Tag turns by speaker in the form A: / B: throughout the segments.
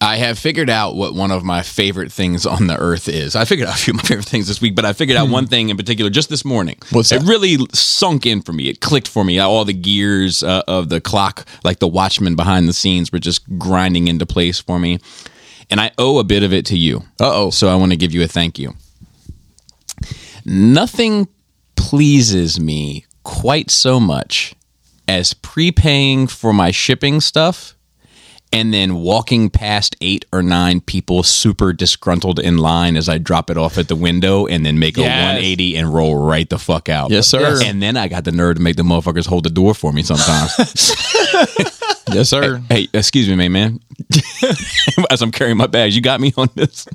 A: I have figured out what one of my favorite things on the earth is. I figured out a few of my favorite things this week, but I figured out one thing in particular just this morning.
B: Hmm. What's
A: it
B: that?
A: really sunk in for me. It clicked for me. All the gears uh, of the clock, like the watchman behind the scenes, were just grinding into place for me. And I owe a bit of it to you. Uh oh. So I want to give you a thank you. Nothing pleases me quite so much as prepaying for my shipping stuff and then walking past eight or nine people super disgruntled in line as I drop it off at the window and then make a
B: Yes.
A: 180 and roll right the fuck out.
B: Yes, sir.
A: And then I got the nerve to make the motherfuckers hold the door for me sometimes.
B: Yes, sir.
A: hey, excuse me, man, man. as I'm carrying my bags, you got me on this.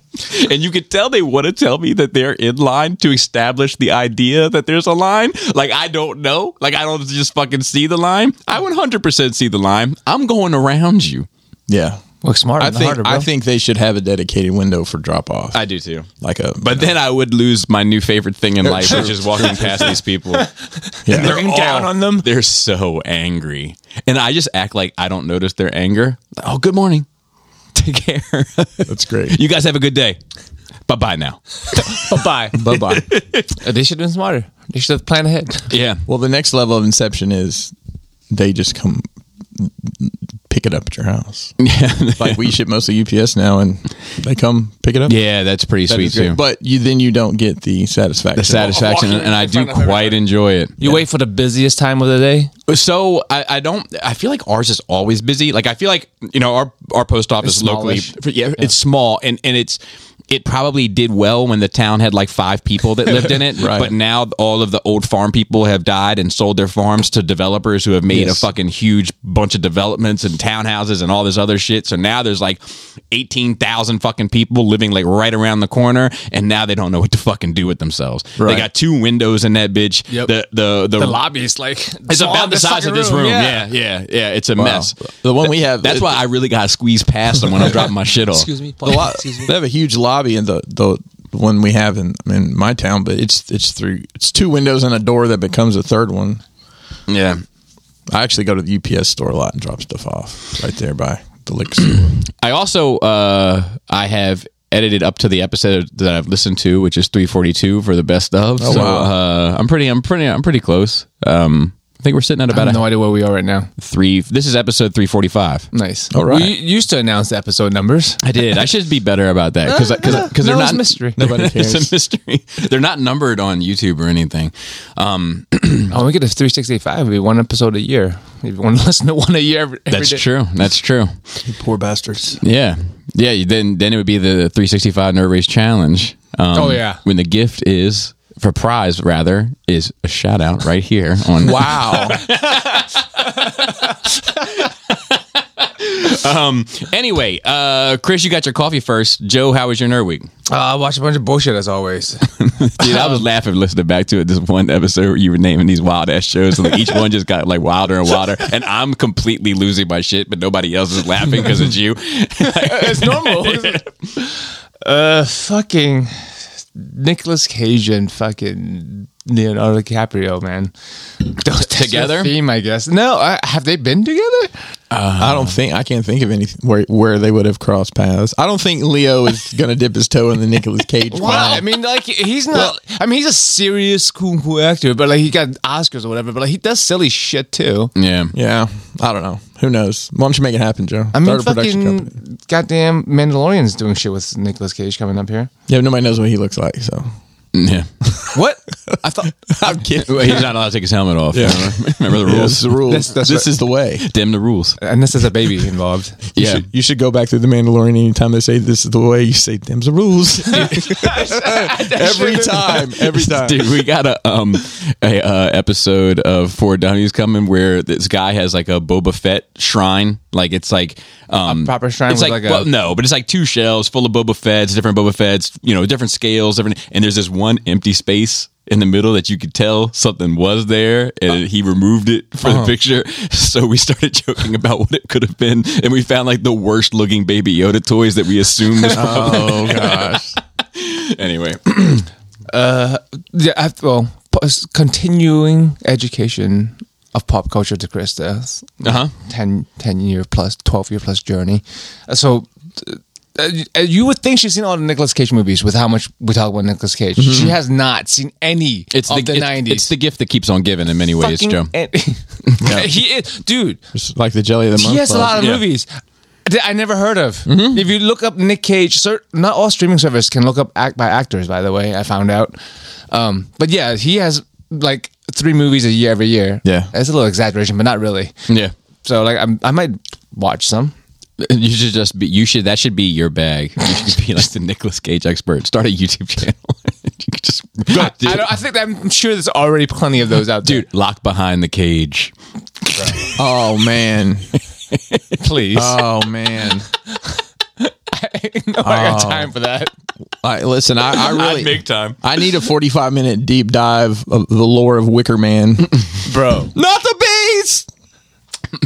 A: And you could tell they want to tell me that they're in line to establish the idea that there's a line. Like, I don't know. Like, I don't just fucking see the line. I 100% see the line. I'm going around you.
B: Yeah.
C: Work smarter,
B: I
C: not
B: think
C: harder, bro.
B: I think they should have a dedicated window for drop off.
A: I do too.
B: like a
A: But then I would lose my new favorite thing in life, which is walking past these people.
B: yeah.
A: Looking down on them. They're so angry. And I just act like I don't notice their anger. Oh, good morning. Take care.
B: that's great.
A: you guys have a good day. Bye bye now.
C: bye.
B: bye bye.
C: they should have been smarter. They should have planned ahead.
A: Yeah.
B: Well, the next level of inception is they just come pick it up at your house. Like we ship mostly UPS now, and they come pick it up.
A: Yeah, that's pretty
B: That
A: sweet
B: is great.
A: too.
B: But you then you don't get the satisfaction.
A: the satisfaction, and I do quite enjoy it.
C: You wait for the busiest time of the day.
A: So I, I don't. I feel like ours is always busy. Like I feel like you know our our post office
C: It's
A: locally.
C: smallish.
A: Yeah, it's small and and it's it probably did well when the town had like five people that lived in it.
B: Right.
A: But now all of the old farm people have died and sold their farms to developers who have made
B: Yes.
A: a fucking huge bunch of developments and townhouses and all this other shit. So now there's like eighteen thousand fucking people living like right around the corner, and now they don't know what to fucking do with themselves. They
B: Right.
A: got two windows in that that bitch.
C: Yep.
A: The, the the
C: The lobby is like
A: It's about the size of this room. Yeah, yeah, yeah. It's a mess.
B: Oh, The one we have.
A: That's why I really gotta squeeze past them when I'm dropping my shit off.
C: Excuse me.
B: the lo-
C: Excuse me.
B: they have a huge lobby in the the one we have in in my town, but it's it's through it's two windows and a door that becomes a third one.
A: Yeah.
B: I actually go to the UPS store a lot and drop stuff off right there by the liquor store.
A: I also uh I have edited up to the episode that I've listened to, which is 342 for the best of. so uh, I'm pretty I'm pretty I'm pretty close. Um I think we're sitting at
C: I
A: about
C: have
A: a
C: no idea where we are right now.
A: three. This is episode 345.
C: Nice.
B: All right.
C: We used to announce the episode numbers.
A: I did. I should be better about that because because they're
C: no,
A: not
C: it's a mystery.
B: Nobody
A: It's
B: cares.
A: a mystery. They're not numbered on YouTube or anything. Um,
C: Oh, we get a 365. It'd be one episode a year. If you want to listen to one a year every, every
A: that's
C: day.
A: true. That's true.
B: Poor bastards.
A: Yeah, yeah. you- Then then it would be the 365 Nerd Race Challenge. Um,
C: Oh, yeah.
A: When the gift is for prize rather is a shout out right here on
B: Wow.
A: Um, Anyway, uh, Chris, you got your coffee first. Joe, how was your nerd week?
C: Uh, I watch a bunch of bullshit as always.
A: Dude, I was laughing listening back to it. This one episode where you were naming these wild ass shows, and like, each one just got like wilder and wilder. And I'm completely losing my shit, but nobody else is laughing because it's you.
C: it's normal. uh, fucking Nicholas Cage and fucking Leonardo DiCaprio, man. Those that's
A: Together?
C: the Theme, I guess. No, I, have they been together?
B: I don't think I can't think of anything where where they would have crossed paths. I don't think Leo is going to dip his toe in the Nicolas Cage.
C: Wow. I
B: pond.
C: mean, like he's not. I mean, he's a serious kung fu actor, but like he got Oscars or whatever. But like he does silly shit too.
A: yeah.
B: Yeah, I don't know. Who knows? Why don't you make it happen, Joe?
C: I mean,
B: Start a production company.
C: fucking goddamn Mandalorian's doing shit with Nicolas Cage coming up here.
B: Yeah, nobody knows what he looks like. So
A: Yeah.
C: What?
B: I thought I'm kidding.
A: Well, he's not allowed to take his helmet off. Yeah. Remember the
B: this
A: rules?
B: is the rule.
C: That's- that's
B: this
C: right.
B: is the way.
A: Dim the rules.
C: Unless there's a baby involved.
B: You should, you should go back through the Mandalorian. Anytime they say this is the way, you say them's the rules. every time, every time.
A: Dude, we got a um a uh, episode of Four Dummies coming where this guy has like a Boba Fett shrine. Like it's like um
C: A proper shrine
A: It's
C: with,
A: like,
C: like, a-
A: well, no, but it's like two shells full of Boba Fetts, different Boba Fetts, you know, different scales, different. And there's this one empty space in the middle that you could tell something was there, and he removed it for
C: Uh-huh.
A: the picture. So we started joking about what it could have been, and we found like the worst looking Baby Yoda toys that we assumed was.
B: Oh gosh.
A: anyway,
C: Yeah, I, well, po- continuing education of pop culture to Krista's
A: uh huh.
C: 10, 10 year plus, 12 year plus journey. Uh, So uh, uh, you would think she's seen all the Nicolas Cage movies with how much we talk about Nicolas Cage. She has not seen any
A: Mm-hmm. It's
C: of the
A: it's-
C: nineties.
A: It's the gift that keeps on giving in many ways, Joe.
C: he is, dude.
B: It's like the jelly of the month.
C: He has a
B: buzz.
C: lot of
A: Yeah.
C: movies that I never heard of. If you look up Nick Cage, sir, not all streaming service can look up act by actors. By the way, I found out. Um, but yeah, he has like three movies a year every year.
B: Yeah.
C: it's a little exaggeration, but not really.
A: Yeah.
C: So like, I'm, I might watch some.
A: You should just be. You should. That should be your bag. You should be like the Nicolas Cage expert. Start a YouTube channel. you could just dude,
C: I, don't, I think I'm sure there's already plenty of those out there.
A: dude, lock behind the cage.
B: Oh man.
C: please.
A: Uh,
B: Oh man.
C: no, I got time for that.
B: I, listen, I, I really
A: time,
B: I need a 45 minute deep dive of the lore of Wicker Man.
C: Bro.
A: not the bees.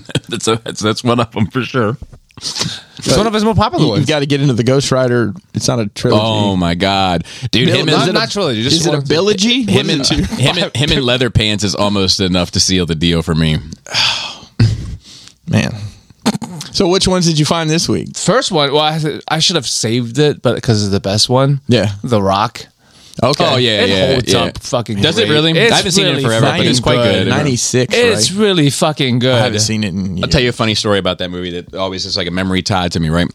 A: that's, a, that's that's one of them for sure.
C: It's one of his more popular
B: You've
C: ones.
B: got to get into the Ghost Rider. It's not a trilogy.
A: Oh my god, dude!
C: Bill-
A: him
C: not,
A: and,
C: not trilogy. Just
B: is it a
C: one-
B: bilogy?
A: him,
B: What
A: and,
B: is it?
A: him, and, him and leather pants is almost enough to seal the deal for me.
B: man. So which ones did you find this week?
C: First one. Well, I, I should have saved it, but because it's the best one.
B: Yeah.
C: The Rock.
B: Okay.
A: Oh yeah,
C: It
A: yeah,
C: holds
A: yeah.
C: up fucking
A: Does it
C: great.
A: really?
C: It's
A: I haven't seen it in
C: really
A: forever, but it's
C: fucking
A: quite
C: good.
A: good.
B: 96.
C: It's
B: right?
C: really fucking good.
B: I haven't seen it in.
A: I'll tell you a funny story about that movie that always is like a memory tied to me, right?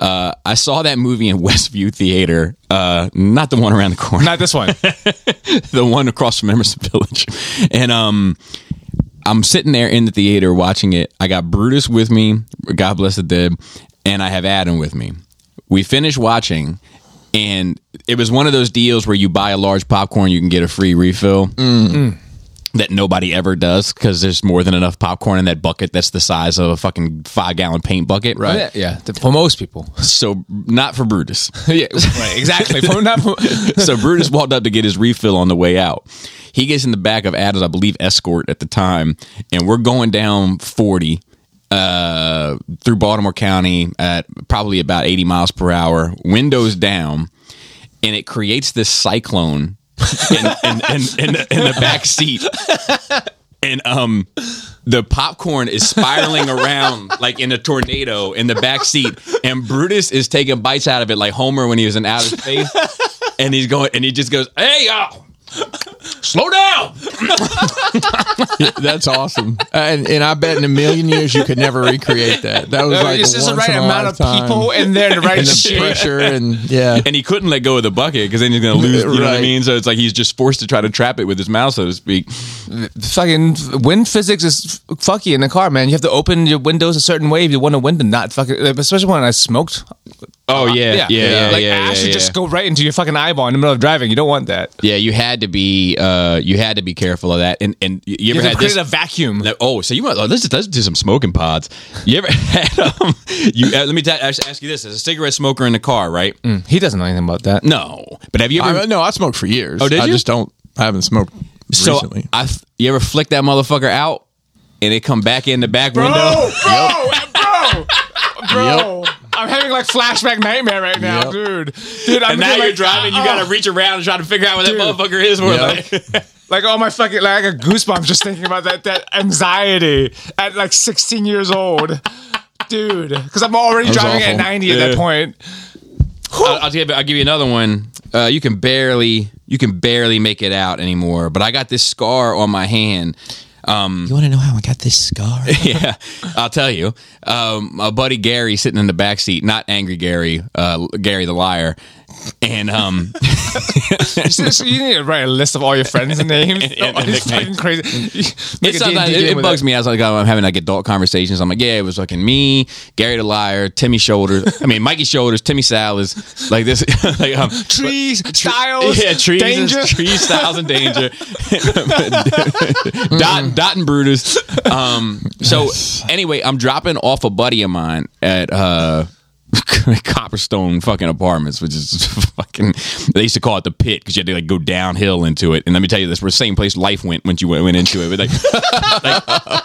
A: Uh, I saw that movie in Westview Theater, uh, not the one around the corner,
C: Not this one.
A: the one across from Emerson Village. And um, I'm sitting there in the theater watching it. I got Brutus with me, God bless the dead, and I have Adam with me. We finished watching, and it was one of those deals where you buy a large popcorn, you can get a free refill. That nobody ever does because there's more than enough popcorn in that bucket that's the size of a fucking five gallon paint bucket.
C: yeah, yeah, for most people.
A: So, not for Brutus.
C: yeah, right, exactly. For not for,
A: so Brutus walked up to get his refill on the way out. He gets in the back of Adam's, I believe, escort at the time, and we're going down 40 uh, through Baltimore County at probably about 80 miles per hour, windows down, and it creates this cyclone in, in, in, in, the, in the back seat. And um, the popcorn is spiraling around like in a tornado in the back seat, and Brutus is taking bites out of it like Homer when he was in outer space, and he's going and he just goes, "Eh, "Hey y'all, slow down!"
B: That's awesome. and and I bet in a million years you could never recreate that. That was like
C: it's just the
B: once
C: right
B: in a
C: amount of
B: lifetime.
C: people and they're the right
B: and the
C: shape.
B: pressure and yeah.
A: And he couldn't let go of the bucket because then he's going to lose. You know what I
B: Right.
A: mean? So it's like he's just forced to try to trap it with his mouth, so to speak.
C: fucking wind physics is f- fucky in the car, man. You have to open your windows a certain way if you want the wind to not fucking. Especially when I smoked.
A: Oh yeah, yeah, yeah,
C: Uh, like
A: yeah,
C: ash
A: yeah,
C: should
A: yeah.
C: just go right into your fucking eyeball in the middle of driving. You don't want that.
A: Yeah, you had to be uh, you had to be careful of that. And and you
C: You
A: ever
C: have
A: had
C: to create
A: this?
C: a vacuum.
A: No, oh, so you want? Oh, let's, let's do some smoking pods. You ever had? Um, you uh, let me ta- ask ask you this: as a cigarette smoker in the car, right?
C: He doesn't know anything about that.
A: No, but have you ever?
B: I, no, I smoked for years.
A: Oh, did
B: I
A: you?
B: just don't. I haven't smoked
A: so
B: recently.
A: I, th- you ever flick that motherfucker out, and it come back in the back window?
C: bro, bro, bro. Oh, I'm having like flashback nightmare right now,
B: Yep.
C: dude. Dude, I'm
A: And now
C: like,
A: you're driving, you
C: oh,
A: gotta reach around and try to figure out where that motherfucker is. We're like,
C: like all my fucking like I got goosebumps just thinking about that that anxiety at like 16 years old, dude. Because I'm already
B: was
C: driving at
B: awful.
C: 90 at that
A: Yeah.
C: point.
A: I'll, I'll give, I'll give you another one. Uh, you can barely, you can barely make it out anymore. But I got this scar on my hand.
B: you want to know how I got this scar?
C: Oh,
A: yeah, I'll tell you. Um, my buddy Gary sitting in the back seat, not angry Gary, uh, Gary the liar, and um,
C: You should- you need to write a list of all your friends and names.
A: and
C: Oh, it's fucking
A: nicknames.
C: crazy.
A: it's sometimes, it, it bugs me. I was like, I'm having like adult conversations. I'm like, yeah, it was fucking me, Gary the liar, Timmy Shoulders. I mean, Mikey Shoulders, Timmy Salas, like this, like um,
C: Trees, styles,
A: yeah, trees,
C: danger.
A: Is, trees, styles, and danger.
C: Mm.
A: Dot, Dot, and Brutus. Um, so anyway, I'm dropping off a buddy of mine at uh, Copperstone fucking apartments, which is fucking. They used to call it the pit because you had to like go downhill into it. And let me tell you, this was the same place life went once you went, went into it. But like, like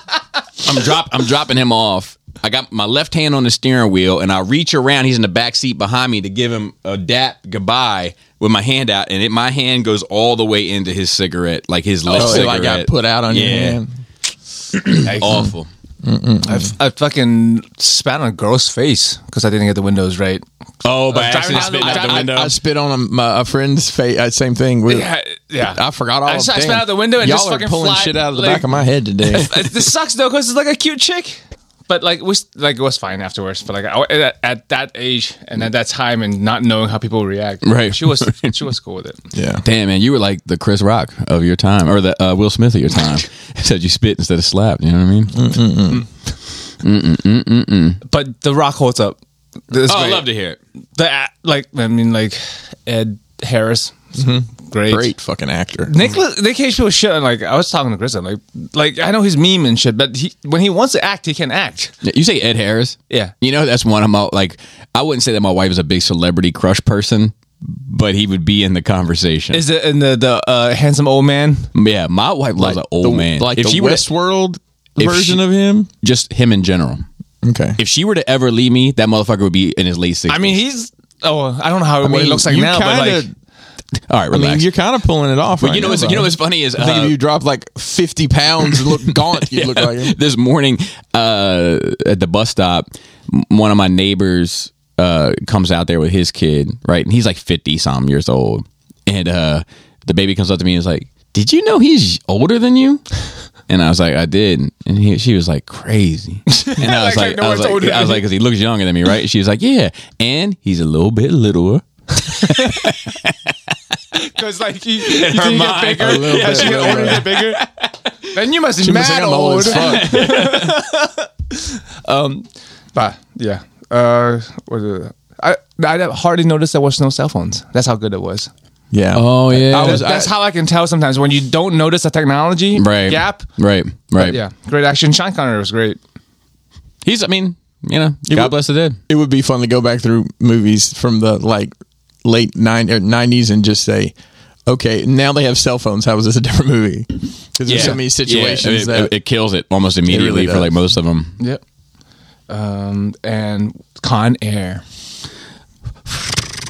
A: I'm drop I'm dropping him off. I got my left hand on the steering wheel and I reach around. He's in the back seat behind me to give him a dap goodbye with my hand out, and it my hand goes all the way into his cigarette, like his left
B: Oh, it,
A: cigarette.
B: like, got put out on your
A: Yeah.
B: hand.
A: Awful. Oh,
C: I've, I fucking spat on a girl's face because I didn't get the windows right.
A: Oh, by
C: I was driving
A: accident
C: down
A: spitting
C: the-
A: out the
B: I,
A: window.
B: I spit on a, my, a friend's face. uh, Same thing. We're-
C: Yeah, yeah.
B: I forgot all.
C: I just-
B: of
C: I spit
B: damn,
C: out the window and
B: y'all
C: just
B: are
C: fucking
B: pulling
C: fly-
B: shit out of the
C: like-
B: back of my head today.
C: It- Uh, this sucks though because it's like a cute chick. But like we s- like it was fine afterwards. But like I, at, at that age and at that time and not knowing how people react,
A: Right.
C: She was she was cool with it.
B: yeah.
A: Damn, man, you were like the Chris Rock of your time, or the uh, Will Smith of your time. Said you spit instead of slap. You know what I mean?
C: But the rock holds up. It's
A: Oh, I
C: great.
A: love to hear it.
C: The a- like I mean like Ed Harris, Mm-hmm. great.
B: Great fucking actor.
C: Nicholas Nick Cage was shit. And like I was talking to Chris, I'm like like I know he's meme and shit, but he when he wants to act, he can act.
A: You say Ed Harris?
C: Yeah.
A: You know, that's one of my, like, I wouldn't say that my wife is a big celebrity crush person, but he would be in the conversation.
C: Is it in the the uh, handsome old man?
A: yeah, my wife loves an old
B: the,
A: man.
B: Like
A: if
B: the
A: she were to,
B: Westworld
A: if
B: version
A: she-
B: of him.
A: just him in general.
B: Okay.
A: If she were to ever leave me, that motherfucker would be in his late 60s.
C: I mean, he's oh I don't know how what he
B: mean,
C: looks like
B: you
C: now, but
B: kinda-
C: like.
A: all right,
B: I mean,
A: relax.
B: you're kind of pulling it off.
A: but
B: right
A: you know,
B: now,
A: what's,
B: though.
A: you know what's funny is
B: I think
A: uh,
B: if you dropped like 50 pounds and looked gaunt, you'd look like him.
A: this morning uh, at the bus stop, m- one of my neighbors uh, comes out there with his kid, right? And he's like 50 some years old. And uh, the baby comes up to me and is like, Did you know he's older than you? And I was like, I did. And he, she was like, Crazy. And I was
C: Like,
A: like,
C: no
A: I
C: one's
A: was
C: older
A: like, I
C: than
A: was like, because he looks younger than me, right? And she was like, Yeah. And he's a little bit littler.
C: Because like you, you
A: her
C: can
A: mind,
C: get
A: a
C: bigger,
B: little
C: yeah,
B: bit,
C: she
B: a
C: can
B: little
C: only get bigger. Then you must be
B: She must think
C: mad
B: I'm old
C: old.
B: as fuck.
C: But yeah, uh, what is it? I I hardly noticed there was no cell phones. That's how good it was.
B: Yeah.
C: Oh,
A: yeah.
B: I was-
C: That's how I can tell sometimes when you don't notice a technology
A: right.
C: gap.
A: Right. Right.
C: Yeah, great action. Sean Connery was great.
A: He's, I mean, you know, God bless the dead.
B: it would be fun to go back through movies from the like late nine or 90s and just say, okay, now they have cell phones. How is this a different movie? Because there's so many situations
A: Yeah, it-
B: that
A: it, it kills it almost immediately for like most
B: does.
A: of them.
C: Yep. Um, and Con Air.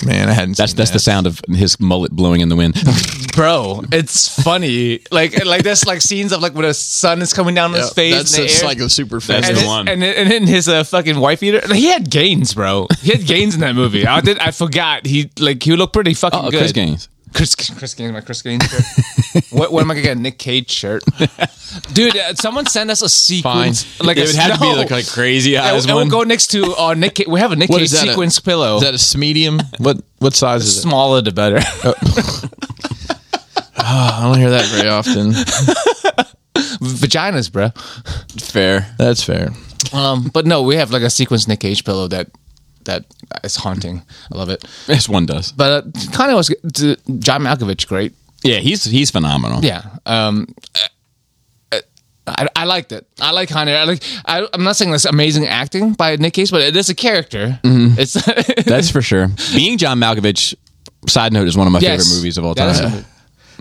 B: man, I hadn't.
A: That's
B: seen
A: that's the
B: that.
A: sound of his mullet blowing in the wind.
C: Bro, it's funny. like like there's like scenes of like when the sun is coming down on his face.
B: That's
C: in the
B: such,
C: air.
B: like a super
A: That's
B: fan.
C: and
A: the
C: his-
A: one.
C: And, and then his uh, fucking wife eater. He had gains, bro. He had gains in that movie. I did. I forgot. He like he looked pretty fucking
A: Oh,
C: good.
A: Chris Gaines.
C: Chris, Chris Gaines. My Chris Gaines shirt. what, what am I gonna get? A Nick Cage shirt. Dude, uh, someone send us a sequence. Like
A: it
C: a,
A: would have
C: no.
A: to be like, like crazy
C: And
A: eyes
C: we'll-
A: one.
C: and we'll go next to our Nick. Ca- we have a Nick
B: What
C: Cage
B: is that, a-
C: sequence pillow.
B: Is that a s- medium? What what size is it?
C: Smaller the better.
A: Oh.
B: I don't hear that very often.
C: Vaginas, bro.
A: Fair.
B: That's fair.
C: Um, but no, we have like a sequence Nick Cage pillow that that is haunting. I love it.
A: This one does.
C: But uh, Kanye was d- John Malkovich, great.
A: Yeah, he's he's phenomenal.
C: Yeah. Um, uh, I, I liked it. I like Kanye. I like. I, I'm not saying that's amazing acting by Nick Cage, but it is a character. It's
A: Mm-hmm. That's for sure. Being John Malkovich, side note, is one of my
C: Yes.
A: favorite movies of all
C: Yeah,
A: time.
C: that's a-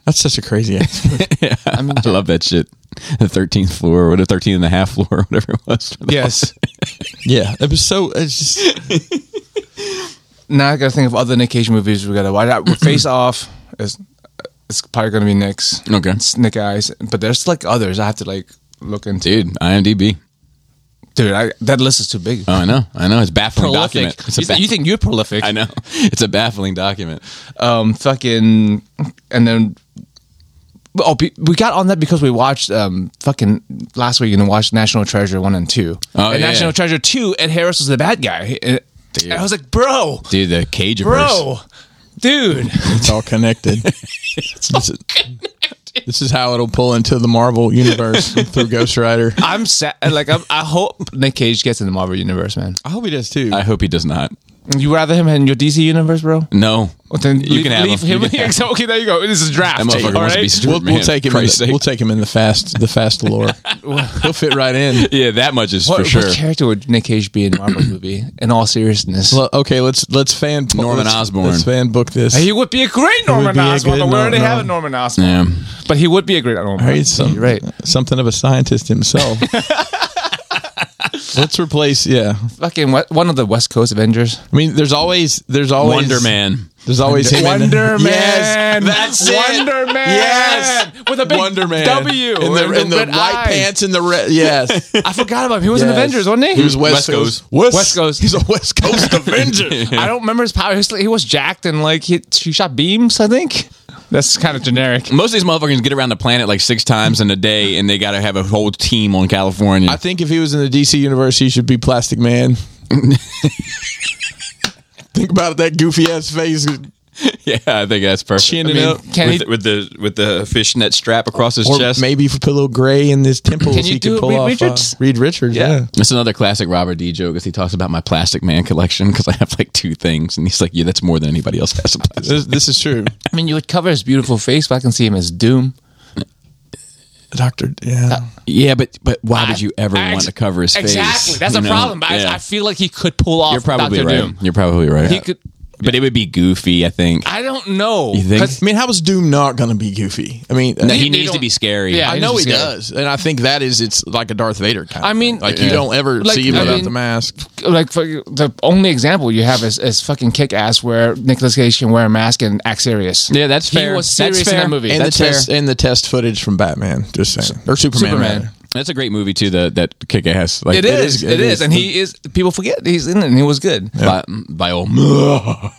B: That's such a crazy.
A: I, love that shit. The 13th floor or the 13 and a half floor or whatever it was.
C: yes.
B: yeah, it was so. It's just
C: now I gotta think of other Nick Cage movies we gotta watch. Face Off is it's probably gonna be Nick's.
A: Okay.
C: It's Nick Eyes, but there's like others I have to like look into.
A: Dude, IMDb.
C: Dude, I, that list is too big.
A: Oh, I know. I know. It's a baffling
C: prolific.
A: document. It's a
C: You, th- you
A: baff-
C: think you're prolific?
A: I know. It's a baffling document.
C: um, fucking, and then oh, be- we got on that because we watched um, fucking last week and watched National Treasure one and two.
A: Oh,
C: and
A: yeah.
C: National Treasure two, Ed Harris was the bad guy. And and I was like, bro,
A: Dude, the cage
C: bro, dude,
B: it's all connected. this, is, this is how it'll pull into the Marvel universe through Ghost Rider.
C: I'm sad. Like, I'm, I hope Nick Cage gets in the Marvel universe, man.
B: I hope he does too.
A: I hope he does not.
C: You rather him in your DC universe, bro?
A: No.
C: Well, then
A: you
C: leave,
A: can have
C: leave
A: him. You can have
C: okay, there you go. This is draft.
A: That motherfucker
C: all
A: wants to be
C: right?
A: Stuart
B: we'll, we'll
A: Man,
B: take him. In
A: Christ's
B: the,
A: sake.
B: we'll take him in the fast. The fast lore. He'll fit right in.
A: Yeah, that much is
C: What,
A: for sure.
C: what character would Nick Cage be in a Marvel movie? In all seriousness,
B: Well, okay, let's let's fan
A: Norman
B: let's,
A: Osborn.
B: Let's fan book this.
C: he would be a great
B: would
C: Norman
B: be a
C: Osborn.
B: good
C: But we already
B: Norman-
C: have a Norman Osborn.
A: Yeah.
C: But he would be a great Norman.
B: All right, some-
C: Right.
B: Something of a scientist himself. Let's replace. Yeah,
C: Fucking we- one of the West Coast Avengers.
B: I mean, there's always there's always
A: Wonder Man.
B: There's always him in-
C: Wonder Man.
B: Yes, that's it.
C: Wonder Man.
B: Yes,
C: With a big
B: Wonder Man
C: W
B: in the,
C: and
B: in the
C: red
B: white
C: eye.
B: pants and the red. Yes,
C: I forgot about him. He was an
B: Yes.
C: Avengers, wasn't he?
B: He was West,
A: West
B: Coast.
A: Coast.
B: West,
C: West Coast.
B: He's a West Coast Avenger.
C: I don't remember his power. He was, he was jacked and like he, he shot beams. I think that's kind of generic.
A: Most of these motherfuckers get around the planet like six times in a day, and they got to have a whole team on California.
B: I think if he was in the DC universe, he should be Plastic Man. Think about it, that goofy ass face.
A: yeah, I think that's perfect.
B: Chin
A: I
B: it up.
C: Can
A: with,
C: he-
A: with the with the fishnet strap across his
B: Or
A: chest.
B: maybe if you put a little gray in his temples,
C: Can you
B: he could
C: do
B: pull
C: Reed
B: off
C: Richards?
B: Uh, Reed Richards. Yeah.
A: That's another classic Robert D joke. Is he talks about my Plastic Man collection because I have like two things, and he's like, "Yeah, that's more than anybody else has." Sometimes.
B: This, this is true.
C: I mean, you would cover his beautiful face, but I can see him as Doom.
B: Doctor, yeah.
A: yeah, but but why would you ever
C: I-
A: want to cover his face?
C: Exactly, that's
A: You
C: a
A: know?
C: problem. But I-
A: Yeah.
C: I, feel like he could pull off
A: You're probably
C: Doctor
A: right.
C: Doom.
A: You're probably right.
C: He could.
A: but it would be goofy. I think.
C: I don't know.
A: You think?
C: 'Cause
B: I mean, how is Doom not going to be goofy? I mean,
A: he
C: they
A: needs
C: don't-
A: to be scary.
C: Yeah,
B: I know he
C: he's scary.
B: does, and I think that is it's like a Darth Vader kind.
C: I
B: of
C: mean,
B: thing. like you
C: yeah.
B: don't ever
C: Like,
B: see him
C: I
B: without
C: mean-
B: the mask.
C: Like for, the only example you have is, is fucking Kick Ass, where Nicolas Cage can wear a mask and act serious.
A: Yeah, that's
C: He
A: fair.
C: was
A: That's
C: serious in
A: fair.
C: that movie.
B: And the
C: that's fair.
B: test and the test footage from Batman, just saying, or Superman.
C: Superman.
B: rather.
A: That's a great movie too. The that kick ass. Like
C: It is. It is. And he is. People forget he's in it, and he was good.
A: by, by all. I,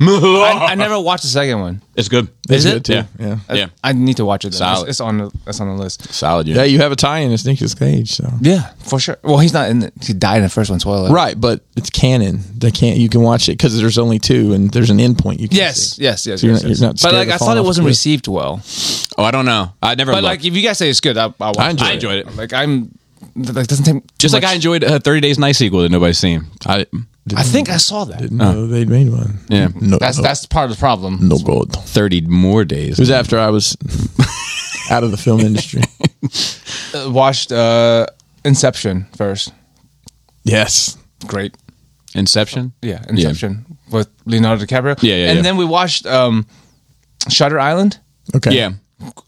C: I, I never watched the second one.
A: it's good.
B: It's
C: Is
B: good
C: it?
B: too.
A: Yeah.
B: yeah,
C: I-
A: Yeah.
C: I need to watch it. Though.
A: Solid.
C: It's, it's on. The, that's on the list.
A: Solid.
B: Yeah, You have a tie-in. It's Nicolas Cage. So
C: Yeah, for sure. Well, he's not in. The, he died in the first one. Spoiler.
B: right, but it's canon. They can't. You can watch it because there's only two, and there's an end point. You can
C: Yes.
B: see.
C: Yes. Yes.
B: So you're
C: yes,
B: not-
C: yes.
B: you're not
C: but
B: scared
C: like,
B: of
C: I
B: falling
C: thought it
B: off a
C: wasn't
B: cliff.
C: received well.
A: Oh, I don't know. I never.
C: But
A: looked.
C: like, if you guys say it's good, I, I, watch
B: I enjoyed
A: I
B: it.
A: enjoyed it.
C: it. Like, I'm. Like, doesn't take
A: Just like I enjoyed uh, Thirty Days Night sequel that nobody's seen. I
C: I think I saw that.
B: Didn't know they'd made one.
A: Yeah.
B: no,
C: That's
B: no,
C: that's part of the problem.
B: no gold. It
A: thirty more days.
B: was after I was out of the film industry.
C: Uh, watched uh, Inception first.
B: yes,
C: Great.
A: Inception.
C: Yeah, Inception with Leonardo DiCaprio.
A: Yeah, yeah,
C: And
A: yeah.
C: then we watched um, Shutter Island.
B: okay,
A: Yeah.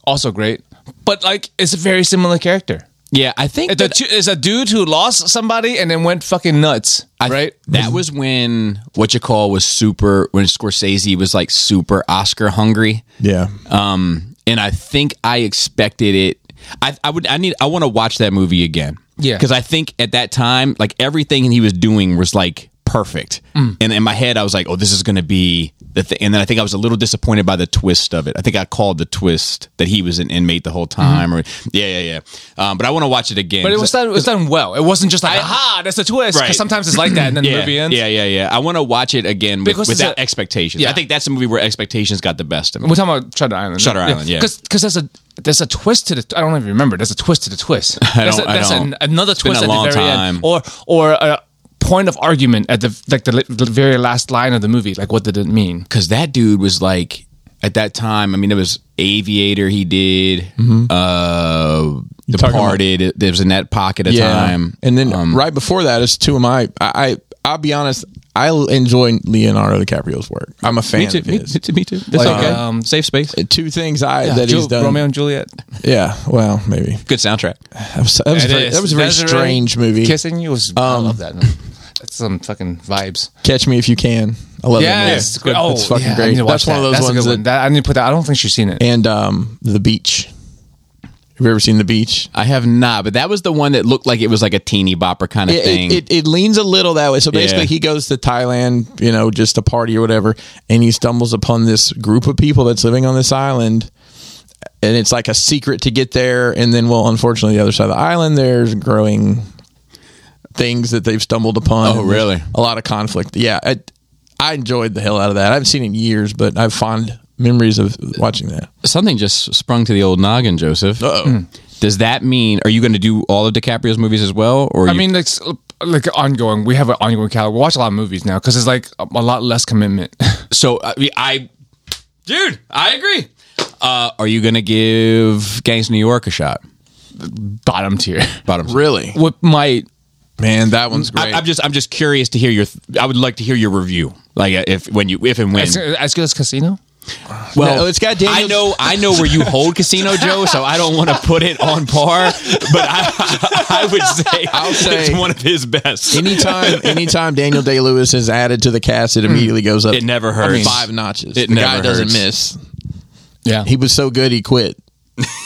C: Also great, but like, it's a very similar character.
A: Yeah, I think
C: It's a,
A: that-
C: tu- it's a dude who lost somebody and then went fucking nuts,
A: I-
C: right?
A: That was when what you call was super when Scorsese was like super Oscar hungry.
B: yeah.
A: Um, and I think I expected it. I, I would I need I want to watch that movie again.
C: Yeah.
A: because I think at that time, like everything he was doing was like perfect.
C: Mm.
A: And in my head, I was like, "Oh, this is going to be the thing." And then I think I was a little disappointed by the twist of it. I think I called the twist that he was an inmate the whole time. Or yeah, yeah, yeah. Um, but I want to watch it again.
C: Mm-hmm. But it
A: 'Cause
C: was done, it was done well. It wasn't just like,
A: I-
C: aha, that's the twist. 'Cause
A: Right.
C: sometimes it's like that and then the
A: yeah,
C: movie ends.
A: Yeah, yeah, yeah. I want to watch it again with,
C: Because it's
A: without
C: a-
A: expectations.
C: yeah.
A: I think that's the movie where expectations got the best of me.
C: We're talking about Shutter Island.
A: Shutter Island, yeah.
C: Because there's a there's a twist to the. I don't even remember. There's a twist to the twist. I there's
A: don't-
C: a,
A: I
C: there's
A: don't.
C: An, another
A: been
C: twist
A: a
C: at
A: long
C: the very
A: time.
C: end, or or a point of argument at the like the, li- the very last line of the movie. Like, what did it mean?
A: Because that dude was like, at that time, I mean, there was Aviator he did, uh,
B: talking about-
A: Departed. It there was in that pocket of time.
B: And then right before that is two of my. I, I I'll be honest. I l- enjoy Leonardo DiCaprio's work. I'm a fan
A: me too.
B: of
A: Me,
B: his.
A: too. Me too. That's
B: Like,
A: okay.
C: um,
A: Safe space.
B: Two things I that he's
C: Ju-
B: done.
C: Romeo and Juliet.
B: Yeah. Well, maybe
A: Good soundtrack.
B: that was, that was,
C: It
B: very,
C: is.
B: that was a very
C: Desiree
B: strange movie. Um,
C: Kissing you was. I love that. movie. That's some fucking vibes.
B: Catch Me If You Can. I love that movie.
C: it's good. Oh,
B: it's fucking
C: yeah, I
B: great.
C: need to
B: That's
C: watch
B: one of
C: that.
B: those
C: That's a
B: ones
C: good
B: that-
C: one. That- I need to put that. I don't think she's seen it.
B: And um, The Beach. Have you ever seen The Beach?
A: I have not, but that was the one that looked like it was like a teeny bopper kind of
B: It,
A: thing.
B: it, it, it leans a little that way. So basically,
A: Yeah.
B: he goes to Thailand, you know, just to party or whatever, and he stumbles upon this group of people that's living on this island. And it's like a secret to get there. And then, well, unfortunately, the other side of the island, there's growing things that they've stumbled upon.
A: Oh,
B: And there's
A: really?
B: A lot of conflict. Yeah. I, I enjoyed the hell out of that. I haven't seen it in years, but I have fond memories of watching that.
A: Something just sprung to the old noggin, Joseph. oh. Does that mean, are you going to do all of DiCaprio's movies as well? Or
C: I
A: you-
C: mean, like s- like ongoing. We have an ongoing calendar. We watch a lot of movies now because it's like a, a lot less commitment.
A: So I, mean, I dude, I agree. Uh, are you gonna give Gangs of New York a shot?
C: Bottom tier.
A: Bottom.
B: Really?
C: What might
B: Man, that one's
A: I,
B: great.
A: I'm just, I'm just curious to hear your. Th- I would like to hear your review, like uh, if when you, if and when.
C: as, as good as Casino?
B: Well, it's got Daniel.
A: I know, I know where you hold Casino Joe, so I don't want to put it on par. But I, I would say,
B: I'll say-
A: it's one of his best.
B: anytime, anytime Daniel Day Lewis is added to the cast, it
C: Hmm.
B: immediately goes up.
A: It never
B: I mean,
A: hurts.
B: five notches.
A: It
B: the guy
A: never
B: doesn't
A: hurts.
B: miss.
C: Yeah.
B: He was so good, he quit.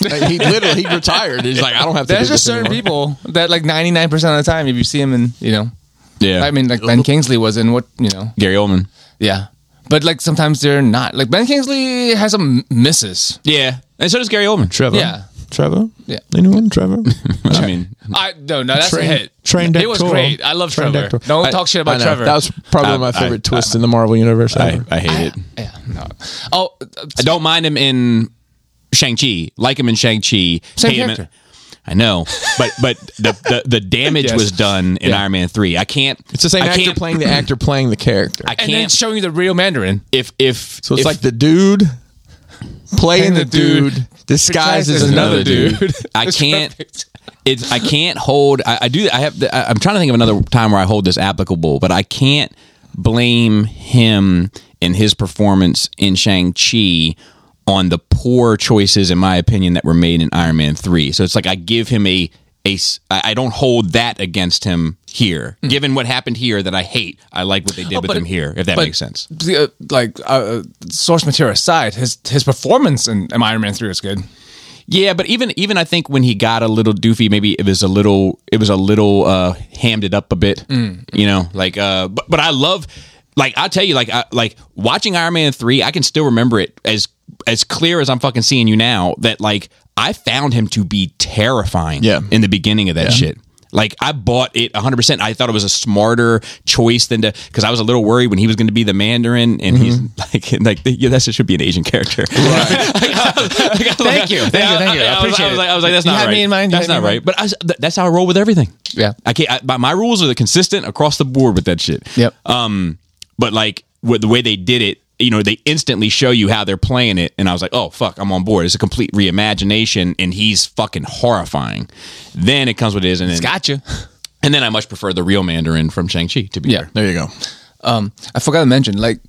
B: Like, he literally he retired. He's like, I don't have to.
C: There's
B: do this
C: just certain
B: anymore.
C: people that like 99% of the time, if you see him in, you know,
A: Yeah,
C: I mean, like Ben Kingsley was in what, you know,
A: Gary Oldman.
C: yeah. But like sometimes they're not. Like Ben Kingsley has some misses.
A: Yeah, and so does Gary Oldman.
B: Trevor.
C: Yeah.
B: Trevor.
C: Yeah.
B: Anyone? Trevor.
A: I mean,
C: I no, no, that's
B: Train-
C: a hit.
B: Train
C: it was
B: Doctor.
C: great. I love
B: Train
C: Trevor.
B: Doctor.
C: Don't
B: I-
C: talk shit
B: I
C: about
B: know.
C: Trevor.
B: That was probably my
A: I-
B: favorite twist in the Marvel universe.
A: I,
B: ever.
A: I hate it.
C: yeah, no. Oh, uh,
A: I don't mind him in Shang Chi. Like him in Shang Chi.
C: Same
A: hate him in-
C: character.
A: I know, but but the the, the damage
C: Yes.
A: was done in Iron Man three. I can't.
B: it's the same
A: I
B: actor
A: can't-
B: playing the actor playing the character.
A: I
C: and then
A: can't.
C: showing you the real Mandarin.
A: if if
B: so it's
A: if-
B: like the dude playing
C: Playing
B: the
C: the dude
B: dude disguised as
C: disguised as
B: another
C: another
B: dude.
C: dude.
A: I
C: That's
A: can't.
C: perfect.
A: It's I can't hold. I, I do. I have. I, I'm trying to think of another time where I hold this applicable, but I can't blame him and his performance in Shang Chi on the poor choices, in my opinion, that were made in Iron Man Three. So it's like I give him a. a s- I I don't hold that against him here. Given what happened here, that I hate, I like what they did with
C: Mm. Oh, but-
A: him here. If that
C: but-
A: makes sense,
C: The, uh, like uh, source material aside, his his performance in, in Iron Man three was good.
A: Yeah, but even even I think when he got a little doofy, maybe it was a little it was a little uh hammed it up a bit. You know, like uh but, but I love like I tell you like I like watching Iron Man 3, I can still remember it as as clear as I'm fucking seeing you now that like I found him to be terrifying
B: Yeah.
A: in the beginning of that shit. Like I bought it 100%. I thought it was a smarter choice than to cuz I was a little worried when he was going to be the Mandarin and he's like like yeah, that should be an Asian character.
C: Thank you. Thank you. Thank you. I
A: was-
C: appreciate
A: was
C: it.
A: like, I was like, that's
C: You
A: not
C: had
A: right.
C: me in mind. You
A: That's
C: had me
A: not
C: in
A: right.
C: mind.
A: But I, was- th- that's how I roll with everything.
C: Yeah.
A: I can't. I, my, my rules are consistent across the board with that shit.
C: Yep.
A: Um, but like with the way they did it, you know, they instantly show you how they're playing it, and I was like, oh fuck, I'm on board. It's a complete reimagination, and he's fucking horrifying. Then it comes with his, and then
C: Gotcha.
A: and then I much prefer the real Mandarin from Shang Chi. To be
C: Yeah.
A: fair.
B: There you go.
C: Um, I forgot to mention, like,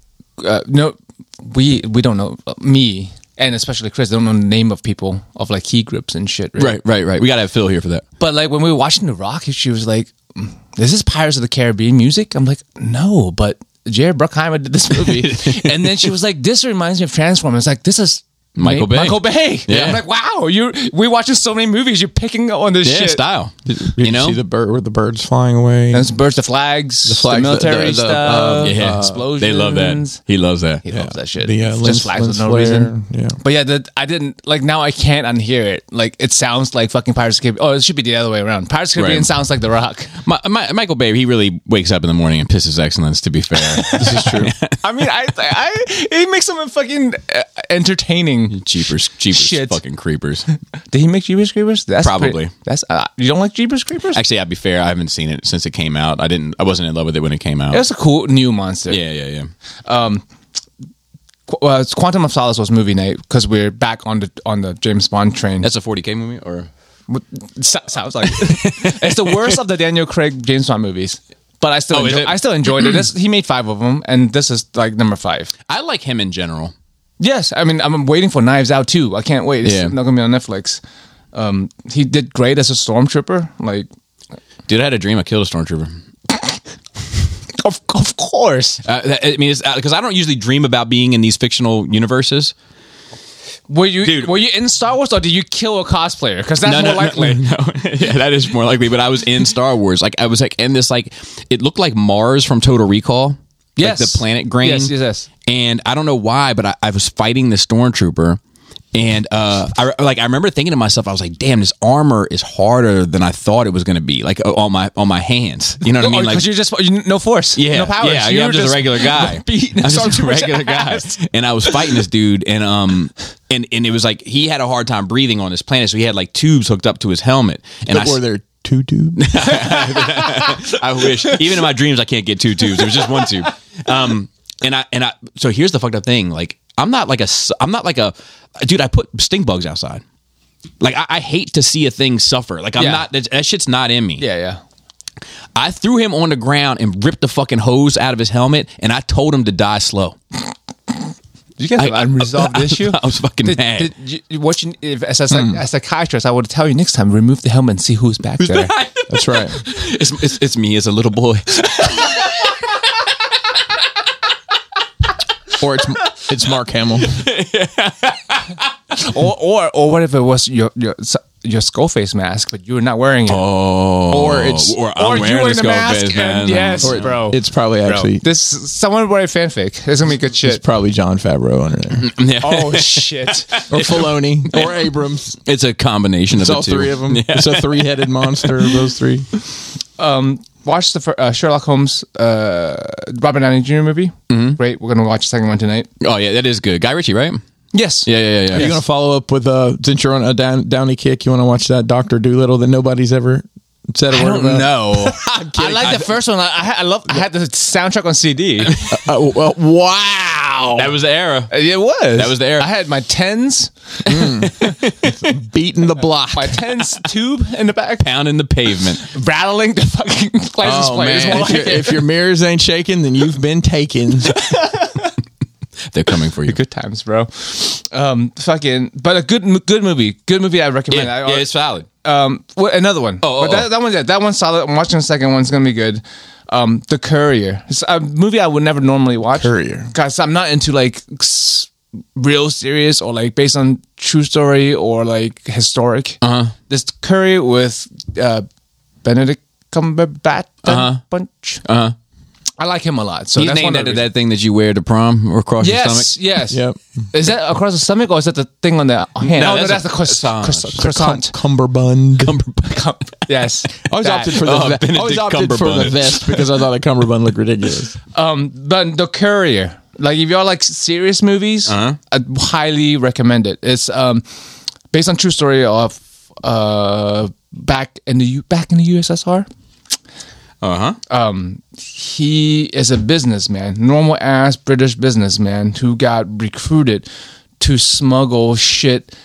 C: uh, no, we we don't know uh, me and especially Chris don't know the name of people of like key groups and shit. Right.
A: right, right. We gotta have Phil here for that.
C: But like when we were watching The Rock, she was like, "Mm, "This is Pirates of the Caribbean music." I'm like, "No," but Jared Bruckheimer did this movie, and then she was like, "This reminds me of Transformers." Like this is.
A: Michael Bay.
C: Michael Bay.
A: Yeah.
C: I'm like, wow, you we watching so many movies, you're picking up on this
A: Yeah,
C: shit.
A: style.
B: Did
A: you know,
B: see the bird where the birds flying away.
C: That's Birds the Flags, the,
B: flags, the-
C: military
B: the- the, um,
C: stuff,
A: yeah,
C: explosions.
A: They love that. He loves that.
C: He loves that shit.
B: the uh,
C: It's
B: lens-
C: just flags
B: lens
C: with no
B: flare.
C: reason.
B: Yeah.
C: But yeah, that I didn't like. Now I can't unhear it. Like it sounds like fucking Pirates of the Caribbean. Oh, it should be the other way around. Pirates of the Caribbean
A: Right.
C: sounds like The Rock.
A: My, my, Michael Bay, he really wakes up in the morning and pisses excellence. To be fair, this is true.
C: I mean, I, I, he makes them fucking uh, entertaining.
A: Jeepers, jeepers,
C: Shit.
A: fucking creepers.
C: Did he make Jeepers Creepers? That's
A: Probably.
C: pretty- that's uh, you don't like Jeepers Creepers?
A: Actually, I'd be fair. I haven't seen it since it came out. I didn't. I wasn't in love with it when it came out.
C: That's a cool new monster.
A: Yeah, yeah, yeah.
C: Qu- uh, Quantum of Solace was movie night because we're back on the on the James Bond train.
A: That's a 40k movie, or
C: What- so- sounds like it's the worst of the Daniel Craig James Bond movies. But I still
A: Oh, is
C: enjoy,
A: it?
C: I still enjoyed it. This, he made five of them, and this is like number five.
A: I like him in general.
C: Yes, I mean I'm waiting for Knives Out too. I can't wait. It's
A: Yeah.
C: not gonna be on Netflix. Um, he did great as a stormtrooper. Like,
A: Dude, I had a dream I killed a stormtroover.
C: of of course.
A: Uh, that- I mean, because I don't usually dream about being in these fictional universes.
C: Were you
A: Dude.
C: were you in Star Wars or did you kill a cosplayer? Because that's more likely.
A: No, Mm-hmm. yeah, that is more likely. But I was in Star Wars. Like I was like in this like it looked like Mars from Total Recall.
C: Yes.
A: Like the planet green.
C: Yes, yes, yes.
A: And I don't know why, but I, I was fighting the stormtrooper. And uh, I like I remember thinking to myself, I was like, "Damn, this armor is harder than I thought it was going to be." Like uh, on my on my hands, you know what I mean?
C: Because
A: Like
C: you're just you- no force,
A: yeah,
C: no powers.
A: Yeah,
C: You
A: yeah, I'm
C: were
A: just, a regular guy. I'm
C: beating a
A: just a
C: stormtrooper's
A: regular guy.
C: ass.
A: And I was fighting this dude, and um, and and it was like he had a hard time breathing on this planet, so he had like tubes hooked up to his helmet. And I,
B: or there are two dudes.
A: I wish. Even in my dreams, I can't get two tubes. It was just one tube. Um, and I and I. So here's the fucked up thing. Like I'm not like a. s- I'm not like a. Dude, I put stink bugs outside. Like I, I hate to see a thing suffer. Like I'm
C: Yeah.
A: not. That, that shit's not in me.
C: Yeah, yeah.
A: I threw him on the ground and ripped the fucking hose out of his helmet, and I told him to die slow.
C: you guys have
A: I-
C: unresolved
A: I-
C: issue?
A: I was fucking
C: Did-
A: mad.
C: did you- you- what you- if, as a, psych-
A: Hmm.
C: a psychiatrist, I would tell you next time, remove the helmet and see who's back there.
B: That's right.
A: it's, it's it's me as a little boy.
B: Or it's it's Mark Hamill.
C: or, or, or what if it was your, your, s- your skull face mask, but you were not wearing it?
A: Oh,
B: Or it's-
A: or I'm
C: or you
A: wearing
C: in
A: this
C: a
A: skull
C: mask
A: face,
C: and-
A: man.
C: yes,
A: Or-
C: bro.
B: It's probably actually
C: this someone write a fanfic. This is gonna be good
B: it's
C: shit.
B: probably John Favreau under there.
A: yeah.
C: oh shit!
B: Or Filoni. Or Abrams.
A: it's a combination
B: It's
A: of
B: all
A: the two.
B: three of them.
A: Yeah.
B: It's a three headed monster of those three.
C: Um, watch the fir- uh, Sherlock Holmes, uh, Robert Downey Jr. movie.
A: Mm-hmm.
C: Great. We're gonna watch the second one tonight.
A: Oh yeah, that is good. Guy Ritchie, right?
C: Yes.
A: Yeah, yeah, yeah.
B: Are
A: yeah.
B: you going to follow up with uh since you're on a down, downy kick, you want to watch that Doctor Doolittle that nobody's ever said a word about?
C: No, I like the first one. I, I, ha- I love. I had the soundtrack on CD.
B: Uh, well,
C: wow,
A: that was the era.
C: it was.
A: That was the era.
C: I had my tens,
B: beating the block.
C: my tens tube in the back,
A: Pound in the pavement.
C: rattling the fucking license
B: Oh,
C: plate. It's
B: man.
C: more
B: If,
C: like
B: your,
C: it.
B: if your mirrors ain't shaking, then you've been taken.
A: They're coming for you.
C: Good times, bro. Um, fucking, but a good, good movie. Good movie. I recommend.
A: Yeah,
C: I,
A: yeah, it's valid.
C: um, what, another one.
A: Oh, oh,
C: but that,
A: oh.
C: that one's that one's solid. I'm watching the second one. It's gonna be good. Um, the Courier. It's a movie I would never normally watch.
B: Courier.
C: Cause I'm not into like s- real serious or like based on true story or like historic. Uh
A: Uh-huh.
C: huh. This Courier with uh, Benedict Cumberbatch. Uh Bunch. Uh huh. I like him a lot. So
A: Uh-huh. He's
C: that's
A: named
C: one of
A: after
C: the
A: that thing that you wear to prom or across your
C: Yes,
A: stomach.
C: yes.
B: Yep.
C: Is that across the stomach or is that the thing on the hand?
A: No,
C: oh,
A: that's
C: no, that's
A: a
C: the croissant.
A: croissant.
C: croissant.
B: Cumberbund.
C: yes.
B: I always
C: That.
B: opted for the
A: Oh,
B: vest. I always
A: Benedict
B: opted for the
A: Cumberbund.
B: vest because I thought a cummerbund looked ridiculous.
C: Um, but the courier, like if y'all like serious movies, I highly recommend it. It's um based on true story of uh back in the U- back in the USSR.
A: Uh huh.
C: Um, he is a businessman, normal ass British businessman who got recruited to smuggle shit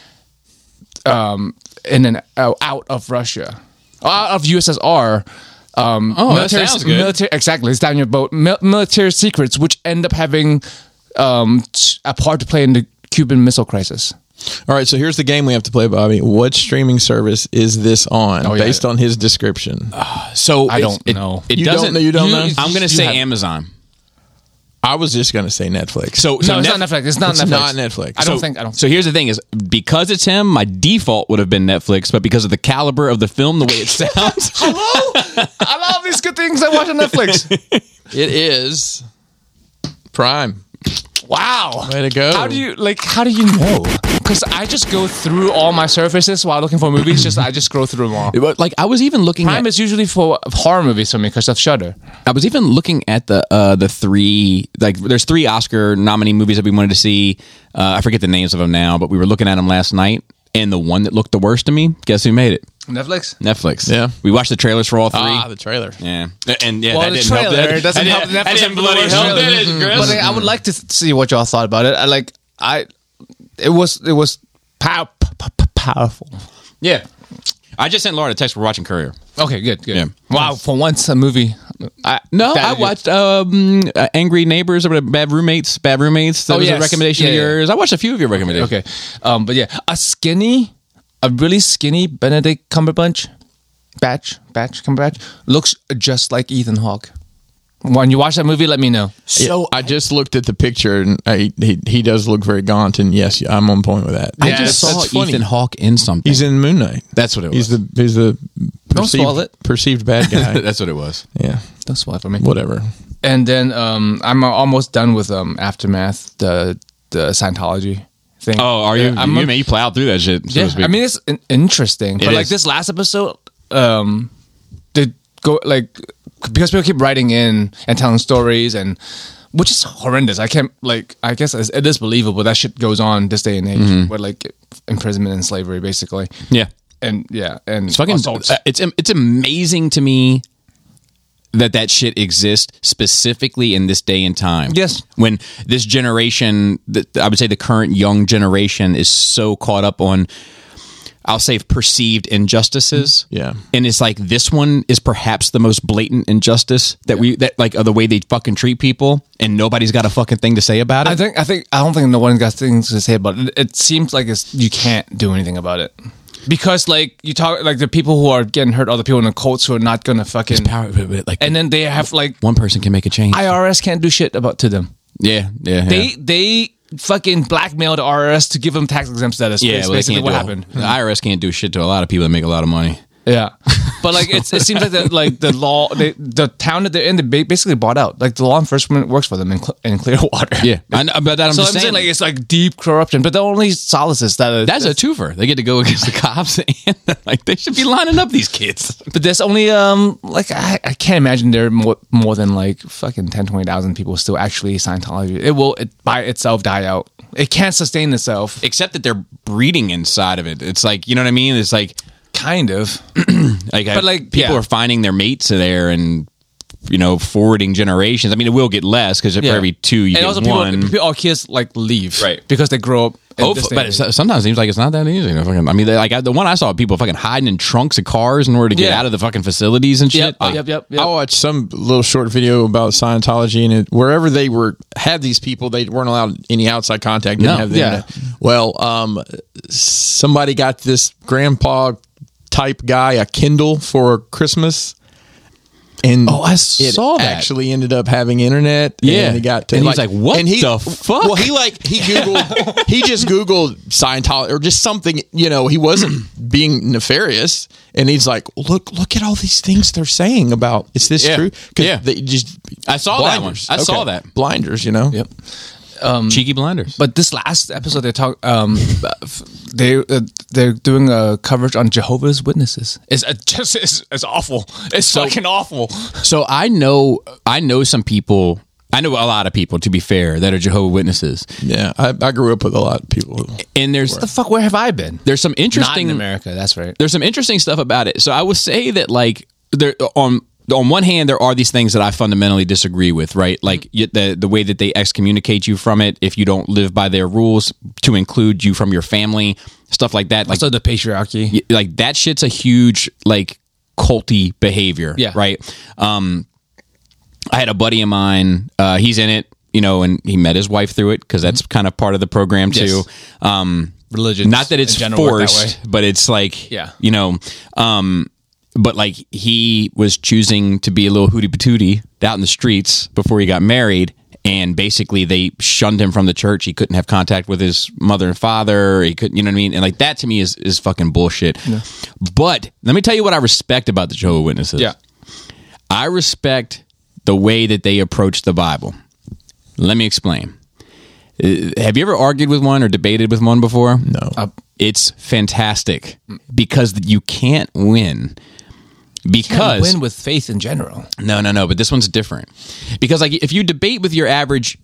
C: um in and out out of Russia, out of USSR. Um,
A: Oh, that sounds good.
C: military- exactly, it's down your boat. Mil- military secrets, which end up having um, t- a part to play in the Cuban Missile Crisis.
B: All right, so here's the game we have to play, Bobby. What streaming service is this on?
C: yeah.
B: Based on his description,
A: So
C: I
A: it's-
C: don't
A: it,
C: know.
A: It
B: You don't
A: doesn't.
B: know- you don't know?
A: I'm
C: You
A: gonna say
C: have-
A: Amazon.
B: I was just going to say Netflix.
A: So, so
C: No, it's
A: Netflix-
C: not Netflix. It's not
B: It's
C: Netflix.
B: not Netflix.
C: I don't
A: so,
C: think. I don't.
A: So here's the thing: is because it's him, my default would have been Netflix, but because of the caliber of the film, the way it sounds,
C: Hello, I love these good things I watch on Netflix.
B: it is Prime.
C: Wow.
B: Way to go.
C: How do you like? How do you know? Because I just go through all my surfaces while looking for movies. Just I just scroll through them all.
A: It was- like I was even looking
C: Prime
A: at,
C: is usually for horror movies for me because of Shudder.
A: I was even looking at the uh, the three like there's three Oscar nominee movies that we wanted to see. Uh, I forget the names of them now, but we were looking at them last night, and the one that looked the worst to me, guess who made it?
C: Netflix.
A: Netflix.
B: Yeah.
A: we watched the trailers for all three.
B: Ah, the trailer.
A: yeah, and yeah,
C: Well,
A: that
C: the
A: didn't help.
C: trailer
A: That,
C: doesn't
A: that
C: help.
A: didn't- That
C: Netflix
A: didn't
C: had the
A: bloody
C: worst
A: help.
C: trailer.
A: did it, Chris?
C: But like, I would like to th- see what y'all thought about it. I like. I. It was. It was. Pow, p- p- p- powerful.
A: Yeah, I just sent Laura a text. We're watching Courier.
C: Okay. Good. Good.
A: Yeah.
C: Wow. For once, a movie. I,
A: No,
C: that-
A: I watched um, uh, Angry Neighbors or whatever, Bad Roommates. Bad Roommates. That
C: Oh,
A: was a
C: yes.
A: recommendation
C: Yeah,
A: of
C: yeah.
A: yours. I watched a few of your recommendations.
C: Okay. Um. But yeah, a skinny, a really skinny Benedict Cumberbatch, batch, batch Cumberbatch looks just like Ethan Hawke. When you watch that movie, let me know.
B: So I just looked at the picture, and I, he he does look very gaunt. And yes, I'm on point with that.
A: I
C: Yeah,
A: just
C: that's-
A: saw
C: that's funny.
A: Ethan Hawke in something.
B: he's in Moon Knight.
A: that's what it was.
B: He's the he's the
C: spoil
B: perceived,
C: it.
B: perceived bad guy.
A: that's what it was.
B: yeah,
C: Don't spoil it for me.
B: whatever.
C: And then um, I'm uh, almost done with um, aftermath the the Scientology thing.
A: Oh, are you?
C: Yeah, I'm
A: you,
C: a-
A: man, you plowed through that shit. So
C: yeah,
A: to speak.
C: I mean it's in- interesting, but
A: It
C: like
A: is.
C: this last episode, um, they go like because people keep writing in and telling stories and which is horrendous. I can't like I guess it's- it is believable that shit goes on this day and age, where like imprisonment and slavery basically.
A: Mm-hmm. yeah.
C: And yeah, and
A: It's fucking.
C: assaults.
A: uh, It's it's amazing to me that that shit exists specifically in this day and time.
C: Yes.
A: when this generation, the, I would say the current young generation, is so caught up on. I'll say perceived injustices.
B: Yeah.
A: And it's like this one is perhaps the most blatant injustice that we that like of the way they fucking treat people and nobody's got a fucking thing to say about it.
C: I think I think I don't think no one got things to say about it. It seems like it's you can't do anything about it because like you talk like the people who are getting hurt are the people in the cults who are not gonna fucking
A: Power- but- but, like
C: and then they have like
A: one person can make a change.
C: IRS can't do shit about to them.
A: yeah, yeah, yeah.
C: They they fucking blackmailed IRS to give them tax exempt status.
A: yeah,
C: That's
A: well, they
C: basically
A: can't
C: what
A: do a-
C: happened.
A: The IRS can't do shit to a lot of people that make a lot of money.
C: Yeah, but like it's, it seems like the like the law they, the town that they're in they ba- basically bought out. Like the law enforcement works for them in, Cl- in Clearwater.
A: Yeah, I know, but that I'm
C: So I'm
A: just
C: saying,
A: saying,
C: like it's like deep corruption, but the only solace is that
A: that's a twofer. They get to go against the cops, and like they should be lining up these kids.
C: But there's only um like I, I can't imagine there are more, more than like fucking 10, 20,000 people still actually Scientology. It will it, by itself die out. It can't sustain itself.
A: Except that they're breeding inside of it. It's like you know what I mean. It's like
C: kind of.
A: like, I-
C: But, like,
A: people
C: yeah.
A: are finding their mates there and you know forwarding generations. I mean, it will get less because for every two you
C: and
A: get
C: also
A: one.
C: people, people our kids like leave
A: Right.
C: because they grow up. in this
A: Hopefully,
C: day
A: but
C: and
A: it's,
C: age.
A: sometimes it seems like it's not that easy. to fucking- I mean, they- like I, the one I saw, people fucking hiding in trunks of cars in order to get
C: Yeah.
A: out of the fucking facilities and shit.
C: yep,
A: Like,
C: yep, yep, yep.
B: I watched some little short video about Scientology, and it, wherever they were had these people, they weren't allowed any outside contact. Didn't
A: No,
B: have the
C: yeah.
B: internet. Well, um, somebody got this grandpa type guy a Kindle for Christmas, and
A: Oh, I
B: it
A: saw that.
B: Actually, ended up having internet.
A: Yeah.
B: and he got to
A: And he's like, "What the fuck?"
B: Well, he like he googled, he just googled Scientology or just something. You know, he wasn't being nefarious, and he's like, "Look, look at all these things they're saying about is this
A: Yeah.
B: true?"
A: Yeah.
B: they just
A: I saw that one. I saw that.
B: blinders. You know, yep.
A: cheeky blinders.
C: But this last episode, they talk. Um, f- they uh, they're doing a coverage on Jehovah's Witnesses. It's uh, just it's, it's awful. It's fucking awful.
A: So I know I know some people. I know a lot of people, to be fair, that are Jehovah Witnesses,
B: Yeah, I, I grew up with a lot of people.
A: and there's
C: The fuck? Where have I been?
A: there's some
C: Not in
A: interesting
C: America. That's right.
A: there's some interesting stuff about it. So I would say that like there on on one hand there are these things that I fundamentally disagree with, right? Like y the the way that they excommunicate you from it if you don't live by their rules to include you from your family, stuff like that. Like
C: So the patriarchy.
A: y- like that shit's a huge like culty behavior
C: Yeah.
A: right um i had a buddy of mine uh he's in it you know and he met his wife through it because that's kind of part of the program too
C: Mm-hmm. Yes.
A: um
C: Religions
A: not that
C: in
A: it's
C: general work that
A: forced but it's like
C: Yeah.
A: you know um but like he was choosing to be a little hootie patootie out in the streets before he got married and basically they shunned him from the church he couldn't have contact with his mother and father he couldn't you know what i mean and like that to me is is fucking bullshit but let me tell you what i respect about the jehovah witnesses
C: Yeah.
A: I respect the way that they approach the Bible. Let me explain. Uh, Have you ever argued with one or debated with one before? No. it's fantastic because you can't win. Because
C: win with faith in general.
A: no, no, no. But this one's different because like if you debate with your average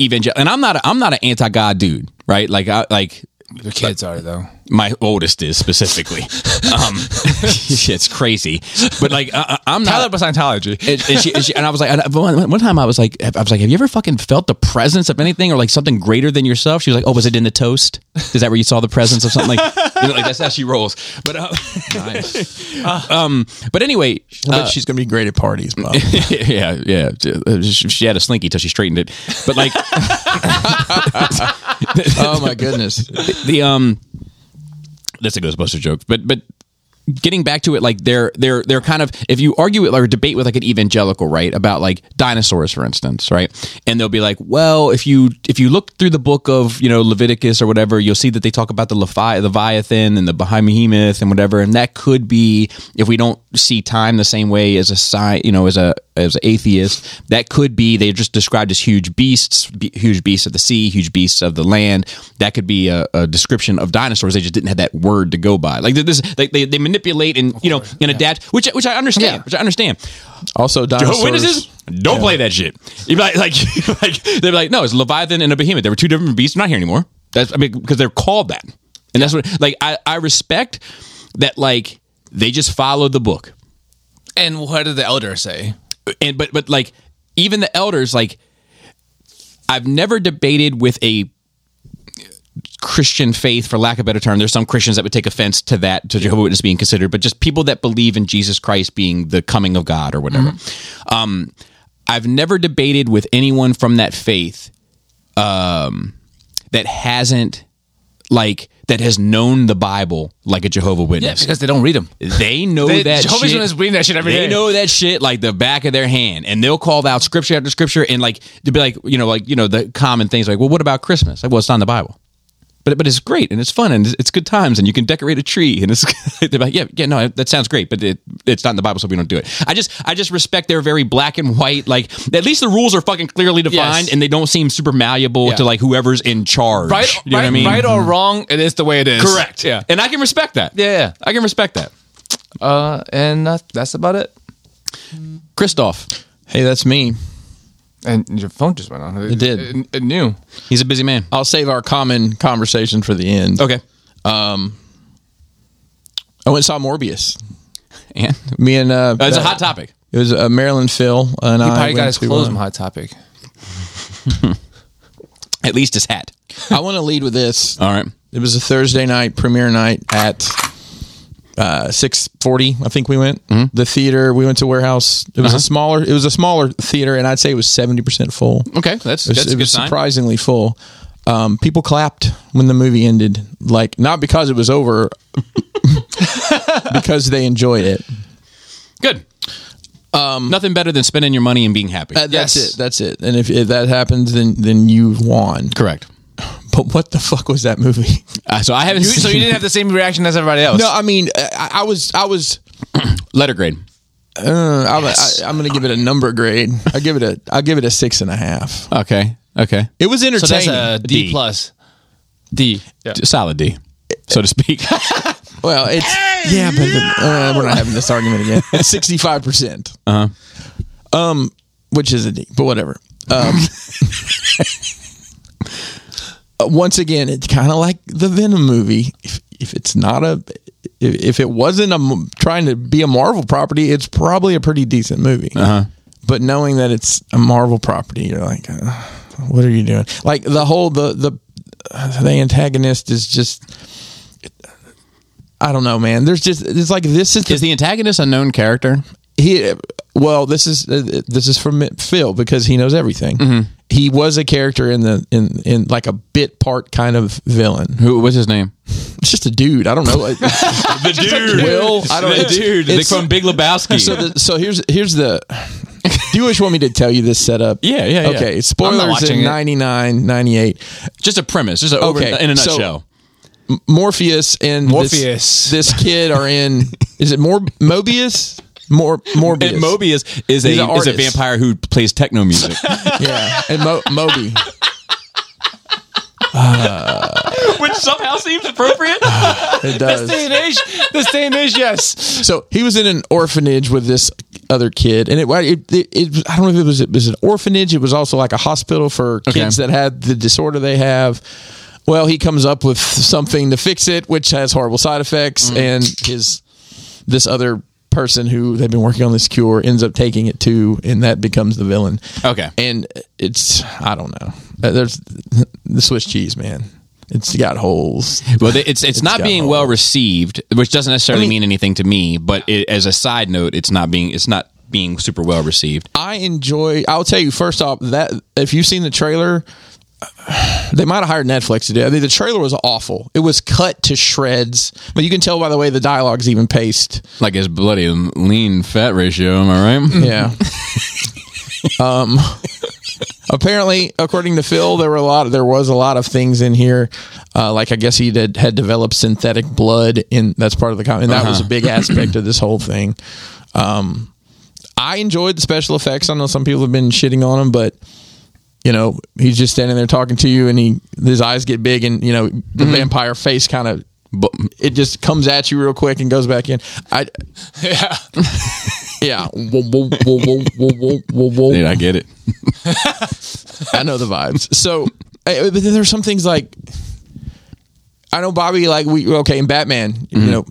A: evangelical, and I'm not, a, I'm not an anti God dude, right? Like, I like
C: The kids are though.
A: my oldest is specifically. um, it's crazy, but like I, I- I'm not.
C: about Scientology.
A: and, and she, and, she, and I was like, and one, one time I was like, I was like, have you ever fucking felt the presence of anything or like something greater than yourself? She was like, oh, was it in the toast? Is that where you saw the presence of something? Like, you know, like that's how she rolls. But uh, um, but anyway,
B: I bet she's gonna be great at parties, Bob.
A: yeah, yeah. She she had a slinky till she straightened it. But like
B: oh my goodness!
A: the um, that's a Ghostbuster joke. But but getting back to it, like they're they're they're kind of if you argue it or debate with like an evangelical, right, about like dinosaurs, for instance, right, and they'll be like, well, if you if you look through the book of you know Leviticus or whatever, you'll see that they talk about the Levi- Leviathan and the Behemoth and whatever, and that could be if we don't see time the same way as a sci, you know, as a as an atheist, that could be they're just described as huge beasts, be, huge beasts of the sea, huge beasts of the land. That could be a, a description of dinosaurs. They just didn't have that word to go by. Like this, like they, they manipulate and you know and adapt, which which I understand,
C: Yeah.
A: which I understand.
B: Also,
A: Jehovah's
B: dinosaurs.
A: Witnesses don't play that shit. You'd be like, like, like they're like, no, it's Leviathan and a behemoth. There were two different beasts. They're not here anymore. That's I mean because they're called that, and that's what like I I respect that like they just followed the book
C: And what did the elder say?
A: and but but like even the elders like i've never debated with a Christian faith, for lack of a better term. There's some Christians that would take offense to that, to Jehovah's Witness being considered, but just people that believe in Jesus Christ being the coming of God or whatever. Um, I've never debated with anyone from that faith um, that hasn't like that has known the Bible like a Jehovah Witness.
C: because they don't read them.
A: They know
C: They-
A: that
C: Jehovah's
A: shit.
C: Witness reading that shit every
A: they
C: day.
A: know that shit like the back of their hand, and they'll call out scripture after scripture, and like to be like, you know, like you know the common things like, well, what about Christmas? Like, well, it's not in the Bible, but but it's great and it's fun and it's, it's good times, and you can decorate a tree, and it's they're like, yeah, yeah, no, that sounds great, but it, it's not in the Bible, so we don't do it. I just I just respect their very black and white. Like at least the rules are fucking clearly defined, and they don't seem super malleable
C: Yeah.
A: to like whoever's in charge.
C: Right,
A: you know
C: right,
A: what I mean?
C: right or wrong, it is the way it is.
A: Correct.
C: Yeah.
A: and I can respect that.
C: Yeah,
A: I can respect that.
C: yeah. Uh, and that, that's about it.
A: Christoph.
B: Hey, that's me.
C: And your phone just went on. It,
B: did.
C: It, it knew.
A: He's a busy man.
B: I'll save our common conversation for the end.
A: Okay.
B: I went and saw Morbius.
A: And
B: Me and uh,
A: it's a
B: uh,
A: hot topic.
B: It was uh, Marilyn Phil and
C: He
B: I.
C: probably got
B: went
C: his
B: to,
C: clothes
B: um,
C: on Hot Topic.
A: At least his hat.
B: I want to lead with this.
A: All right.
B: It was a Thursday night premiere night at uh, six forty. I think we went the theater. We went to warehouse. It was a smaller. It was a smaller theater, and I'd say it was seventy percent full.
A: Okay, that's
B: It was,
A: that's
B: it
A: a good
B: was
A: sign.
B: surprisingly full. Um, people clapped when the movie ended, like not because it was over, because they enjoyed it.
A: Good. Um, Nothing better than spending your money and being happy.
B: Uh, that's
C: Yes.
B: it. That's it. And if, if that happens, then then you've won.
A: Correct.
B: But what the fuck was that movie?
A: Uh, so I haven't. seen
C: so you didn't have the same reaction as everybody else.
B: No, I mean, I, I was, I was,
A: letter grade.
B: uh, I'm, I, I'm going to give it a number grade. I give it a, I give it a six and a half.
A: Okay. Okay.
B: It was
C: so
B: entertaining.
C: that's a D,
A: D.
C: plus. D. Yeah.
A: Solid D, so to speak.
B: well, it's yeah, but the, uh, we're not having this argument again. It's sixty five percent. Um, which is a D, but whatever. Um, uh, once again, it's kind of like the Venom movie. If, if it's not a, if, if it wasn't a m- trying to be a Marvel property, it's probably a pretty decent movie. But knowing that it's a Marvel property, you're like, uh, what are you doing? Like the whole the the uh, the antagonist is just. I don't know, man. There's just it's like this is the
A: Is the antagonist a known character?
B: he well this is uh, this is from Phil because he knows everything.
A: Mm-hmm.
B: He was a character in the in in like a bit part kind of villain.
A: Who? What's his name?
B: Just a dude. I don't know. Like,
A: The dude.
B: Will. I don't-
A: The
B: it's-
A: dude. Like
B: it's-
A: from Big Lebowski.
B: so the, so here's here's the. Do you wish want me to tell you this setup?
A: Yeah, yeah, yeah.
B: Okay,
A: I'm not
B: spoilers
A: watching it.
B: in 99, 98.
A: just a premise. Just a over
B: Okay,
A: in a
B: so-
A: nutshell.
B: Morpheus and this-
C: Morpheus.
B: this, kid are in. Is it Mor- Mobius? More Morbius.
A: and Mobius is
B: He's
A: a
B: an
A: is a
B: artist.
A: vampire who plays techno music.
B: Yeah, and Mo- Moby.
A: which somehow seems appropriate.
B: It does.
C: Day and age, this day and age, yes.
B: So he was in an orphanage with this other kid, and it, it, it, it I don't know if it was it was an orphanage. It was also like a hospital for kids that had the disorder they have. Well, he comes up with something to fix it, which has horrible side effects, and his this other person who they've been working on this cure ends up taking it too, and that becomes the villain.
A: Okay.
B: and it's I don't know. Uh, There's the Swiss cheese man. It's got holes.
A: Well, they- it's it's not
B: got
A: being
B: holes.
A: well received, which doesn't necessarily
B: I mean-
A: mean anything to me. But it, as a side note, it's not being it's not being super well received.
B: I enjoy. I'll tell you first off that if you've seen the trailer, they might have hired Netflix to do. it. I mean, the trailer was awful. It was cut to shreds, but you can tell by the way the dialogue's even paced.
A: Like his bloody lean fat ratio. Am I right?
C: Mm.
B: Yeah. um. Apparently, according to Phil, there were a lot. There was a lot of things in here, uh, like I guess he did, had developed synthetic blood, in that's part of the comment. And that was a big aspect of this whole thing. Um, I enjoyed the special effects. I know some people have been shitting on them, but you know, he's just standing there talking to you, and he his eyes get big, and you know, the vampire face kind of
A: Mm-hmm. But
B: it just comes at you real quick and goes back in. I
C: Yeah.
B: yeah. Whoa, whoa, whoa, whoa, whoa, whoa, whoa, whoa.
A: dude, I get it.
B: I know the vibes. So, eh, but then there's some things like I know Bobby. Like we okay in Batman.
A: Mm-hmm.
B: You know,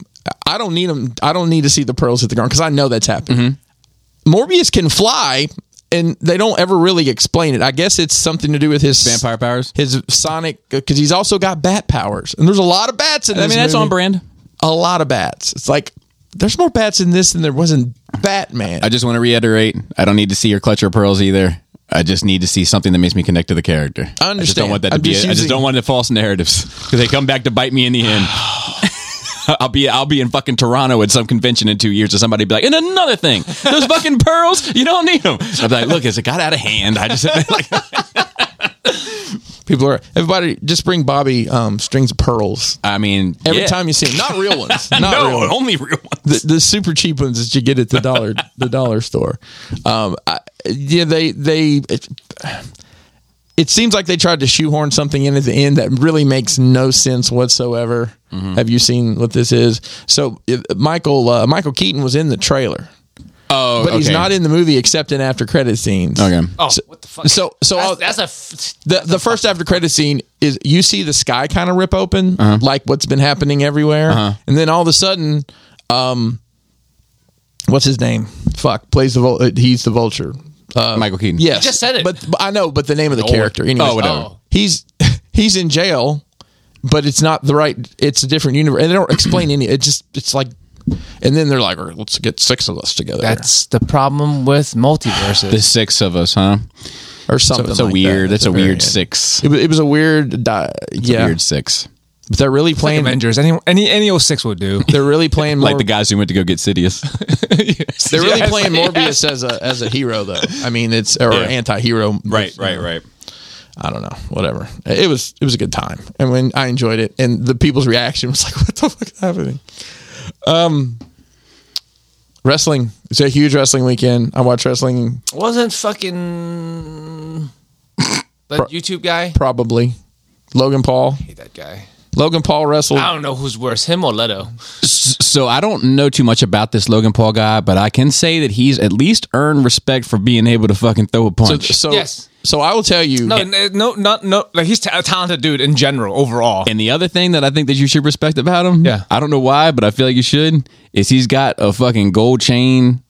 A: Mm-hmm.
B: I don't need him. I don't need to see the pearls hit the ground because I know that's happening. Morbius can fly and they don't ever really explain it. I guess it's something to do with his
A: Vampire powers?
B: his sonic, because he's also got bat powers, and there's a lot of bats in.
A: I
B: This
A: mean, that's
B: movie.
A: on brand.
B: A lot of bats. It's like there's more bats in this than there was in Batman.
A: I just want to reiterate I don't need to see your clutch or pearls either. I just need to see something that makes me connect to the character.
B: I
A: I just don't
B: understand.
A: want that to
B: I'm
A: be.
B: just
A: it. I just
B: using-
A: don't want the false narratives because they come back to bite me in the end. I'll be I'll be in fucking Toronto at some convention in two years, and somebody be like, and another thing, those fucking pearls, you don't need them. I'm like, look, as it got out of hand, I just like,
B: People are everybody just bring Bobby um, strings of pearls
A: I mean,
B: every
A: yeah.
B: time you see him. Not real ones. Not
A: no,
B: real ones.
A: only real ones.
B: the, the super cheap ones that you get at the dollar the dollar store. Um, I, yeah, they they. It, it seems like they tried to shoehorn something in at the end that really makes no sense whatsoever. Have you seen what this is? So if, Michael uh, Michael Keaton was in the trailer,
A: Oh,
B: but he's not in the movie except in after credit scenes.
A: Okay.
D: Oh,
B: So-
D: what the fuck?
B: so- so I'll-
D: that's, that's a f-
B: The, the first after credit scene is you see the sky kind of rip open
A: Uh-huh.
B: like what's been happening everywhere and then all of a sudden um what's his name fuck plays the vul- uh, he's the vulture uh
A: Michael Keaton.
B: yes
D: just said it.
B: but, but I know but the name of the character anyways,
A: Oh, whatever.
D: Oh.
B: he's he's in jail but it's not the right it's a different universe and they don't explain any it just it's like and then they're like "All right, let's get six of us together
D: that's the problem with multiverses.
A: The six of us, huh?
B: or something
A: That's a
B: like
A: weird.
B: that.
A: That's
B: At
A: a
B: the very
A: weird
B: end.
A: six.
B: it, wa- it was a weird di- yeah
A: Weird six.
B: but they're really playing
C: Avengers. Any any any 06 will do.
B: they're really playing more,
A: Like the guys who went to go get Sidious.
B: They're really playing Morbius as a as a hero though. I mean, it's or anti-hero.
A: right.
B: I don't know. Whatever. It was it was a good time, and when I enjoyed it, and the people's reaction was like, "What the fuck is happening?" Um, wrestling. It's a huge wrestling weekend. I watched wrestling
D: Wasn't fucking that YouTube guy?
B: probably. Logan Paul.
D: hate that guy.
B: Logan Paul wrestled.
D: I don't know who's worse, him or Leto.
A: So I don't know too much about this Logan Paul guy, but I can say that he's at least earned respect for being able to fucking throw a
B: So,
A: punch.
B: so,
D: Yes.
B: so I will tell you.
C: No, n- no, not no. Like he's ta- a talented dude in general, overall.
A: and the other thing that I think that you should respect about him,
C: Yeah.
A: I don't know why, but I feel like you should, is he's got a fucking gold chain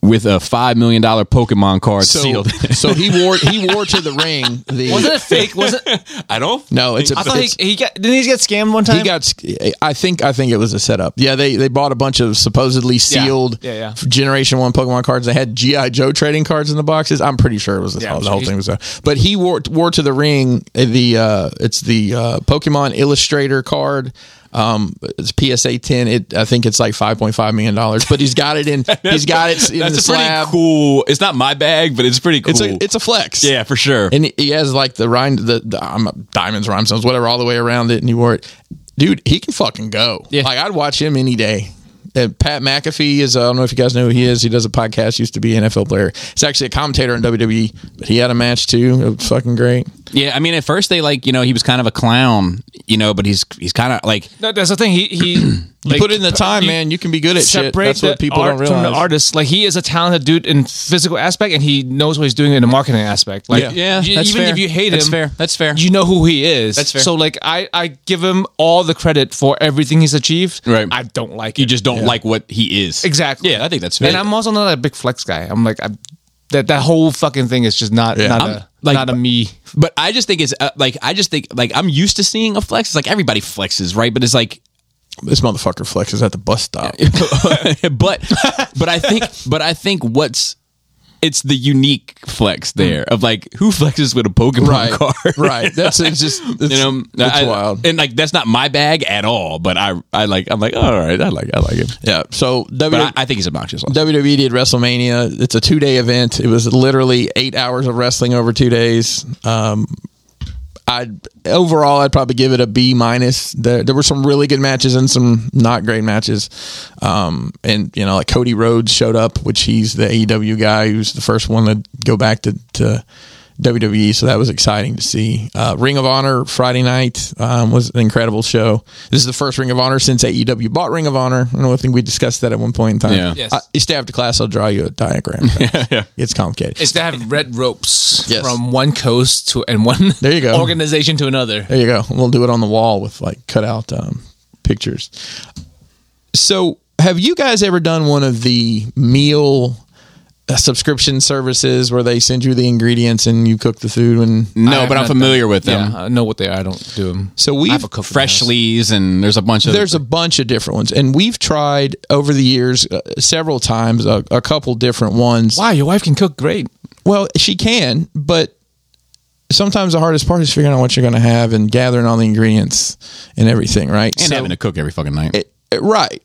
A: with a five million dollar Pokemon card
B: so,
A: sealed.
B: so he wore he wore to the ring the
D: Wasn't it fake? Wasn't
A: I don't.
B: no it's a
D: I thought
B: it's,
D: he, he got didn't he get scammed one time?
B: He got. I think. I think it was a setup. Yeah, they they bought a bunch of supposedly sealed
D: Yeah, yeah.
B: Generation One Pokemon cards. They had GI Joe trading cards in the boxes. I'm pretty sure it was the,
D: Yeah, I'm
B: the
D: sure
B: whole
D: he-
B: thing was. A, but he wore wore to the ring uh, the uh, it's the uh, Pokemon Illustrator card. Um, it's PSA ten. It I think it's like five point five million dollars. But he's got it in. he's got it in
A: That's
B: the
A: a pretty
B: slab.
A: cool. It's not my bag, but it's pretty cool.
B: It's a it's a flex.
A: yeah, for sure.
B: And he- he has like the rhyme, the, the I'm diamonds, rhinestones, whatever, all the way around it. And he wore it. Dude, he can fucking go.
D: Yeah.
B: Like I'd watch him any day. And Pat McAfee is, uh, I don't know if you guys know who he is. He does a podcast, used to be an NFL player. He's actually a commentator in WWE, but he had a match too. It was fucking great.
A: Yeah, I mean, at first they like you know he was kind of a clown, you know, but he's he's kind of like
D: no, that's the thing. He he like,
B: Put in the time, man. You can be good at shit.
D: separate
B: That's what
D: the
B: people don't
D: art from
B: realize.
D: the artist.
C: Like he is a talented dude in physical aspect, and he knows what he's doing in the marketing aspect. Like
B: Yeah.
A: yeah,
C: you-
A: that's
C: even
A: fair.
C: if you hate
A: that's
C: him,
A: fair. That's fair.
C: you know who he is.
A: That's fair.
C: So like I, I give him all the credit for everything he's achieved.
A: Right.
C: I don't like
A: you
C: it.
A: just don't like what he is.
C: exactly.
A: Yeah, I think that's fair.
C: And I'm also not a big flex guy. I'm like I, that that whole fucking thing is just not not
A: I'm-
C: a
A: like-
C: not a me.
A: but I just think it's uh, like I just think like I'm used to seeing a flex. It's like everybody flexes, right? But it's like,
B: this motherfucker flexes at the bus stop.
A: but but I think but I think what's it's the unique flex there of like who flexes with a Pokemon
B: Hmm. right.
A: card,
B: Right. That's it's just, it's,
A: You know,
B: it's
A: I-
B: wild.
A: and like that's not my bag at all. But I, I like, I'm like, "Oh, all right, I like, I like it.
B: yeah. So,
A: But I, I think he's obnoxious.
B: WWE E did WrestleMania. It's a two day event. It was literally eight hours of wrestling over two days. Um, I overall, I'd probably give it a B minus. There, there were some really good matches and some not great matches. Um, and you know, like Cody Rhodes showed up, which he's the AEW guy who's the first one to go back to, to WWE. So that was exciting to see. Uh, Ring of Honor Friday night um, was an incredible show. This is the first Ring of Honor since AEW bought Ring of Honor. I know. I think we discussed that at one point in time.
A: Yeah.
D: Yes.
B: I, Uh, you stay after class. I'll draw you a diagram.
A: yeah.
B: It's complicated.
D: Is to have red ropes
B: Yes.
D: from one coast to and one
B: There you go.
D: organization to another.
B: There you go. We'll do it on the wall with like cut out um, pictures. So, have you guys ever done one of the meal uh, subscription services where they send you the ingredients and you cook the food and
A: No, but I'm familiar with them.
D: Yeah, I know what they are. I don't do them.
B: so we
D: I have a couple
A: Freshly's and there's a bunch of
B: there's a bunch of different ones and we've tried over the years uh, several times a, a couple different ones
D: Wow, your wife can cook great.
B: well she can but sometimes the hardest part is figuring out what you're going to have and gathering all the ingredients and everything right
A: and
B: So- uh,
A: having to cook every fucking night.
B: right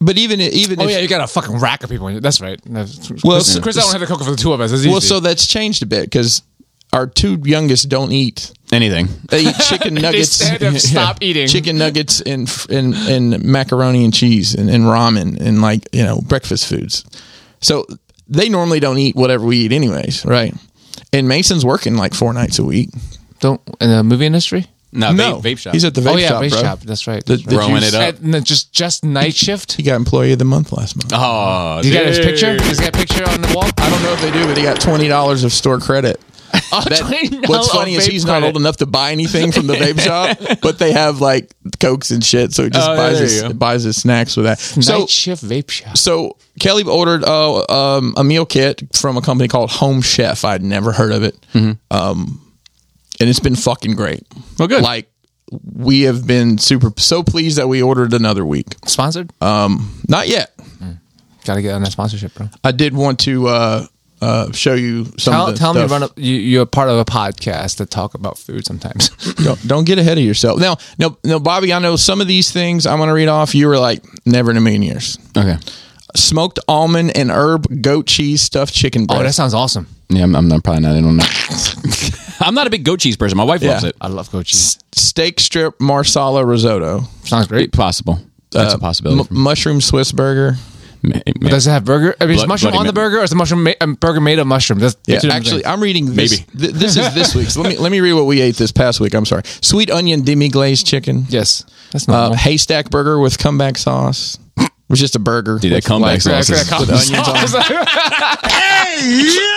B: but even even
C: Oh
B: if,
C: yeah, you got a fucking rack of people. in it. That's right. That's-
B: Well,
C: Chris,
B: so-
C: Chris, I don't have to cook for the two of us. It's
B: well
C: easy.
B: so that's changed a bit because our two youngest don't eat
A: Anything.
B: They eat chicken nuggets.
C: stand up, stop eating.
B: chicken nuggets and and and macaroni and cheese and, and ramen and like you know breakfast foods. So they normally don't eat whatever we eat, anyways, right? And Mason's working like four nights a week.
C: don't in the movie industry.
A: No,
B: no,
A: vape, vape shop.
B: He's at the vape
C: oh yeah,
B: shop,
C: race
B: bro.
C: shop. That's right.
B: The-
C: That's
B: the
C: right.
A: Growing
B: juice-
A: it up.
C: And then just just night shift.
B: He got employee of the month last month.
A: oh,
C: You got his
A: dude.
C: picture. He's got a picture on the wall.
B: I don't know if they do, but he got twenty dollars of store credit.
A: Oh,
C: That,
B: What's funny is he's not old enough to buy anything from the vape shop, but they have like cokes and shit, so he just
A: Oh, yeah,
B: buys
A: there
B: his,
A: you go.
B: buys his snacks with that. So
C: night shift vape shop.
B: so Kelly ordered uh, um, a meal kit from a company called Home Chef. I'd never heard of it,
A: Mm-hmm.
B: um, and it's been fucking great.
A: Well, Oh, good.
B: Like we have been super so pleased that we ordered another week.
C: Sponsored?
B: Uh. Not yet.
C: Gotta get on that sponsorship, bro.
B: I did want to uh, uh, show you some.
C: Tell,
B: of the
C: tell me,
B: stuff.
C: run up. You, you're part of a podcast that talk about food sometimes.
B: Don't, don't get ahead of yourself. Now, no, no, Bobby. I know some of these things I'm going to read off. You were like, never in a million years.
A: Okay.
B: Smoked almond and herb goat cheese stuffed chicken breast.
C: oh, that sounds awesome.
A: Yeah, I'm, I'm not, probably not in on that. I'm not a big goat cheese person. My wife loves
B: Yeah.
A: it.
C: I love goat cheese.
B: steak strip marsala risotto.
C: Sounds great.
A: Possible. That's
B: Uh,
A: a possibility.
B: M- mushroom Swiss burger.
A: Ma- ma-
C: Does it have burger? I mean, is
A: Blood-
C: mushroom
A: Bloody
C: on the
A: Ma-
C: burger, or is the mushroom ma- um, burger made of mushroom? That's, that's two different
B: Actually,
C: things.
B: I'm reading this.
A: Maybe.
B: th- this is this week's. let me let me read what we ate this past week. I'm sorry. Sweet onion demi glazed chicken.
C: yes, that's
B: Uh,
C: not.
B: haystack burger with comeback sauce. It was just a burger.
A: Dude, that
B: with,
A: comeback
B: like,
A: sauce is-
B: with onions on it.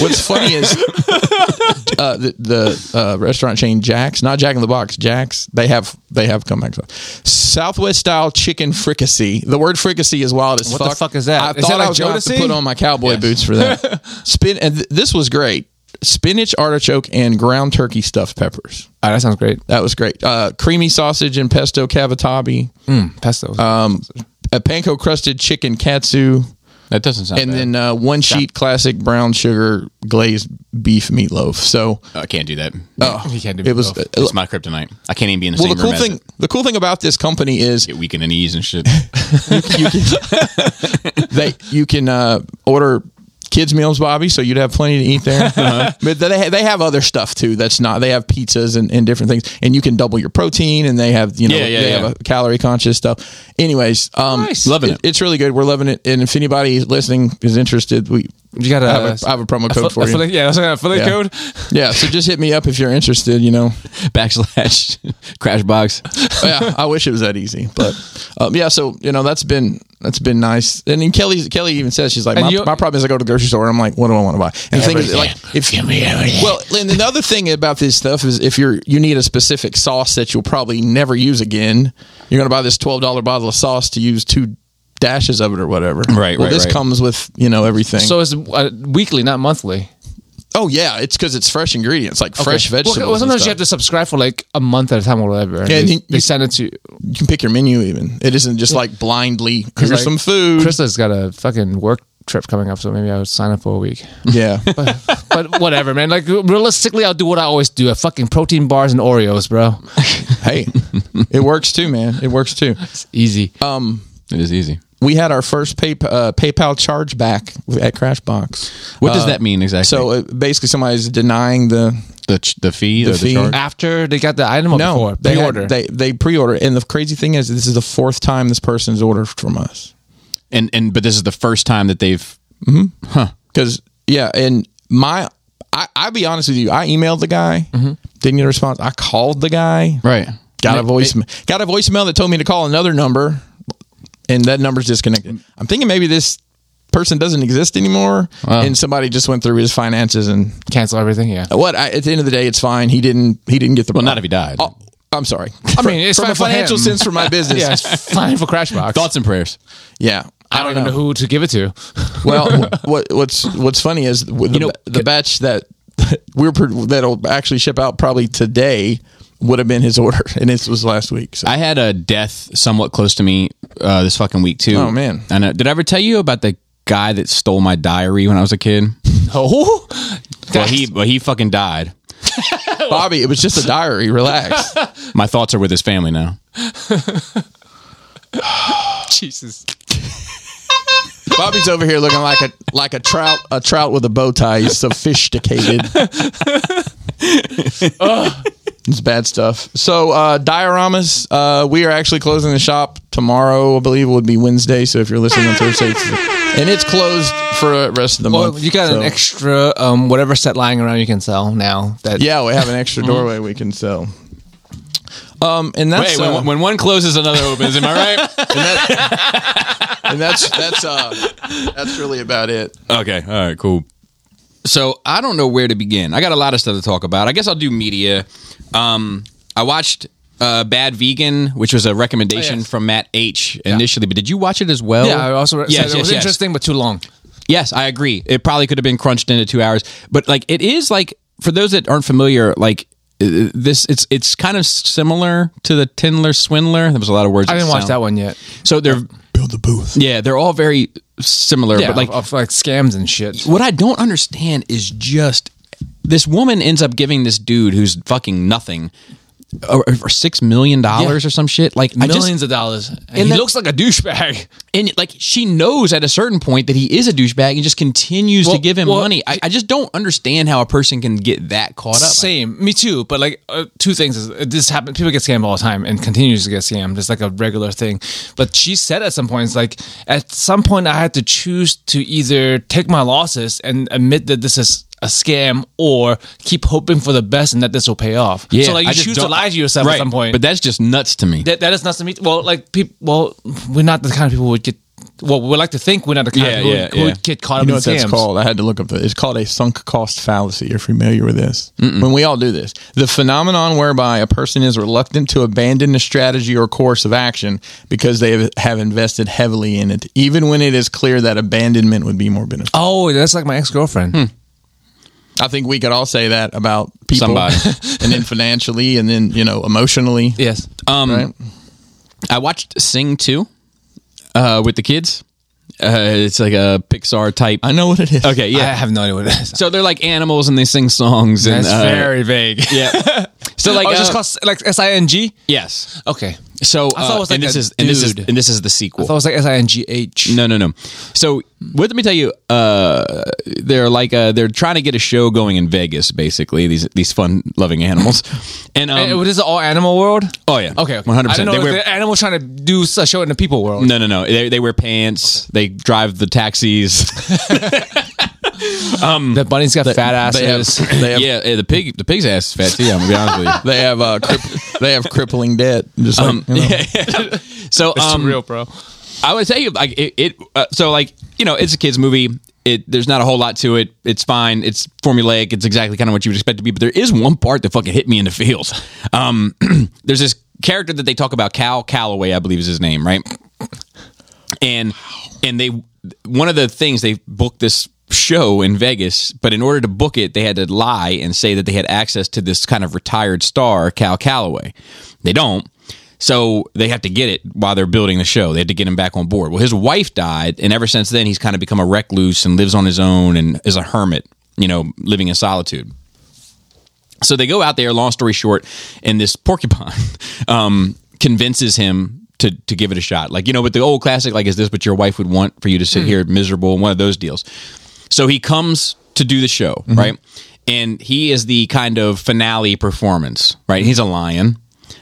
B: What's funny is uh, the, the uh, restaurant chain Jack's, not Jack in the Box, Jack's. They have they have comeback sauce. Southwest style chicken fricassee. The word fricassee is wild as
C: What the
B: fuck.
C: fuck is that?
B: I
C: Is
B: thought
C: that
B: I
C: like
B: was going to
C: Jodeci?
B: put on my cowboy boots for that. Spin and th- this was great. Spinach, artichoke, and ground turkey stuffed peppers.
C: Oh, that sounds great.
B: That was great. Uh, creamy sausage and pesto cavatappi.
C: Mm, pesto.
B: Um, a panko crusted chicken katsu
A: that doesn't sound
B: and
A: bad.
B: then uh, one sheet classic brown sugar glazed beef meatloaf. So
A: Oh,
B: uh,
A: I can't do that.
C: you can't do
B: Oh. it was
C: meatloaf.
A: it's my kryptonite. I can't even be in the
B: well.
A: same
B: The cool
A: room as
B: thing,
A: it.
B: the cool thing about this company is
A: Get weak in the knees and shit.
B: they you can uh, order kids meals, Bobby. So you'd have plenty to eat there. But they ha- they have other stuff too. That's not they have pizzas and, and different things, and you can double your protein. And they have you know
A: Yeah, yeah,
B: they
A: yeah.
B: have a calorie conscious stuff. Anyways, um,
A: Nice. Loving it.
B: It's really good. We're loving it. And if anybody listening is interested, we
C: you got a,
B: I have a, I have a promo code for you.
C: affiliate, Yeah, that's an affiliate
B: Yeah.
C: code.
B: Yeah, so just hit me up if you're interested. You know, Oh,
A: Backslash crash box.
B: yeah, I wish it was that easy, but um, yeah. So you know, that's been that's been nice. And then Kelly Kelly even says she's like,
C: And
B: my,
C: you-
B: my problem is I go to the grocery store. I'm like, what do I want to buy? And the thing is, like, if
A: Give me everything.
B: well, and another thing about this stuff is if you're you need a specific sauce that you'll probably never use again, you're gonna buy this twelve dollar bottle of sauce to use two dashes of it or whatever.
A: Right,
B: Well,
A: right,
B: this
A: right.
B: comes with you know everything.
C: So it's uh, weekly, not monthly.
B: oh yeah, it's because it's fresh ingredients like fresh
C: Well,
B: vegetables.
C: Well,
B: and
C: sometimes you
B: stuff.
C: have to subscribe for like a month at a time or whatever.
B: Yeah,
C: Yeah,
B: and
C: they,
B: you-
C: they send it to you.
B: you can pick your menu even. It isn't just like blindly here's
C: like,
B: some food.
C: Krista's got a fucking work trip coming up, so maybe I would sign up for a week.
B: yeah.
C: but whatever, man. Like realistically, I'll do what I always do: I fucking protein bars and Oreos, bro.
B: hey. It works too, man. It works too.
C: It's easy.
A: It is easy.
B: We had our first pay, uh, PayPal chargeback at Crashbox. Uh,
A: What does that mean exactly?
B: So uh, basically somebody's denying the
A: the ch- the fee or the
B: fee.
A: charge?
C: After they got the item or
B: no,
C: before
B: they had-
C: pre-order.
B: they they Oh, pre-order and the crazy thing is this is the fourth time this person's ordered from us.
A: And and but this is the first time that they've
B: Cuz yeah, and my I I'll be honest with you. I emailed the guy, didn't get a response. I called the guy.
A: right.
B: Got a voicemail. Got a voicemail that told me to call another number, and that number's disconnected. I'm thinking maybe this person doesn't exist anymore, and somebody just went through his finances and
C: cancel everything. Yeah.
B: what. I, at the end of the day, it's fine. He didn't. He didn't get the. Well,
A: not if he died.
B: Oh, I'm sorry.
C: I mean, it's
B: from a
C: fine for
B: financial
C: him.
B: sense for my business.
C: Yeah, it's fine for Crashbox.
A: Thoughts and prayers.
B: Yeah.
C: I don't even know who to give it to.
B: Well, what what's what's funny is with the,
A: know,
B: the batch that we're pro- that'll actually ship out probably today would have been his order, and this was last week. So.
A: I had a death somewhat close to me uh, this fucking week too.
B: Oh, man.
A: I know. Did I ever tell you about the guy that stole my diary when I was a kid?
C: Oh,
A: well, he well he fucking died.
B: Bobby, it was just a diary. Relax.
A: My thoughts are with his family now.
C: Jesus.
B: Bobby's over here looking like a like a trout a trout with a bow tie. He's sophisticated. it's bad stuff. So uh, dioramas, uh, we are actually closing the shop tomorrow. I believe it would be Wednesday. So if you're listening on Thursday, it's- and it's closed for the rest of the
C: Well,
B: month.
C: you got
B: Oh, so-
C: an extra um, whatever set lying around you can sell now. That
B: Yeah, we have an extra
C: Mm-hmm.
B: doorway we can sell. Um, and that's
A: Hey,
B: uh,
A: when, when one closes, another opens. Am I right?
B: and, that- and that's that's uh, that's really about it.
A: okay. All right. Cool. So I don't know where to begin. I got a lot of stuff to talk about. I guess I'll do media. Um, I watched uh, Bad Vegan, which was a recommendation from Matt H initially, but did you watch it as well?
C: Oh, Yeah, I also
A: Yes,
C: said it
A: yes,
C: was
A: yes.
C: interesting but too long.
A: Yes, I agree. It probably could have been crunched into two hours, but like it is like for those that aren't familiar, like uh, this it's it's kind of similar to the Tindler Swindler. There was a lot of words.
C: I didn't watch that one yet.
A: So they're
B: Build the booth.
A: yeah, they're all very similar,
C: Yeah,
A: but
C: like
A: like
C: of, of, like scams and shit.
A: what I don't understand is just this woman ends up giving this dude who's fucking nothing or, or six million dollars or some shit. Like I just
C: Millions of dollars. And, he
A: that-
C: looks like a douchebag.
A: and like she knows at a certain point that he is a douchebag and just continues
C: Well,
A: to give him
C: well,
A: money. I, I just don't understand how a person can get that caught up.
C: Same, me too. But like uh, two things is uh, this happens. People get scammed all the time and continues to get scammed. It's like a regular thing. But she said at some points, like at some point, I had to choose to either take my losses and admit that this is a scam, or keep hoping for the best and that this will pay off. so like you
A: I just
C: choose to
A: don't-
C: lie to yourself
A: Right,
C: at some point.
A: But that's just nuts to me.
C: that that is not to me. Well, like people, well, we're not the kind of people who would get. Well, we like to think we're not the kind
A: Yeah,
C: of people who-
A: yeah,
C: who
A: yeah.
C: would get caught
B: You
C: up
B: know
C: in
B: what
C: scams.
B: that's called? I had to look up. The, it's called a sunk cost fallacy. You're familiar with this? When we all do this, the phenomenon whereby a person is reluctant to abandon a strategy or course of action because they have, have invested heavily in it, even when it is clear that abandonment would be more beneficial.
C: Oh, that's like my ex girlfriend.
A: Hmm.
B: I think we could all say that about people,
A: Somebody.
B: and then financially, and then you know emotionally.
C: Yes. Uh,
A: Um,
B: Right?
A: I watched Sing 2 uh, with the kids. Uh, it's like a Pixar type.
B: I know what it is.
A: Okay,
C: I
A: yeah.
C: have no idea what it is.
A: so they're like animals and they sing songs and
C: That's
A: uh,
C: very vague.
A: yeah. So like
C: oh, it's just
A: uh,
C: called like S I N G.
A: yes.
C: Okay,
A: So
C: I thought it
A: uh,
C: was
A: and
C: like
A: this
C: a
A: is and this is
C: dude.
A: and this is the sequel.
C: I thought it was like S I N G H.
A: No, no, no. So what, let me tell you. Uh, they're like uh, they're trying to get a show going in Vegas. Basically, these these fun loving animals, and um,
C: This Eh, is all animal world.
A: oh yeah,
C: Okay, okay.
A: one hundred
C: I
A: percent.
C: don't know
A: They
C: if
A: wear
C: the animals trying to do a show in the people world.
A: no, no, no. They, they wear pants. They drive the taxis.
C: The bunny's got fat
B: They have,
C: asses.
B: they have,
A: yeah, eh, the pig the pig's ass is fat too. I'm gonna be honest with you.
B: they have, uh, cripp- they have crippling debt. Just like, you know.
A: So um,
C: bro.
A: I would tell you like it. it uh, so like you know, it's a kids movie. It there's not a whole lot to it. It's fine. It's formulaic. It's exactly kind of what you would expect it to be. But there is one part that fucking hit me in the feels. Um, there's this character that they talk about, Cal Calloway, I believe is his name, right? and and they one of the things they booked this show in Vegas, but in order to book it, they had to lie and say that they had access to this kind of retired star, Cal Calloway. They don't. So they have to get it while they're building the show. They had to get him back on board. Well, his wife died, and ever since then, he's kind of become a recluse and lives on his own and is a hermit, you know, living in solitude. So they go out there. Long story short, and this porcupine um, convinces him to to give it a shot. Like you know, with the old classic, like is this what your wife would want for you to sit here miserable? One of those deals. So he comes to do the show, right? And he is the kind of finale performance, right? He's a lion.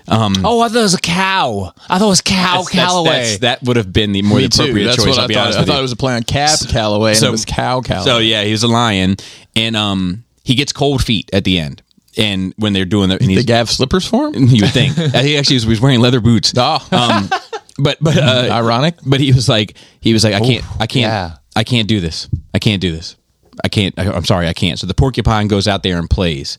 C: Oh, I thought it was a cow. I thought it was cow
A: That's- that's-
C: Calloway.
A: that's- that would have been the more
B: Me too.
A: appropriate
B: That's
A: choice.
B: what
A: I'll
B: I
A: be
B: thought.
A: honest
B: I
A: with you.
B: thought it was a play on Cab Calloway, and it was Cow Calloway.
A: So yeah, he was a lion, and um, he gets cold feet at the end. And when they're doing the, and
B: They
A: he's,
B: gave slippers for him?
A: you would think Uh, he actually was, he was wearing leather boots.
B: Oh,
A: um, but but uh,
B: Ironic.
A: But he was like he was like I can't I can't
C: yeah.
A: I can't do this. I can't do this. I can't. I, I'm sorry. I can't. So the porcupine goes out there and plays,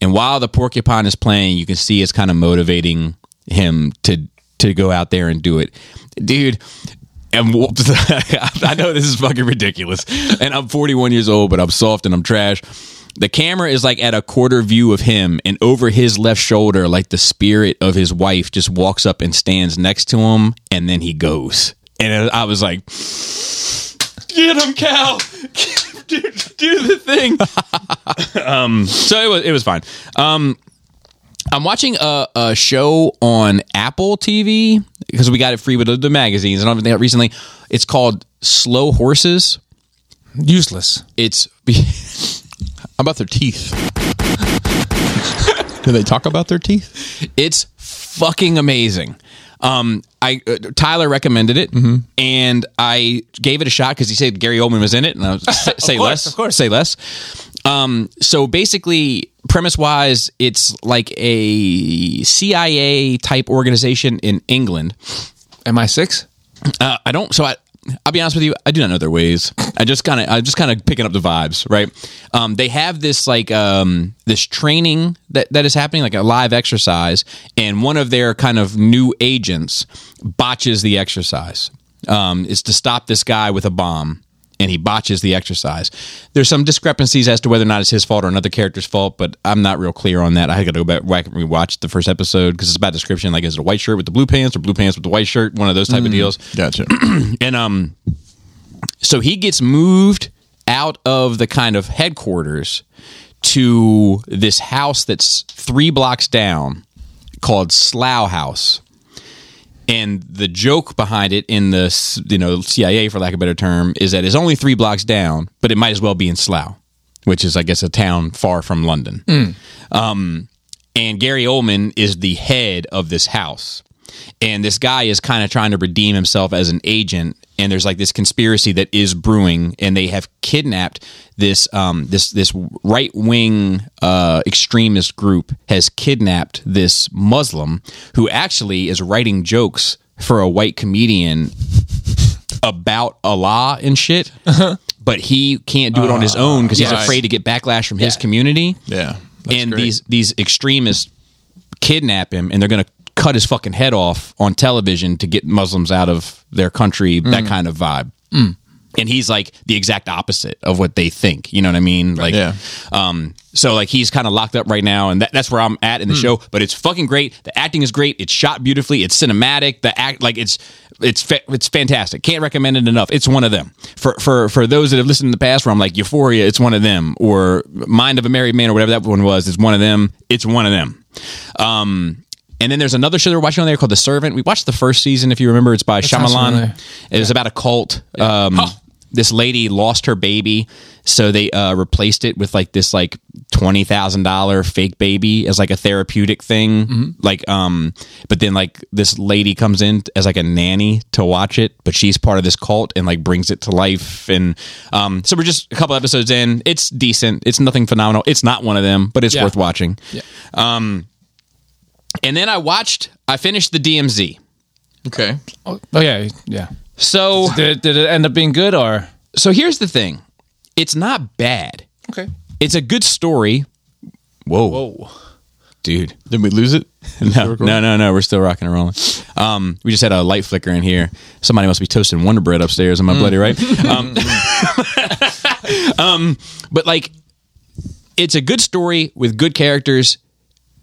A: and while the porcupine is playing, you can see it's kind of motivating him to to go out there and do it, dude. am whooped. I know this is fucking ridiculous. And I'm 41 years old, but I'm soft and I'm trash. The camera is like at a quarter view of him, and over his left shoulder, like the spirit of his wife just walks up and stands next to him, and then he goes. And I was like, get him, Cal. do, do the thing. um, so it was it was fine. Um, I'm watching a, a show on Apple TV because we got it free with the, the magazines and everything recently. It's called Slow Horses.
C: Useless.
A: It's
B: How about their teeth? Do they talk about their teeth?
A: It's fucking amazing. Um, I uh, Tyler recommended it,
C: Mm-hmm.
A: and I gave it a shot because he said Gary Oldman was in it, and I was, say, say
C: course,
A: less,
C: of course.
A: say less. Um, so basically, premise wise, it's like a CIA type organization in England.
C: Am I six?
A: Uh, I don't. So I, I'll be honest with you. I do not know their ways. I just kind of, I just kind of picking up the vibes, right? Um, they have this like um, this training that that is happening, like a live exercise, and one of their kind of new agents botches the exercise. Um, is to stop this guy with a bomb. And he botches the exercise. There's some discrepancies as to whether or not it's his fault or another character's fault, but I'm not real clear on that. I got to go back back and rewatch the first episode because it's about description. Like, is it a white shirt with the blue pants or blue pants with the white shirt? One of those type of deals
B: Gotcha.
A: and um so he gets moved out of the kind of headquarters to this house that's three blocks down called Slough House. And the joke behind it in the s- you know CIA for lack of a better term is that it's only 3 blocks down, but it might as well be in Slough, which is I guess a town far from London and Gary Oldman is the head of this house. And this guy is kind of trying to redeem himself as an agent, and there's like this conspiracy that is brewing, and they have kidnapped this um, this this right wing uh, extremist group has kidnapped this Muslim who actually is writing jokes for a white comedian about Allah and shit,
B: Uh-huh.
A: but he can't do it on his own because he's
C: yes.
A: afraid to get backlash from his community
B: Ah, Yeah.
A: and these these extremists kidnap him and they're going to cut his fucking head off on television to get Muslims out of their country, that kind of vibe. And he's like the exact opposite of what they think. You know what I mean? Like,
B: Yeah.
A: um, so like he's kind of locked up right now, and that, that's where I'm at in the show. But it's fucking great. The acting is great. It's shot beautifully. It's cinematic. The act, like it's it's fa- it's fantastic. Can't recommend it enough. It's one of them for for for those that have listened in the past. Where I'm like Euphoria, it's one of them, or Mind of a Married Man, or whatever that one was. It's one of them. It's one of them. Um, and then there's another show they're watching on there called The Servant. We watched the first season, if you remember. It's by
C: sounds
A: Shyamalan.
C: familiar.
A: It was about a cult. Um, This lady lost her baby, so they uh, replaced it with like this like twenty thousand dollar fake baby as like a therapeutic thing.
C: Mm-hmm.
A: Like, um, but then like this lady comes in as like a nanny to watch it, but she's part of this cult and like brings it to life. And um, so we're just a couple episodes in. It's decent. It's nothing phenomenal. It's not one of them, but it's
C: Yeah.
A: worth watching. And then I watched. I finished the DMZ.
B: Okay.
C: Oh, oh yeah, yeah.
A: So
C: Did it, did it end up being good or?
A: so here's the thing. It's not bad.
C: Okay.
A: It's a good story. Whoa. Whoa. Dude.
B: Did we lose it?
A: No, no, no, no. We're still rocking and rolling. Um, we just had a light flicker in here. Somebody must be toasting Wonder Bread upstairs. Am I bloody right? Um, um, but like, it's a good story with good characters.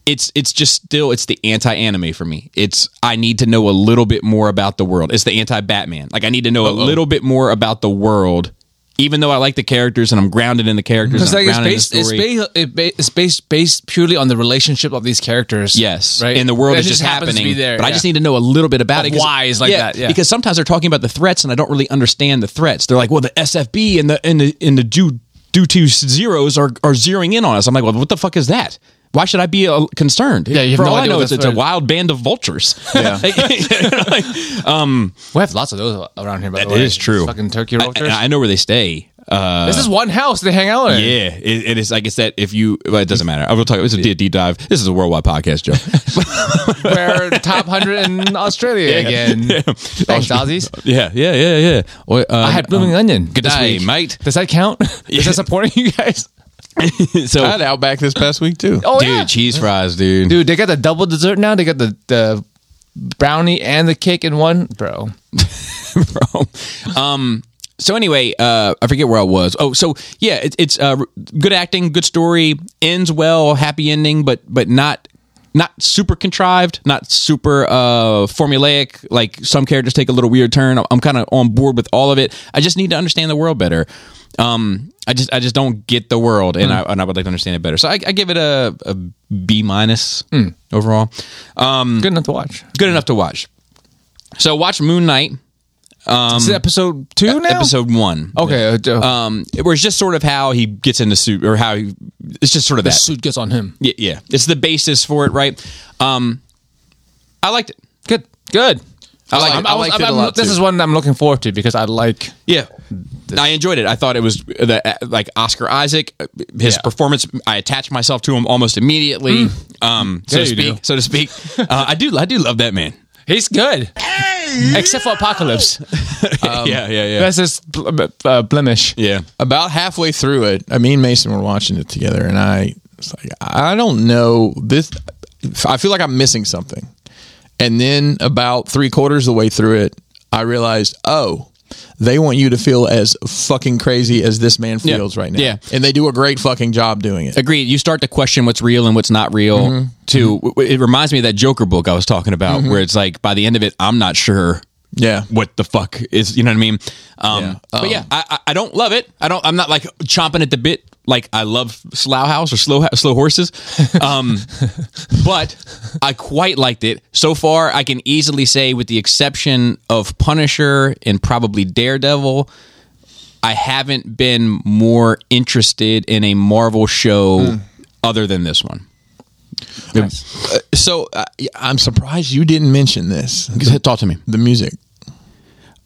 A: It's it's just still it's the anti anime for me. It's I need to know a little bit more about the world. It's the anti Batman. Like I need to know a little bit more about the world, even though I like the characters and I'm grounded in the characters.
C: It's
A: and I'm
C: like it's
A: grounded in the
C: based, it's
A: story.
C: based, it ba- it's based based purely on the relationship of these characters.
A: Yes,
C: right.
A: And the world
C: It
A: is just,
C: happens
A: happening.
C: To be there,
A: but I
C: yeah.
A: just need to know a little bit about
C: Of
A: it. 'cause-
C: why it's like that, yeah.
A: because sometimes they're talking about the threats, and I don't really understand the threats. They're like, well, the SFB and the and the and the due due to zeros are are zeroing in on us. I'm like, well, what the fuck is that? Why should I be uh, concerned?
C: Yeah, you have
A: For
C: no
A: all I
C: idea
A: know,
C: what
A: it's,
C: the
A: it's a
C: threat-
A: wild band of vultures.
B: Yeah.
A: Like,
C: we have lots of those around here. By the
A: It
C: way,
A: is true.
C: Fucking turkey
A: I,
C: vultures.
A: I- I know where they stay. Uh,
C: this is one house they hang out in.
A: yeah, it, it is. I guess that if you, well, it doesn't matter. I will talk. It's a deep deep dive. This is a worldwide podcast, Joe.
C: We're top hundred in Australia again. Thanks, Aussies.
A: yeah, yeah, yeah, yeah. Well, uh,
C: I had blooming onion.
A: Good
C: this
A: day,
C: week.
A: mate.
C: Does that count? Is that supporting you guys?
A: so
B: I had Outback this past week too.
C: Oh
A: dude,
C: yeah,
A: cheese fries, dude.
C: dude. They got the double dessert now. They got the the brownie and the cake in one, bro.
A: bro. Um, so anyway, uh, I forget where I was. Oh, so yeah, it, it's uh, good acting, good story, ends well, happy ending, but but not not super contrived, not super uh, formulaic. Like some characters take a little weird turn. I'm, I'm kind of on board with all of it. I just need to understand the world better. Um, I just I just don't get the world, and I and I would like to understand it better. So I, I give it a, a B minus overall. Um,
C: Good enough to watch.
A: good enough to watch. So watch Moon Knight. Um,
C: Is it episode two now?
A: episode one.
C: Okay. uh, uh,
A: Um, where it's just sort of how he gets in the suit, or how he, it's just sort of that.
C: suit gets on him.
A: Yeah, yeah, it's the basis for it, right? Um, I liked it.
C: Good. Good.
A: I liked it. I
C: was-
A: liked it a lot,
C: This
A: too.
C: is one I'm looking forward to because I like.
A: Yeah, I enjoyed it. I thought it was the, like Oscar Isaac, his performance. I attached myself to him almost immediately, um, so to
C: Mm. Yeah, you do.
A: speak. So to speak, uh, I do. I do love that man.
C: He's good. Except for Apocalypse.
A: yeah, yeah, yeah,
C: That's his bl- uh, blemish.
A: yeah.
B: About halfway through it, I mean, Mason were watching it together, and I was like, I don't know this. I feel like I'm missing something. And then about three quarters of the way through it, I realized, oh, they want you to feel as fucking crazy as this man feels right now.
A: Yeah.
B: And they do a great fucking job doing it.
A: Agreed. You start to question what's real and what's not real. Too. W- w- It reminds me of that Joker book I was talking about, where it's like by the end of it, I'm not sure
B: Yeah.
A: what the fuck is. You know what I mean? Um, But yeah, I, I- I don't love it. I don't. I'm not like chomping at the bit. Like I love Slough House or Slow Slow Horses, um, but I quite liked it so far. I can easily say, with the exception of Punisher and probably Daredevil, I haven't been more interested in a Marvel show other than this one.
B: So I I'm surprised you didn't mention this.
A: Talk to me.
B: The music.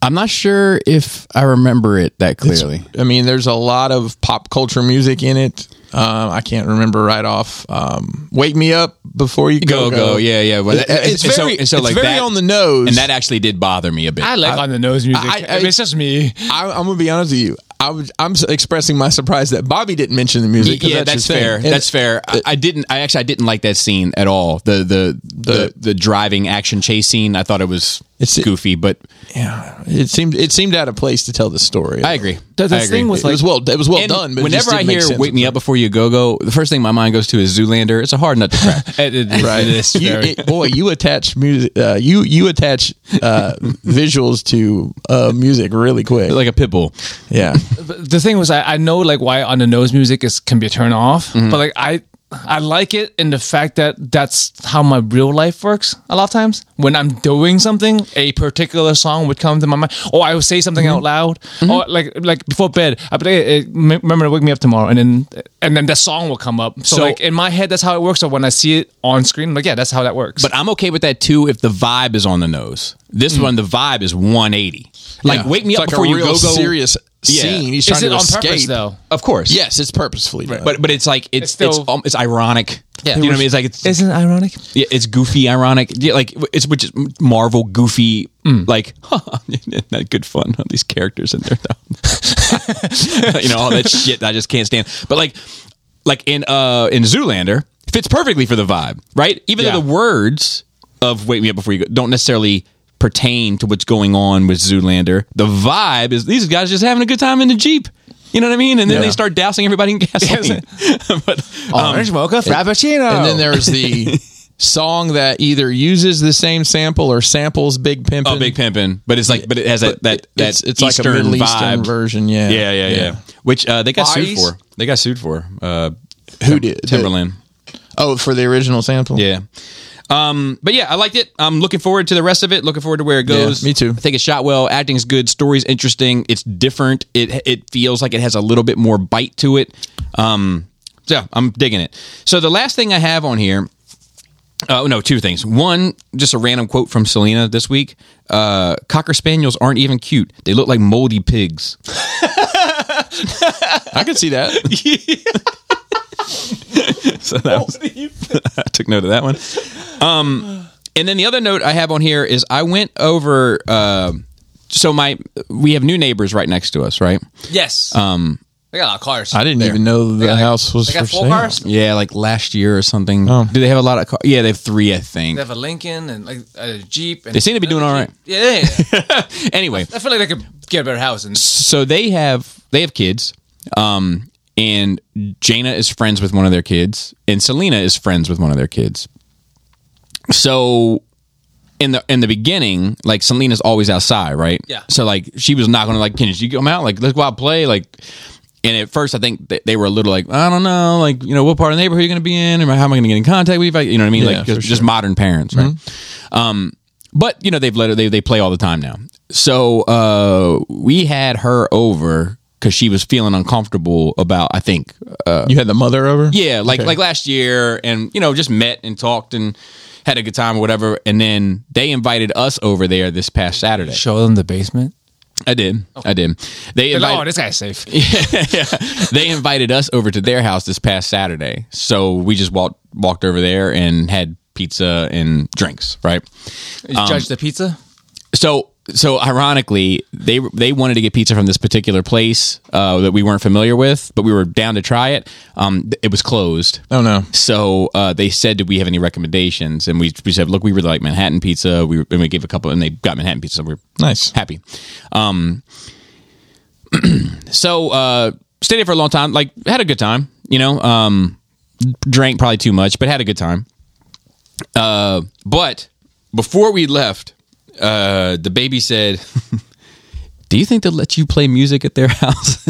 A: I'm not sure if I remember it that clearly.
B: I mean, there's a lot of pop culture music in it. Um, I can't remember right off. Um, Wake me up before you
A: go
B: go
A: go, yeah yeah well,
B: It- it's
A: and so-
B: very,
A: and so
B: it's
A: like
B: very
A: that-
B: on the nose.
A: and that actually did bother me a bit
C: I like on the nose music.
B: I-
C: I, mean, it's just me.
B: I, I'm gonna be honest with you. I was, I'm s- expressing my surprise that Bobby didn't mention the music. 'cause
A: yeah, that's,
B: his thing.
A: fair.
B: And
A: That's fair. I, I didn't. I actually I didn't like that scene at all. The the the, the, driving action chase scene. I thought it was
B: It's-
A: goofy, but
B: Yeah, it seemed it seemed out of place to tell the story.
A: I agree.
D: The, the
A: I agree.
D: thing was
B: it
D: like
B: was well, it was well
A: And
B: done. But it just
A: whenever I
B: didn't make
A: hear
B: sense.
A: "Wake Me Up Before You Go Go," the first thing my mind goes to is Zoolander. It's a hard nut to crack.
C: It- it- it is
B: You-
C: very-
B: it- boy, you attach music. Uh, you you attach uh, visuals to uh, music really quick.
A: like a pit bull.
B: yeah,
C: But the thing was, I, I know like why on the nose music is can be a turn off, but like I I like it in the fact that that's how my real life works. A lot of times when I'm doing something, a particular song would come to my mind, or I would say something out loud, or like like before bed, I play it, remember to wake me up tomorrow, and then and then the song will come up. So,
A: So-
C: like in my head, that's how it works. So when I see it on screen, I'm like yeah, that's how that works.
A: But I'm okay with that too if the vibe is on the nose. This one, the vibe is 180. Like "Wake Me
B: Mm. It's
A: Up
B: like
A: Before
B: a
A: You
B: real
A: Go Go."
B: serious scene. He's trying
C: is it
B: to
C: on
B: escape.
C: purpose though?
A: Of course,
B: Yes, it's purposefully. done.
A: but but it's like it's it's
C: It's still-
A: it's, um, it's ironic. Yeah, you know what I mean. It's like it's
C: Isn't it ironic?
A: yeah, it's goofy, ironic. Yeah, like it's which is Marvel goofy, like not good fun on these characters in there. you know all that shit. I just can't stand. But like like in uh in Zoolander fits perfectly for the vibe, right? Even
C: Yeah.
A: though the words of "Wake Me Up Before You Go" don't necessarily pertain to what's going on with Zoolander, the vibe is these guys just having a good time in the jeep. You know what I mean? And then they start dousing everybody in gasoline. but um,
C: Orange mocha frappuccino.
B: And then there's the song that either uses the same sample or samples Big Pimpin.
A: Oh, Big Pimpin', but it's like, but it has that that that
B: it's, it's like a
A: Eastern
B: Middle
A: vibe.
B: Eastern version. Yeah,
A: Yeah, yeah, yeah, Which uh, they got sued
B: Bodies?
A: for. They got sued for. Uh,
B: Who did
A: Timberland.
B: oh, for the original sample.
A: yeah. Um, but yeah, I liked it. I'm looking forward to the rest of it. Looking forward to where it goes.
B: me too.
A: I think it shot well. Acting's good. Story's interesting. It's different. It it feels like it has a little bit more bite to it. Um, so I'm digging it. So the last thing I have on here Oh no, two things. One, just a random quote from Selena this week. Uh, Cocker spaniels aren't even cute. They look like moldy pigs.
B: I could see that.
A: So that was, I took note of that one. Um, and then the other note I have on here is I went over. Uh, so my we have new neighbors right next to us, right?
C: yes.
A: Um,
C: They got a lot of cars.
B: I didn't
C: there.
B: even know the
C: They got, like-
B: house was
C: They
B: for
C: got four
B: sale.
C: cars.
A: Yeah, like last year or something.
B: Oh.
A: Do they have a lot of cars? Yeah, they have three, I think.
C: They have a Lincoln and like a Jeep. And
A: They seem to be doing all right.
C: Yeah, yeah, yeah.
A: anyway,
C: I feel like they could get a better house. And
A: so they have they have kids, um, and Jaina is friends with one of their kids, and Selena is friends with one of their kids. So in the in the beginning, like Selena's always outside, right?
C: Yeah.
A: So like she was not gonna like, can you come out? Like let's go out and play. Like, and at first I think th- they were a little like, I don't know, like you know what part of the neighborhood you're gonna be in, and how am I gonna get in contact with you? If I, you know what I mean?
B: Yeah,
A: like just,
B: for Mm-hmm.
A: just modern parents, right? Um, but you know they've let her, they they play all the time now. So uh, we had her over because she was feeling uncomfortable about I think uh,
B: You had the mother over?
A: yeah, like like last year, and you know, just met and talked and had a good time or whatever. And then they invited us over there this past Saturday.
C: show them the basement.
A: I did, I did. They
C: They're like,
A: invited,
C: oh, this guy's safe.
A: they invited us over to their house this past Saturday, so we just walked walked over there and had pizza and drinks, right?
C: You judge the pizza.
A: So so ironically, they they wanted to get pizza from this particular place uh, that we weren't familiar with, but we were down to try it. Um, th- it was closed.
B: Oh no.
A: So uh, they said, "Did we have any recommendations?" And we, we said, "Look, we really like Manhattan pizza." We and we gave a couple, and they got Manhattan pizza. So we're
B: Nice.
A: happy. Um, so uh, stayed there for a long time. Like had a good time. You know, um, drank probably too much, but had a good time. Uh, but before we left, uh, the baby said, "Do you think they'll let you play music at their house?"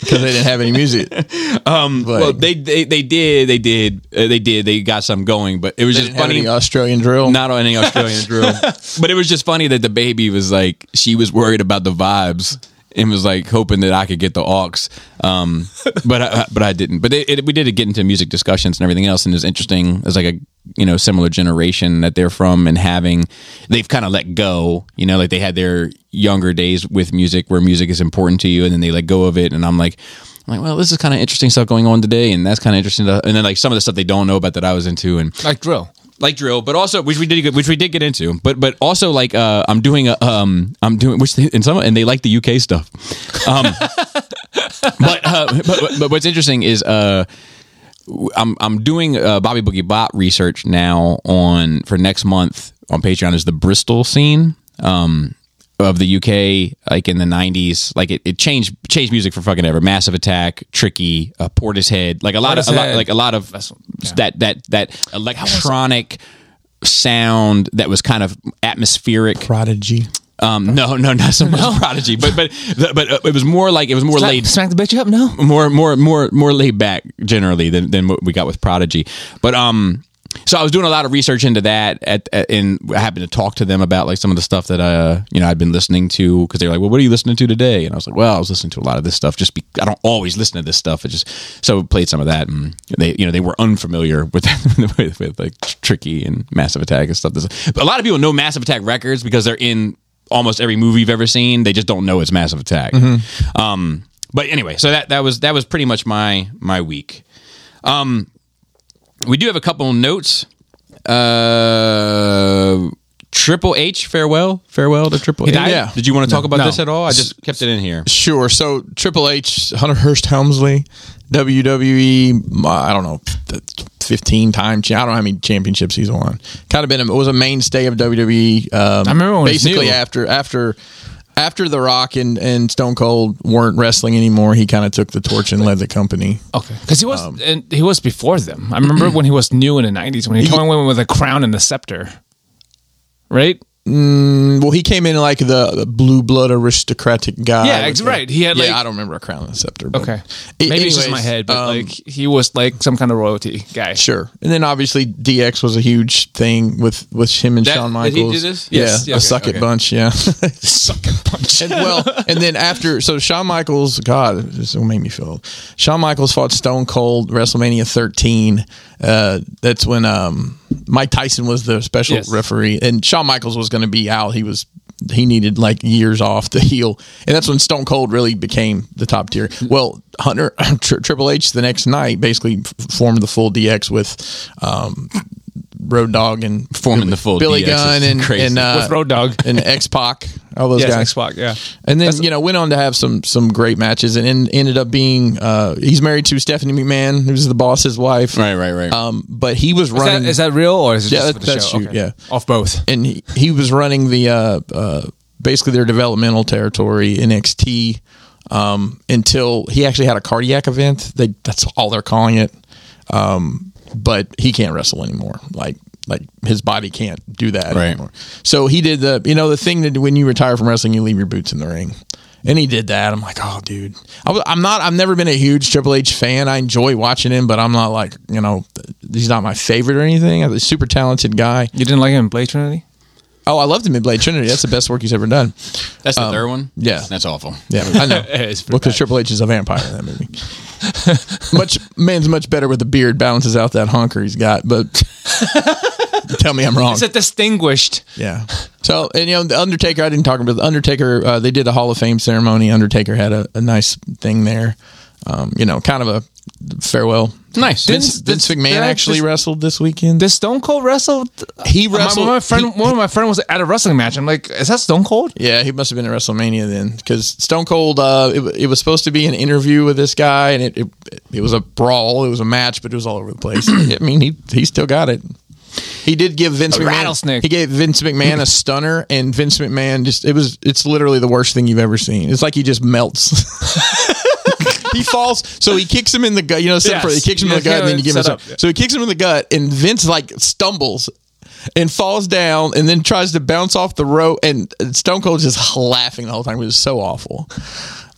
B: Because they didn't have any music. um but
A: well,
B: they,
A: they, they they did, they did, uh, they did. They got some going, but it was
B: didn't
A: just
B: have
A: funny.
B: any Australian drill.
A: not on any Australian drill. But it was just funny that the baby was like, she was worried about the vibes and was like hoping that I could get the aux. Um, but I, but I didn't. But it, it, we did get into music discussions and everything else, and it's interesting. It's like a you know similar generation that they're from and having they've kind of let go. You know, like they had their younger days with music where music is important to you, and then they let go of it. And I'm like. I'm like, well, this is kind of interesting stuff going on today, and that's kind of interesting. stuff. And then, like, some of the stuff they don't know about that I was into, and
C: Like drill.
A: like drill, but also which we did get- which we did get into, but but also like uh, I'm doing a um I'm doing which they, and some and they like the UK stuff, um, but, uh, but but- but what's interesting is uh. w- I'm I'm doing uh, Bobby Boogie Bot research now on for next month on Patreon is the Bristol scene um, of the UK like in the 90s like it, it changed changed music for fucking ever Massive Attack Tricky uh, Portishead like a lot of a lot,
C: Portishead.
A: like a lot of that that that electronic sound that was kind of atmospheric
B: Prodigy.
A: um no no not so much prodigy but but but uh, it was more like it was more laid
C: Smack the bitch up. No.
A: more more more more laid back generally than than what we got with Prodigy. But um, so I was doing a lot of research into that, at, at and I happened to talk to them about like some of the stuff that uh you know I'd been listening to because they were like, well, what are you listening to today? And I was like, well, I was listening to a lot of this stuff. Just be, I don't always listen to this stuff. It just so I played some of that, and they you know they were unfamiliar with with, with like Tricky and Massive Attack and stuff. But a lot of people know Massive Attack records because they're in almost every movie you've ever seen. They just don't know it's Massive Attack. Um, but anyway, so that that was that was pretty much my my week. Um, we do have a couple notes. Uh, Triple H, farewell, farewell to Triple H.
B: died? Yeah.
A: Did you want to talk about
C: No.
A: this at all? I just kept it in here.
B: Sure. So Triple H, Hunter Hurst Helmsley, WWE, I don't know, fifteen time. cha- I don't know how many championships he's won. Kind of been a, was a mainstay of WWE. Um, I
C: remember when it was
B: basically
C: new.
B: after after after The Rock and and Stone Cold weren't wrestling anymore. He kind of took the torch and led the company.
C: Okay. Because he was and he was before them. I remember when he was new in the nineties when he came in with a crown and a scepter. Right.
B: Well, he came in like the, the blue blood aristocratic guy.
C: Yeah,
B: with
C: ex-
B: the-
C: right. He had,
B: Yeah,
C: like-
B: I don't remember a crown and a scepter. but-
C: Okay.
B: A-
C: Maybe it's just
B: anyways,
C: my head, but
B: um,
C: like he was like some kind of royalty guy.
B: Sure. And then obviously DX was a huge thing with with him and
A: That-
B: Shawn
A: did he do
B: Michaels.
A: this?
B: Yeah,
A: Yes. Yeah,
B: a
A: okay,
B: suck
A: okay.
B: it bunch. Yeah.
C: Sucker punch.
B: and well, and then after, so Shawn Michaels, God, this will make me feel. old. Shawn Michaels fought Stone Cold WrestleMania 13. Uh, that's when um, Mike Tyson was the special
C: Yes.
B: referee, and Shawn Michaels was going to be out. He was. He needed like years off to heal, and that's when Stone Cold really became the top tier. Well, Hunter tri- Triple H the next night basically f- formed the full DX with um, Road Dog and
A: Forming the full
B: Billy
A: DX is
B: Gunn and
A: crazy.
B: and uh,
C: With Road Dogg.
B: and X Pac all those
D: Yes,
B: guys.
D: X Pac. Yeah.
B: And then you know went on to have some some great matches and en- ended up being uh, he's married to Stephanie McMahon who's the boss's wife
A: Right, right, right.
B: um, but he was
C: Is that,
B: running
C: is that real or is it
B: Yeah,
C: just
B: that-
C: for the
B: that's
C: show?
B: you, yeah.
C: Off both.
B: and he, he was running the uh, uh, basically their developmental territory NXT um, until he actually had a cardiac event. They that's all they're calling it. Um, but he can't wrestle anymore. Like like his body can't do that
A: Right.
B: anymore. So he did the you know the thing that when you retire from wrestling you leave your boots in the ring. And he did that. I'm like, oh, dude. I was, I'm not. I've never been a huge Triple H fan. I enjoy watching him, but I'm not like, you know, he's not my favorite or anything. He's a super talented guy.
C: You didn't like him in Blade Trinity?
B: Oh, I loved him in Blade Trinity. That's the best work he's ever done.
A: That's the third one.
B: yeah.
A: that's awful.
B: Yeah, I know. well, because Triple H is a vampire in that movie. much man's much better with a beard. Balances out that honker he's got. But tell me I'm wrong.
C: It's a distinguished.
B: Yeah. So and you know the Undertaker. I didn't talk about the Undertaker. Uh, they did a Hall of Fame ceremony. Undertaker had a, a nice thing there. Um, you know, kind of a farewell.
A: Nice.
B: Vince,
C: Didn't-
B: Vince
C: did-
B: McMahon
C: did I
B: actually
C: just-
B: wrestled this weekend.
C: Did Stone Cold wrestle?
B: he
C: My,
B: wrestled.
C: my friend, one of my friend was at a wrestling match. I'm like, is that Stone Cold?
B: Yeah, he must have been at WrestleMania then, because Stone Cold. Uh, it, it was supposed to be an interview with this guy, and it, it it was a brawl. It was a match, but it was all over the place. I mean, he he still got it. He did give Vince
C: A
B: McMahon
C: rattlesnake.
B: He gave Vince McMahon a stunner, and Vince McMahon just it was it's literally the worst thing you've ever seen. It's like he just melts. he falls, so he kicks him in the gut. You know, set up for- he
C: Yes.
B: kicks him in the
C: Yeah,
B: gut, and then you give him a
C: set up.
B: stunner. So he kicks him in the gut, and Vince like stumbles and falls down, and then tries to bounce off the rope. And Stone Cold just laughing the whole time. It was so awful.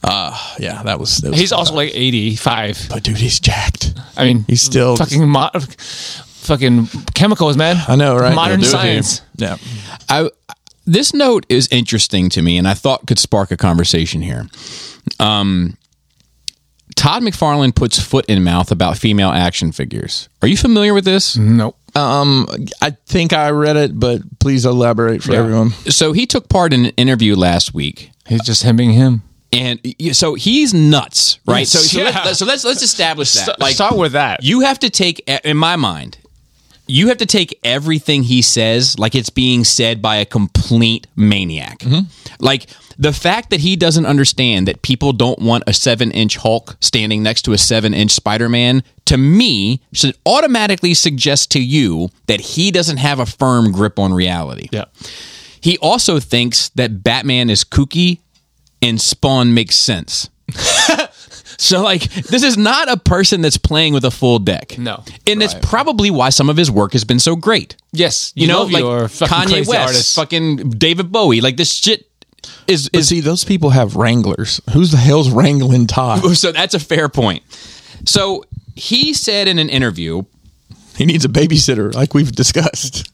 B: Uh, yeah, that was. That was
C: He's also like 85.
B: but dude, he's jacked.
C: I mean,
B: He's still-
C: fucking mo- fucking chemicals, man.
B: I know, right?
C: Modern
B: They'll do it to you.
C: science.
B: Yeah,
A: I this note is interesting to me, and I thought could spark a conversation here. Um, Todd McFarlane puts foot in mouth about female action figures. Are you familiar with this?
C: Nope.
B: I think I read it, but please elaborate for everyone.
A: So he took part in an interview last week.
C: He's just him being him.
A: And y- so he's nuts, right? So, so,
C: Yeah.
A: let, so let's let's establish that.
C: St- start with that.
A: You have to take, e, in my mind, you have to take everything he says like it's being said by a complete maniac.
C: Mm-hmm.
A: Like the fact that he doesn't understand that people don't want a seven inch Hulk standing next to a seven inch Spider Man to me should automatically suggest to you that he doesn't have a firm grip on reality.
C: Yeah.
A: He also thinks that Batman is kooky and Spawn makes sense. so, like, this is not a person that's playing with a full deck.
C: No.
A: And that's probably why some of his work has been so great.
C: Yes.
A: You, know,
C: love
A: like
C: your fucking
A: Kanye
C: crazy
A: West,
C: artists.
A: fucking David Bowie. Like, this shit is.
B: But
A: is
B: see, those people have wranglers. Who's the hell's wrangling Todd?
A: so, that's a fair point. So, he said in an interview,
B: He needs a babysitter, like we've discussed.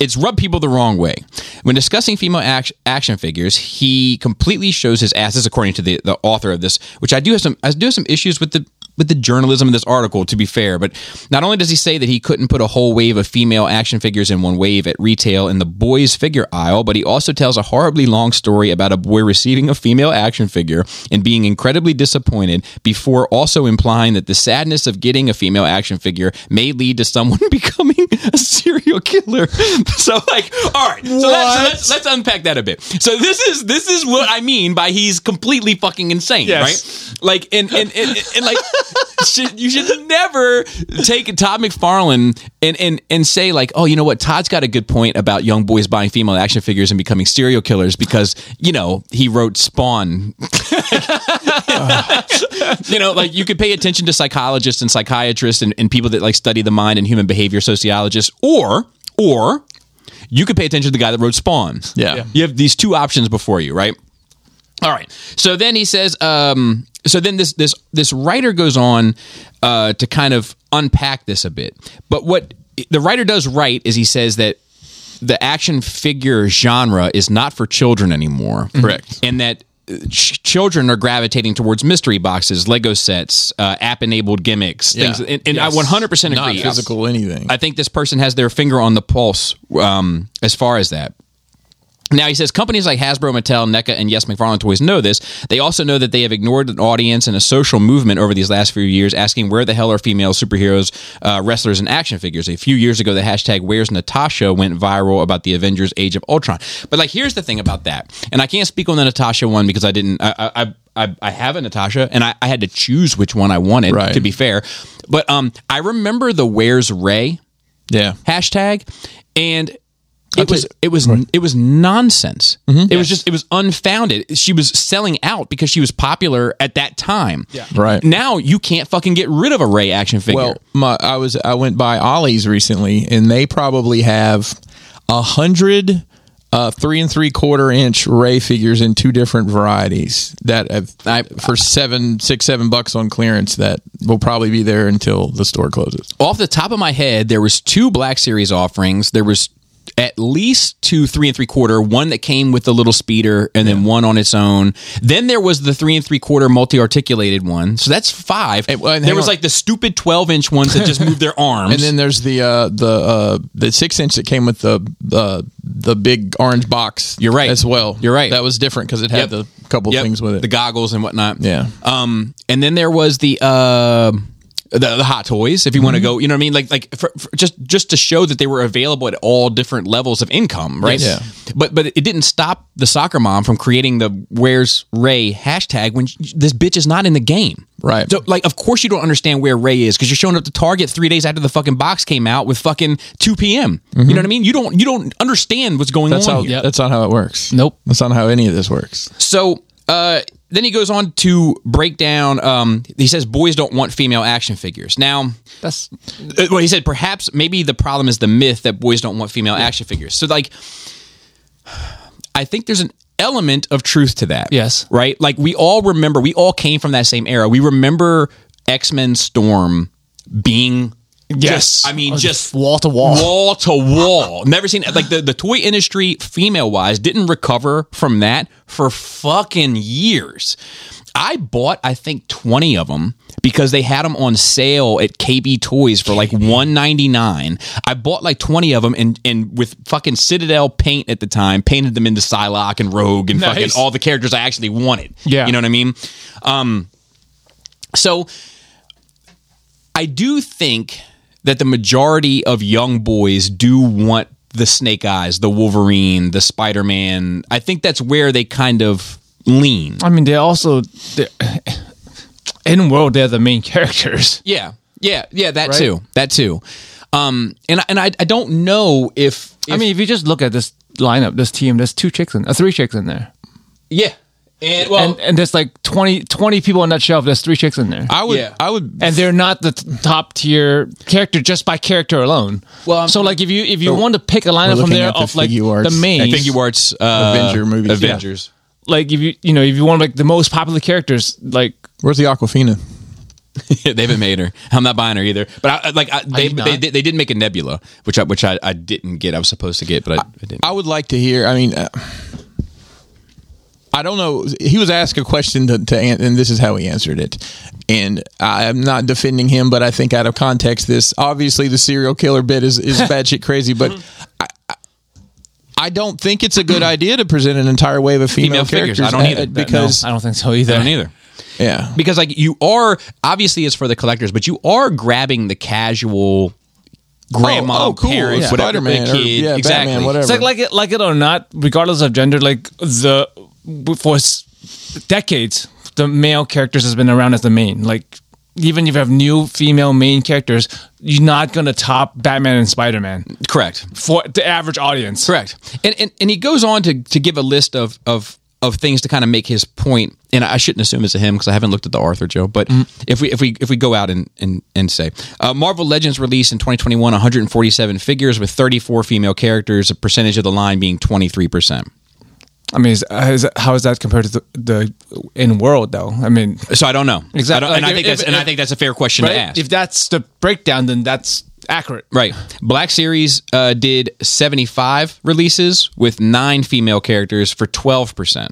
A: it's rub people the wrong way. When discussing female act- action figures, he completely shows his ass. This is according to the, the author of this, which I do have some I do have some issues with the with the journalism of this article. To be fair, but not only does he say that he couldn't put a whole wave of female action figures in one wave at retail in the boys figure aisle, but he also tells a horribly long story about a boy receiving a female action figure and being incredibly disappointed before also implying that the sadness of getting a female action figure may lead to someone becoming a serial killer. So like, all right. So, let's, so let's let's unpack that a bit. So this is this is what I mean by he's completely fucking insane, right? Like and and and, and like should, you should never take Todd McFarlane and and and say like, oh, you know what? Todd's got a good point about young boys buying female action figures and becoming serial killers because you know he wrote Spawn you know, like you could pay attention to psychologists and psychiatrists and, and people that like study the mind and human behavior sociologists, or or you could pay attention to the guy that wrote Spawn.
B: Yeah. Yeah.
A: You have these two options before you, right? All right. So then he says, um, so then this this this writer goes on uh, to kind of unpack this a bit. But what the writer does right is he says that the action figure genre is not for children anymore.
B: Mm-hmm.
A: Correct. And that uh, ch- children are gravitating towards mystery boxes, Lego sets, uh, app enabled gimmicks, things. And, and I 100% agree.
B: Not physical anything.
A: I think this person has their finger on the pulse um, as far as that. Now he says companies like Hasbro, Mattel, NECA, and Yes McFarlane Toys know this. They also know that they have ignored an audience and a social movement over these last few years, asking where the hell are female superheroes, uh, wrestlers, and action figures. A few years ago, the hashtag Where's Natasha went viral about the Avengers: Age of Ultron. But like, here's the thing about that, and I can't speak on the Natasha one because I didn't. I I, I, I have a Natasha, and I, I had to choose which one I wanted.
B: Right.
A: To be fair, but um, I remember the Where's Ray
B: Yeah.
A: hashtag and it was it was it was nonsense.
B: Mm-hmm.
A: It was just it was unfounded. She was selling out because she was popular at that time. Yeah.
B: Right.
A: Now you can't fucking get rid of a Ray action figure.
B: Well, my, I was I went by Ollie's recently, and they probably have a hundred uh, three and three quarter inch Ray figures in two different varieties that have, I, for seven six seven bucks on clearance that will probably be there until the store closes.
A: off the top of my head, there was two Black Series offerings. There was at least two three and three quarter, one that came with the little speeder, and then one on its own. Then there was the three and three quarter multi articulated one. So that's five.
B: well, and
A: there
B: hang
A: was
B: on.
A: like the stupid twelve inch ones that just moved their arms.
B: And then there's the uh, the uh, the six inch that came with the the the big orange box.
A: You're right.
B: as well.
A: You're right.
B: That was different because it
A: Yep.
B: had the couple
A: Yep,
B: things with it.
A: the goggles and whatnot.
B: Yeah.
A: Um, and then there was the uh, the, the hot toys, if you
B: Mm-hmm.
A: want to go, you know what I mean, like like for, for just just to show that they were available at all different levels of income, right?
B: Yes.
A: But but it didn't stop the soccer mom from creating the "Where's Ray" hashtag when sh this bitch is not in the game,
B: Right.
A: So like, of course you don't understand where Ray is because you're showing up to Target three days after the fucking box came out with fucking two p.m. You know what I mean? You don't you don't understand what's going
B: Mm-hmm. that's
A: on.
B: how
A: here.
B: Oh, that's not how it works.
A: Nope.
B: That's not how any of this works.
A: So uh, then he goes on to break down. Um, he says boys don't want female action figures. Now that's well, he said. Perhaps maybe the problem is the myth that boys don't want female action figures. So like, I think there's an element of truth to that.
C: Yes.
A: right. Like we all remember. We all came from that same era. We remember X Men Storm being.
C: Yes. Oh,
A: just- I mean, just
C: wall to wall.
A: wall to wall. Never seen like the the toy industry female wise didn't recover from that for fucking years. I bought I think 20 of them because they had them on sale at KB Toys for like 199. I bought like 20 of them and and with fucking Citadel paint at the time painted them into Psylocke and Rogue and fucking
C: Nice.
A: all the characters I actually wanted.
C: Yeah.
A: You know what I mean? Um so I do think that the majority of young boys do want the Snake Eyes, the Wolverine, the Spider Man. I think that's where they kind of lean.
C: I mean, they're also they're, in world. They're the main characters.
A: Yeah, yeah, yeah. That too. That too. Um, and I- and I, I don't know if,
C: I
A: if-
C: mean, if you just look at this lineup, this team, there's two chicks in, uh, three chicks in there,
A: yeah, and well,
C: and and there's like 20, 20 people on that shelf. There's three chicks in there.
B: I would
A: Yeah.
B: I would
C: and they're not the t- top tier character just by character alone.
A: Well,
C: Well,
A: I'm-
C: so like if you if you want to pick a lineup from
B: looking
C: there
B: at the
C: of like
B: figure arts.
C: the main,
A: I think you were it's, uh,
B: Avenger movies.
A: Avengers.
C: like if you you know if you want like the most popular characters, like
B: Where's the Aquafina?
A: they haven't made her. I'm not buying her either. But I- I, like I, they,
C: you not?
A: they, they they did make a Nebula, which I which I, I didn't get. I was supposed to get, but I, I didn't.
B: I would like to hear. I mean, uh, I don't know. He was asked a question to, to an- and this is how he answered it. And I'm not defending him, but I think out of context, this obviously the serial killer bit is is batshit crazy, but. I, I- I don't think it's a good idea to present an entire wave of
A: Female
B: female,
A: figures.
B: characters.
A: I don't
B: uh,
A: either.
B: uh,
A: No,
B: because
C: I don't think so either.
A: either.
B: yeah,
A: because like you are obviously it's for the collectors, but you are grabbing the casual grandma,
B: Oh, oh, cool.
A: parents,
B: Yeah.
A: whatever the
B: Spider-Man or,
A: kid,
B: yeah,
A: exactly.
B: Batman, whatever.
C: It's like like it like it or not, regardless of gender, like the for s- decades the male characters has been around as the main. Like even if you have new female main characters, you're not gonna top Batman and Spider Man
A: Correct,
C: for the average audience.
A: correct. And, and and he goes on to to give a list of of of things to kind of make his point. And I shouldn't assume it's a him because I haven't looked at the Arthur Joe. But
B: Mm.
A: if we if we if we go out and and, and say uh, Marvel Legends released in 2021 147 figures with 34 female characters, a percentage of the line being 23 percent.
C: I mean, is, uh, is, how is that compared to the, the in world though? I mean,
A: So I don't know
C: Exactly.
A: I don't- and I
C: Like,
A: think
C: if-
A: that's and I
C: if-
A: think that's a fair question to
C: right?
A: ask.
C: If that's the breakdown, then that's accurate.
A: Right. Black Series uh, did 75 releases with nine female characters for 12%.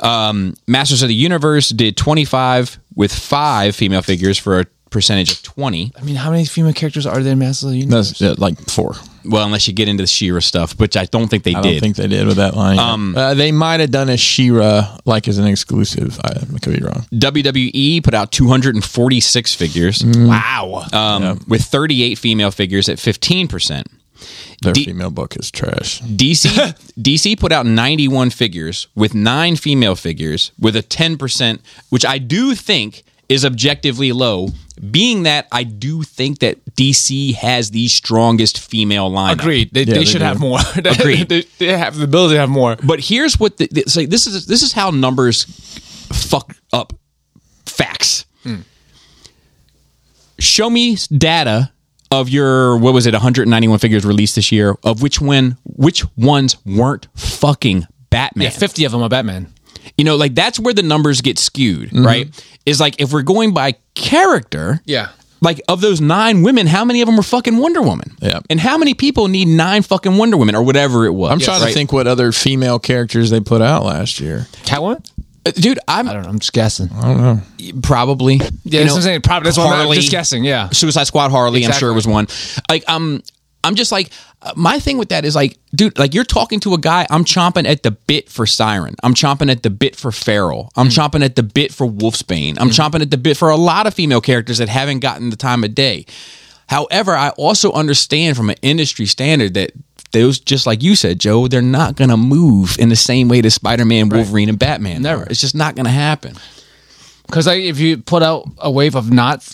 A: Um, Masters of the Universe did 25 with five female figures for a percentage of 20.
C: I mean, how many female characters are there in Masters of the Universe?
B: that's uh, like four.
A: Well, unless you get into the Shira stuff, which I don't think they
B: I
A: did. Um,
B: don't think they did with that line. uh, they might have done a Shira like as an exclusive. I, I could be wrong.
A: WWE E put out 246 figures.
C: Wow.
A: um, with 38 female figures at 15%.
B: Their
A: D-
B: female book is trash.
A: DC DC put out 91 figures with 9 female figures with a 10%, which I do think is objectively low. Being that I do think that DC has the strongest female lineup.
C: Agreed. They, they
B: they
C: should
B: do.
C: have more. They-
A: Agreed.
C: They, they have the ability to have more.
A: But here's what the, it's like this is this is how numbers fuck up facts.
B: Hmm.
A: Show me data of your what was it 191 figures released this year of which when which ones weren't fucking Batman.
C: Yeah, 50 of them are Batman.
A: you know, like that's where the numbers get skewed,
B: Mm-hmm.
A: right? Is like if we're going by character,
C: Yeah.
A: like of those nine women, how many of them were fucking Wonder Woman?
B: Yeah.
A: and how many people need nine fucking Wonder Women or whatever it was?
B: I'm trying to think what other female characters they put out last year.
C: Catwoman?
A: think, dude. I'm
C: I don't know. I'm just guessing.
A: probably.
C: Yeah, that's what I'm saying. Probably, that's what I'm
A: Harley.
C: just guessing. Yeah.
A: Suicide Squad Harley, I'm sure
C: Exactly.
A: it was one. Like um I'm just like uh, my thing with that is like, dude, like you're talking to a guy. I'm chomping at the bit for Siren. I'm chomping at the bit for Feral. I'm
C: Mm.
A: chomping at the bit for Wolfsbane. I'm chomping at the bit for a lot of female characters that haven't gotten the time of day. However, I also understand from an industry standard that those, just like you said, Joe, they're not going to move in the same way that Spider-Man, Wolverine, and Batman. Never. It's just not going to happen.
C: Because like, if you put out a wave of not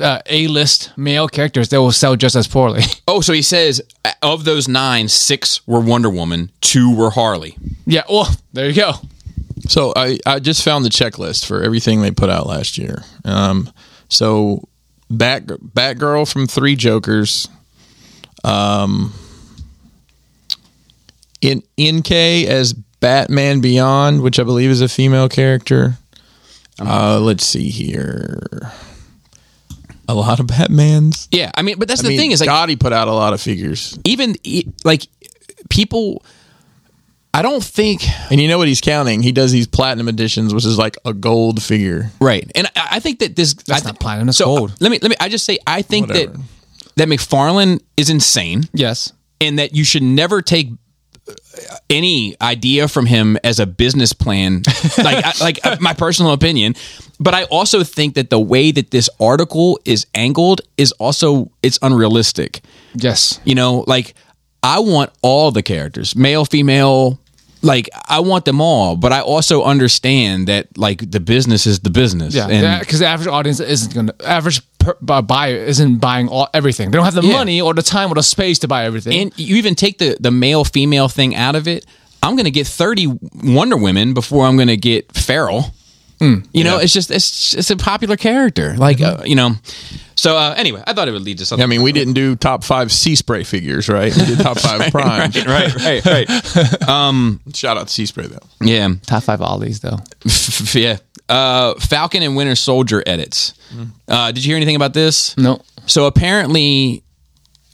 C: uh, A-list male characters, they will sell just as poorly.
A: Oh, so he says uh, of those nine, six were Wonder Woman, two were Harley.
C: yeah. Well, there you go.
B: So I, I just found the checklist for everything they put out last year. Um, so Bat Batgirl from Three Jokers, um, in NK as Batman Beyond, which I believe is a female character. Uh, let's see here, a lot of Batmans.
A: Yeah, I mean, but that's
B: I
A: the
B: mean,
A: thing is like
B: Gotti put out a lot of figures,
A: even e- like people. I don't think
B: and you know what he's counting? He does these platinum editions, which is like a gold figure.
A: right, and I, I think that this that's I
C: not
A: thi-
C: platinum, that's
A: so,
C: gold.
A: uh, Let me let me. I just say I think
B: Whatever.
A: that that McFarlane is insane,
C: Yes.
A: and that you should never take uh, any idea from him as a business plan. like I, like uh, my personal opinion, but I also think that the way that this article is angled is also it's unrealistic.
C: Yes.
A: You know, like I want all the characters, male, female, like I want them all, but I also understand that like the business is the business.
C: Yeah.
A: And
C: Because the average audience isn't going to, average per, bu- buyer isn't buying all, everything. They don't have the
A: Yeah.
C: money or the time or the space to buy everything.
A: and you even take the the male female thing out of it, I'm going to get 30 Wonder Women before I'm going to get Feral. you know, it's just it's it's a popular character. Like uh, you know. So uh, anyway, I thought it would lead to
B: I
A: something.
B: mean, we didn't do top five Sea Spray figures, right? We did top five Prime.
A: right, right, right.
B: Shout out to Sea Spray, though.
A: yeah.
C: Top five ollies, though.
A: yeah. Uh, Falcon and Winter Soldier edits. Uh, did you hear anything about this?
C: No.
A: So apparently,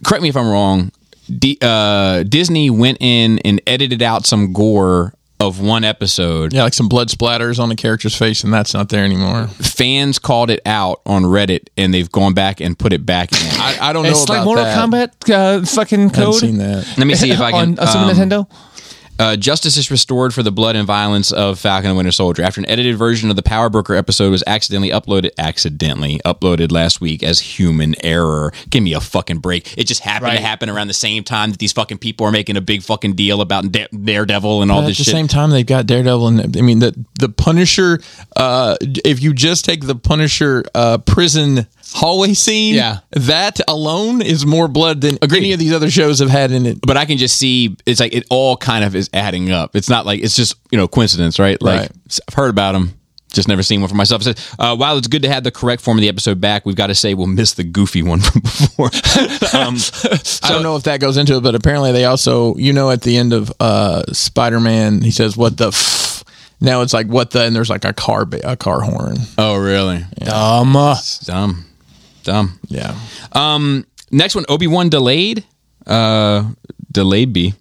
A: correct me if I'm wrong. D, uh, Disney went in and edited out some gore of one episode.
B: Yeah, like some blood splatters on the character's face, and that's not there anymore.
A: Fans called it out on Reddit, and they've gone back and put it back in.
B: I, I don't know
C: It's
B: about
C: like Mortal
B: that.
C: Kombat uh, fucking
B: I haven't
C: code.
B: seen that.
A: Let me see if I can.
C: on uh, Super
A: um,
C: Nintendo.
A: Uh, justice is restored for the blood and violence of Falcon and Winter Soldier after an edited version of the Power Broker episode was accidentally uploaded, accidentally uploaded last week as human error. Give me a fucking break! It just happened to
C: Right.
A: happen around the same time that these fucking people are making a big fucking deal about Da- Daredevil and all
B: At the
A: this shit.
B: same time, they've got Daredevil, and I mean the the Punisher. Uh, if you just take the Punisher uh, prison hallway scene,
C: Yeah.
B: that alone is more blood than any of these other shows have had in it.
A: but I can just see it's like it all kind of is adding up. It's not like it's just you know coincidence, right? Like
B: Right.
A: s- I've heard about them, just never seen one for myself. It says, uh, while it's good to have the correct form of the episode back, we've got to say we'll miss the goofy one from before. um,
B: I don't know if that goes into it, but apparently they also, you know, at the end of uh, Spider Man, he says, "What the." F-? Now it's like what the, and there's like a car, ba- a car horn.
A: oh, really?
C: Dumb. Uh,
A: It's dumb, dumb.
B: Yeah,
A: Next one, Obi Wan delayed. Uh, delayed B.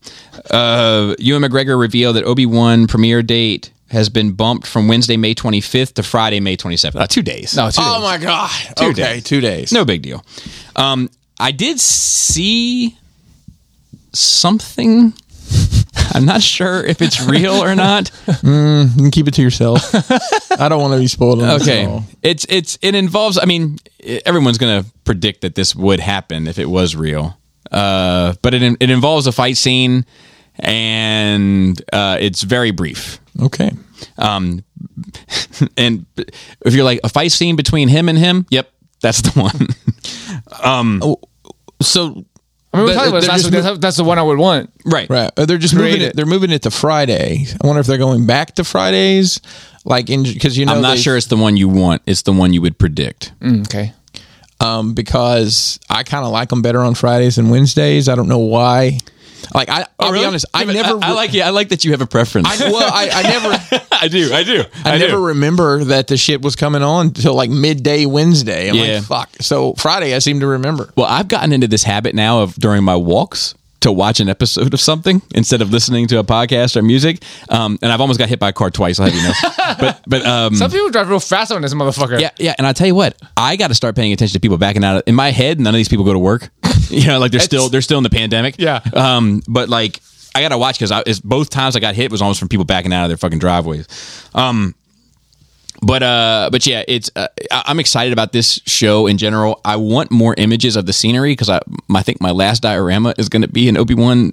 A: Uh, Ewan McGregor revealed that Obi Wan premiere date has been bumped from Wednesday, May 25th to Friday, May 27th. Uh, two days.
C: no, two
B: Oh
C: days.
B: my god! okay,
A: days.
B: two days.
A: No big deal. Um, I did see something. I'm not sure if it's real or not.
B: You can keep it to yourself. I don't want to be spoiled. On This at
A: Okay,
B: all.
A: it's it's it involves. I mean, e, everyone's gonna predict that this would happen if it was real. Uh, but it it involves a fight scene, and uh, it's very brief.
B: Okay.
A: Um, and if you're like a fight scene between him and him, yep, that's the one. Um,
B: So
C: I mean, we
B: But
C: talked
B: they're
C: about this last
B: just
C: week. That's, that's the one I would want.
A: right,
B: right, Uh, they're just moving
C: Created.
B: it. They're moving it to Friday. I wonder if they're going back to Fridays, like in because you know
A: I'm not
B: they-
A: sure it's the one you want. It's the one you would predict.
C: Mm, okay.
B: um, because I kind of like them better on Fridays and Wednesdays. I don't know why. Like I, I'll be honest, I
A: Oh, Yeah, but
B: never.
A: I, I like you. I like that you have a preference.
B: I, well, I, I never.
A: I do. I do.
B: I, never remember that the shit was coming on until like midday Wednesday. I'm
A: Yeah.
B: like, fuck. So Friday, I seem to remember.
A: Well, I've gotten into this habit now of during my walks to watch an episode of something instead of listening to a podcast or music. Um, and I've almost got hit by a car twice. I'll have you know. but but um,
C: Some people drive real fast on this motherfucker.
A: yeah yeah. And I tell you what, I got to start paying attention to people backing out. Of, in my head, none of these people go to work. you know, like they're still they're still in the pandemic.
C: Yeah.
A: Um, but like I got to watch because both times I got hit was almost from people backing out of their fucking driveways. Um, but uh but yeah it's uh, I- i'm excited about this show in general i want more images of the scenery because i i think my last diorama is going to be an obi-wan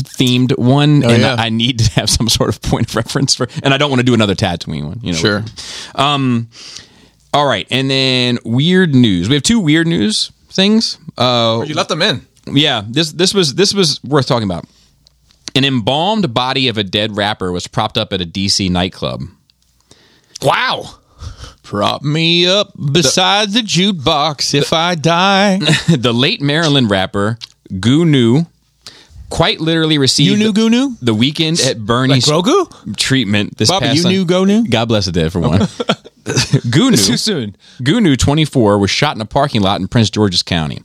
A: themed one, and
B: Oh, yeah.
A: i need to have some sort of point of reference for and i don't want to do another tatooine one you know
B: Sure.
A: um all right and then weird news we have two weird news things uh
D: You left them in.
A: yeah this this was this was worth talking about an embalmed body of a dead rapper was propped up at a dc nightclub
C: Wow.
B: Prop me up beside the jukebox if I die.
A: the late Maryland rapper Goo Gnu quite literally received
B: You knew Gunu?
A: the weekend at Bernie's
B: Grogu?
A: treatment this
B: Bobby,
A: past
B: you
A: Sun-
B: knew Go New?
A: God bless the dead for one. Goo Gnu
C: Too soon.
A: Gunu, 24, was shot in a parking lot in Prince George's County,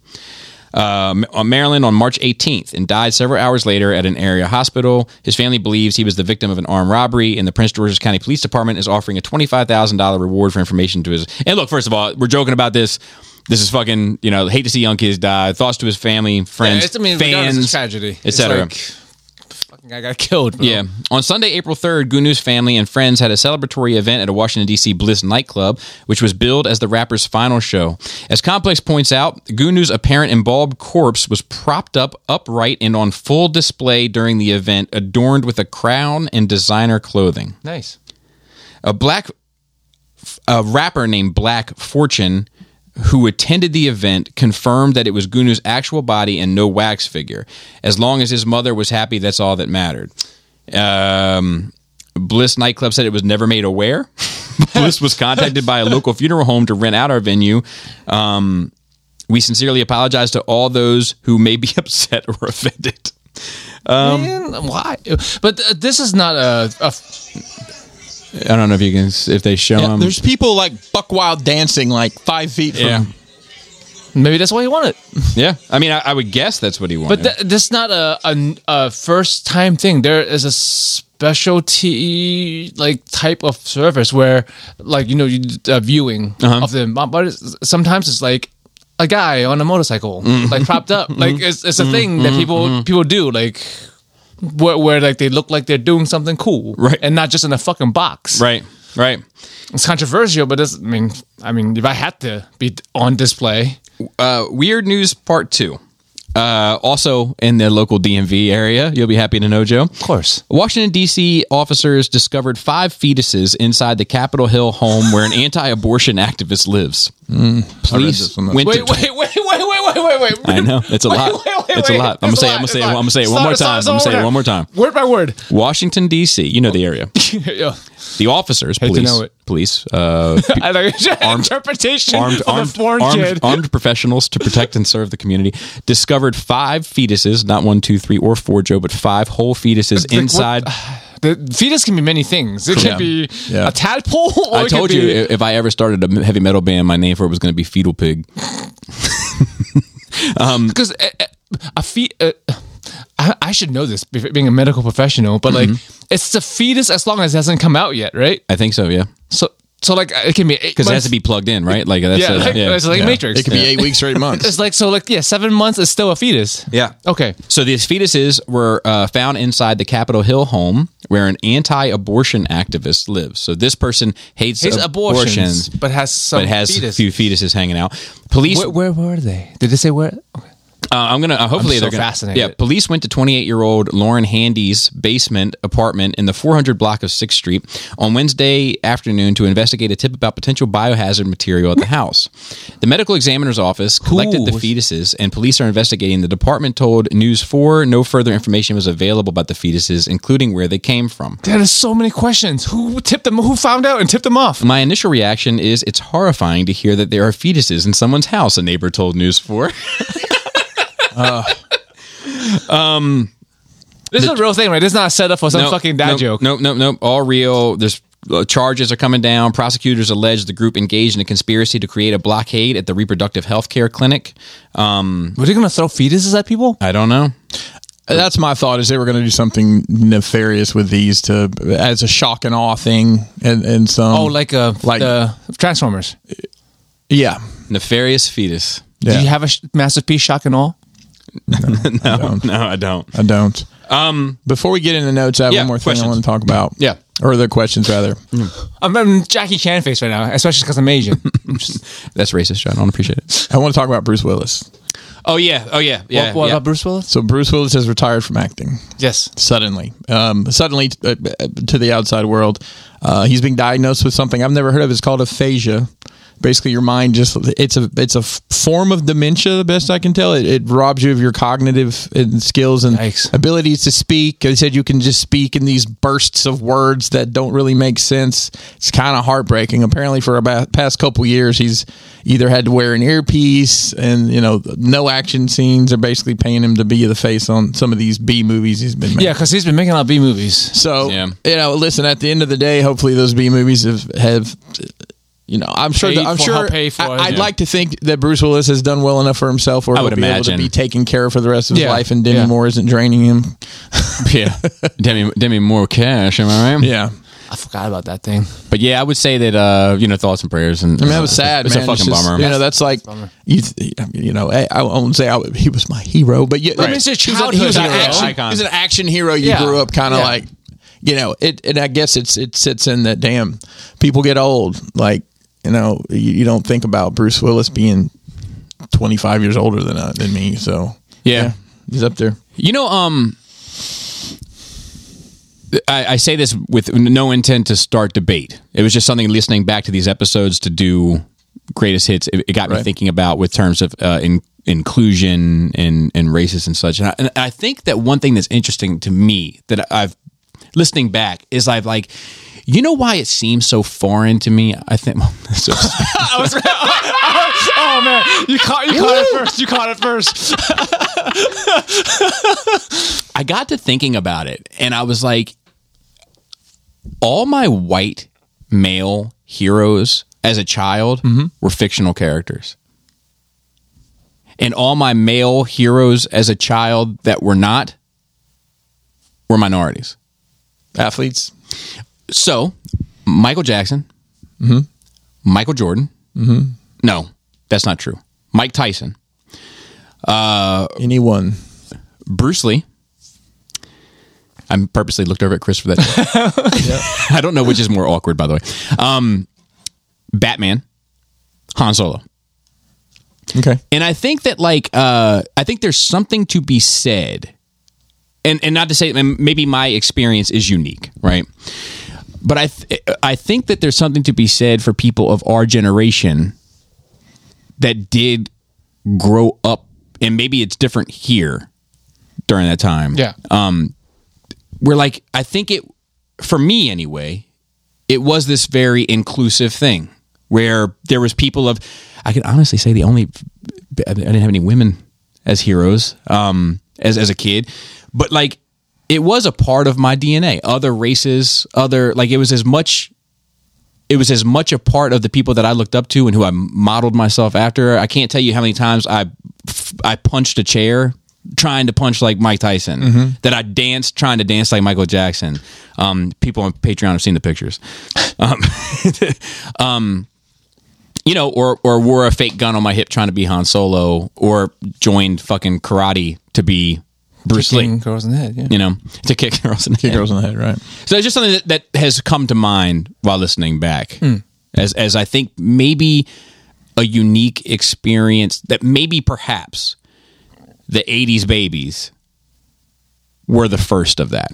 A: uh, on Maryland, on March 18th, and died several hours later at an area hospital. His family believes he was the victim of an armed robbery, and the Prince George's County Police Department is offering a $25,000 reward for information to his. And look, first of all, we're joking about this. This is fucking, you know, hate to see young kids die. Thoughts to his family, friends,
C: it's, I mean, regardless, it's
A: fans,
C: tragedy. It's
A: etc.
C: like, fucking guy got killed. Bro.
A: Yeah. On Sunday, April 3rd, Gunu's family and friends had a celebratory event at a Washington, D.C. Bliss nightclub, which was billed as the rapper's final show. As Complex points out, Gunu's apparent embalmed corpse was propped up upright and on full display during the event, adorned with a crown and designer clothing.
C: Nice.
A: A black a rapper named Black Fortune who attended the event confirmed that it was Gunu's actual body and no wax figure. As long as his mother was happy, that's all that mattered. Um, Bliss nightclub said it was never made aware. Bliss was contacted by a local funeral home to rent out our venue. Um, we sincerely apologize to all those who may be upset or offended. Um,
C: Man, why? But uh, this is not a. a
A: I don't know if you can if they show
B: Yeah,
A: them.
B: there's people like buck wild dancing like five feet from.
A: Yeah.
C: maybe that's why he wanted.
A: Yeah, I mean, I, I would guess that's what he wanted.
C: But th- this is not a, a a first time thing. There is a specialty like type of service where like you know you d- uh, viewing
A: Uh-huh.
C: of them, but it's, sometimes it's like a guy on a motorcycle
A: Mm.
C: like propped up.
A: Mm-hmm.
C: Like it's, it's a thing that people people do like where, where like they look like they're doing something cool,
A: Right.
C: And not just in a fucking box,
A: right, right.
C: It's controversial, but it's, I mean, I mean, if I had to be d- on display,
A: uh, weird news part two. Uh, also in the local DMV area, you'll be happy to know, Joe. Of
C: course.
A: Washington, D.C. officers discovered five fetuses inside the Capitol Hill home where an anti abortion activist lives.
C: Mm,
A: Police
B: this one.
A: went to.
C: Wait, wait, wait, wait, wait, wait, wait, wait.
A: I know. It's a lot. It's a lot. I'm gonna
C: It's
A: say it,
C: a
A: I'm gonna
C: lot.
A: say it,
C: It's a
A: I'm gonna say it
C: lot.
A: one more
C: It's a lot.
A: time.
C: It's
A: I'm gonna say it
C: a lot.
A: one more time.
C: Word by word.
A: Washington, D.C. You know the area.
C: Yeah.
A: The officers, police,
C: know it.
A: police, uh, pe-
C: I like interpretation
A: armed,
C: of
A: armed,
C: a foreign
A: armed,
C: kid.
A: armed professionals to protect and serve the community discovered five fetuses, not one, two, three, or four, Joe, but five whole fetuses
C: what-
A: inside.
C: The fetus can be many things. It
A: Yeah.
C: can be a tadpole. Or
A: I
C: it can
A: told you
C: be-
A: if I ever started a heavy metal band, my name for it was going to be Fetal Pig.
C: because a, eh, a- a fe- uh, I, I should know this be- being a
A: Mm-hmm.
C: medical professional, but like it's the fetus as long as it hasn't come out yet, right?
A: I think so, yeah.
C: So so like it can be
A: because it has to be plugged in, right? Like that's
C: yeah,
A: a-
C: like,
A: yeah.
C: it's like
A: yeah.
C: Matrix.
B: It could be eight weeks or eight months.
C: It's like so like yeah, seven months is still a fetus.
A: Yeah.
C: Okay.
A: So these fetuses were uh, found inside the Capitol Hill home where an anti-abortion activist lives. So this person hates,
C: It's
A: abortions,
C: abortions, but has some
A: but has a
C: fetus.
A: few fetuses hanging out. Police.
C: Where, where were they? Did they say where? Okay.
A: Uh, I'm gonna. Uh, hopefully,
C: I'm so
A: they're gonna,
C: fascinated.
A: Yeah, police went to 28 year old Lauren Handy's basement apartment in the 400 block of Sixth Street on Wednesday afternoon to investigate a tip about potential biohazard material at the house. The medical examiner's office collected the
C: Ooh.
A: fetuses, and police are investigating. The department told News Four no further information was available about the fetuses, including where they came from.
C: There are so many questions. Who tipped them? Who found out and tipped them off?
A: My initial reaction is it's horrifying to hear that there are fetuses in someone's house, a neighbor told News 4.
C: This is a real thing, right? This is not a setup for some fucking dad
A: no,
C: joke.
A: No, no, no. All real. There's uh, charges are coming down. Prosecutors allege the group engaged in a conspiracy to create a blockade at the reproductive health care clinic. Um,
C: Were they gonna throw fetuses at people?
A: I don't know.
B: That's my thought is they were going to do something nefarious with these to as a shock and awe thing and and some
C: Oh, like uh,
B: Like-
C: like the Transformers.
B: yeah
A: Nefarious fetus.
B: yeah
C: Do you have a sh- masterpiece shock and all?
A: No, no, I don't.
B: I don't um before we get into notes I have
A: yeah,
B: one more thing I
A: questions.
B: want to talk about
A: Yeah. Mm-hmm.
B: or the questions rather
C: I'm, I'm Jackie Chan face right now, especially because I'm Asian.
A: That's racist, John. I don't appreciate it.
B: I want to talk about Bruce Willis
A: Oh yeah. Oh yeah. Yeah.
C: what what
A: yeah.
C: about Bruce Willis?
B: so Bruce Willis has retired from acting
C: Yes.
B: suddenly um suddenly uh, to the outside world uh he's been diagnosed with something I've never heard of it's called aphasia basically your mind just it's a it's a f- form of dementia the best I can tell it, it robs you of your cognitive and skills and
C: Yikes.
B: abilities to speak they said you can just speak in these bursts of words that don't really make sense it's kind of heartbreaking apparently for about past couple years he's either had to wear an earpiece and you know no action scenes are basically paying him to be the face on some of these B movies he's been making
C: Yeah, because he's been making a lot of B movies.
B: so
A: Yeah.
B: you know, listen. At the end of the day, hopefully those B movies have, have you know, I'm sure.
C: Paid
B: that- I'm
C: for-
B: sure.
C: help pay for it,
B: I, would
C: yeah.
B: like to think that Bruce Willis has done well enough for himself, or
A: I
B: he'll
A: would
B: be
A: imagine.
B: able to be taken care of for the rest of his
C: Yeah.
B: life, and Demi
C: Yeah.
B: Moore isn't draining him.
A: yeah. Demi Demi Moore Cash. Am I right?
B: Yeah,
C: I forgot about that thing.
A: But yeah, I would say that uh, you know thoughts and prayers. And uh,
B: I mean that was sad.
A: It's
B: man.
A: a fucking
B: just-
A: bummer.
B: You know, that's like you. th- You know, eh, I, I won't say I, he was my hero, but yeah,
A: mean, it's your
B: He was a- he
A: childhood
B: was an
A: hero.
B: action.
A: Icon.
B: he was an action hero. You
C: Yeah.
B: grew up kind of
C: Yeah.
B: like, you know, it. And I guess it's it sits in that. Damn, people get old. Like you know, you, you don't think about Bruce Willis being twenty five years older than uh, than me. So
A: yeah.
B: he's up there.
A: You know, um, I, I say this with no intent to start debate. It was just something listening back to these episodes to do greatest hits. It, it got me
B: Right.
A: thinking about with terms of uh, in, inclusion and and races and such. And I, and I think that one thing that's interesting to me that I've listening back is I've like. You know why it seems so foreign to me? I think well, so,
C: I was, oh man, you caught you caught it first. You caught it first.
A: I got to thinking about it and I was like, all my white male heroes as a child were fictional characters. And all my male heroes as a child that were not were minorities.
B: Athletes.
A: So, Michael Jackson, Michael Jordan. No, that's not true. Mike Tyson, Uh,
B: Anyone.
A: Bruce Lee. I purposely looked over at Chris for that. I don't know which is more awkward, by the way. Um, Batman, Han Solo.
B: Okay.
A: And I think that like uh, I think there's something to be said, and and not to say and maybe my experience is unique, right? But I th- I think that there's something to be said for people of our generation that did grow up, and maybe it's different here during that time.
C: Yeah.
A: Where like I think it for me anyway, it was this very inclusive thing where there was people of I can honestly say the only I didn't have any women as heroes um as as a kid, but like it was a part of my DNA. Other races, other like it was as much it was as much a part of the people that I looked up to and who I modeled myself after. I can't tell you how many times I I punched a chair trying to punch like Mike Tyson, that I danced trying to dance like Michael Jackson. Um, people on Patreon have seen the pictures. Um, um, you know, or or wore a fake gun on my hip trying to be Han Solo, or joined fucking karate to be Bruce
C: Kicking
A: Lee.
C: girls in the head. Yeah.
A: You know, to kick girls in the
B: Kick
A: head.
B: girls in the head, right?
A: So it's just something that, that has come to mind while listening back, as as I think maybe a unique experience that maybe perhaps the '80s babies were the first of that.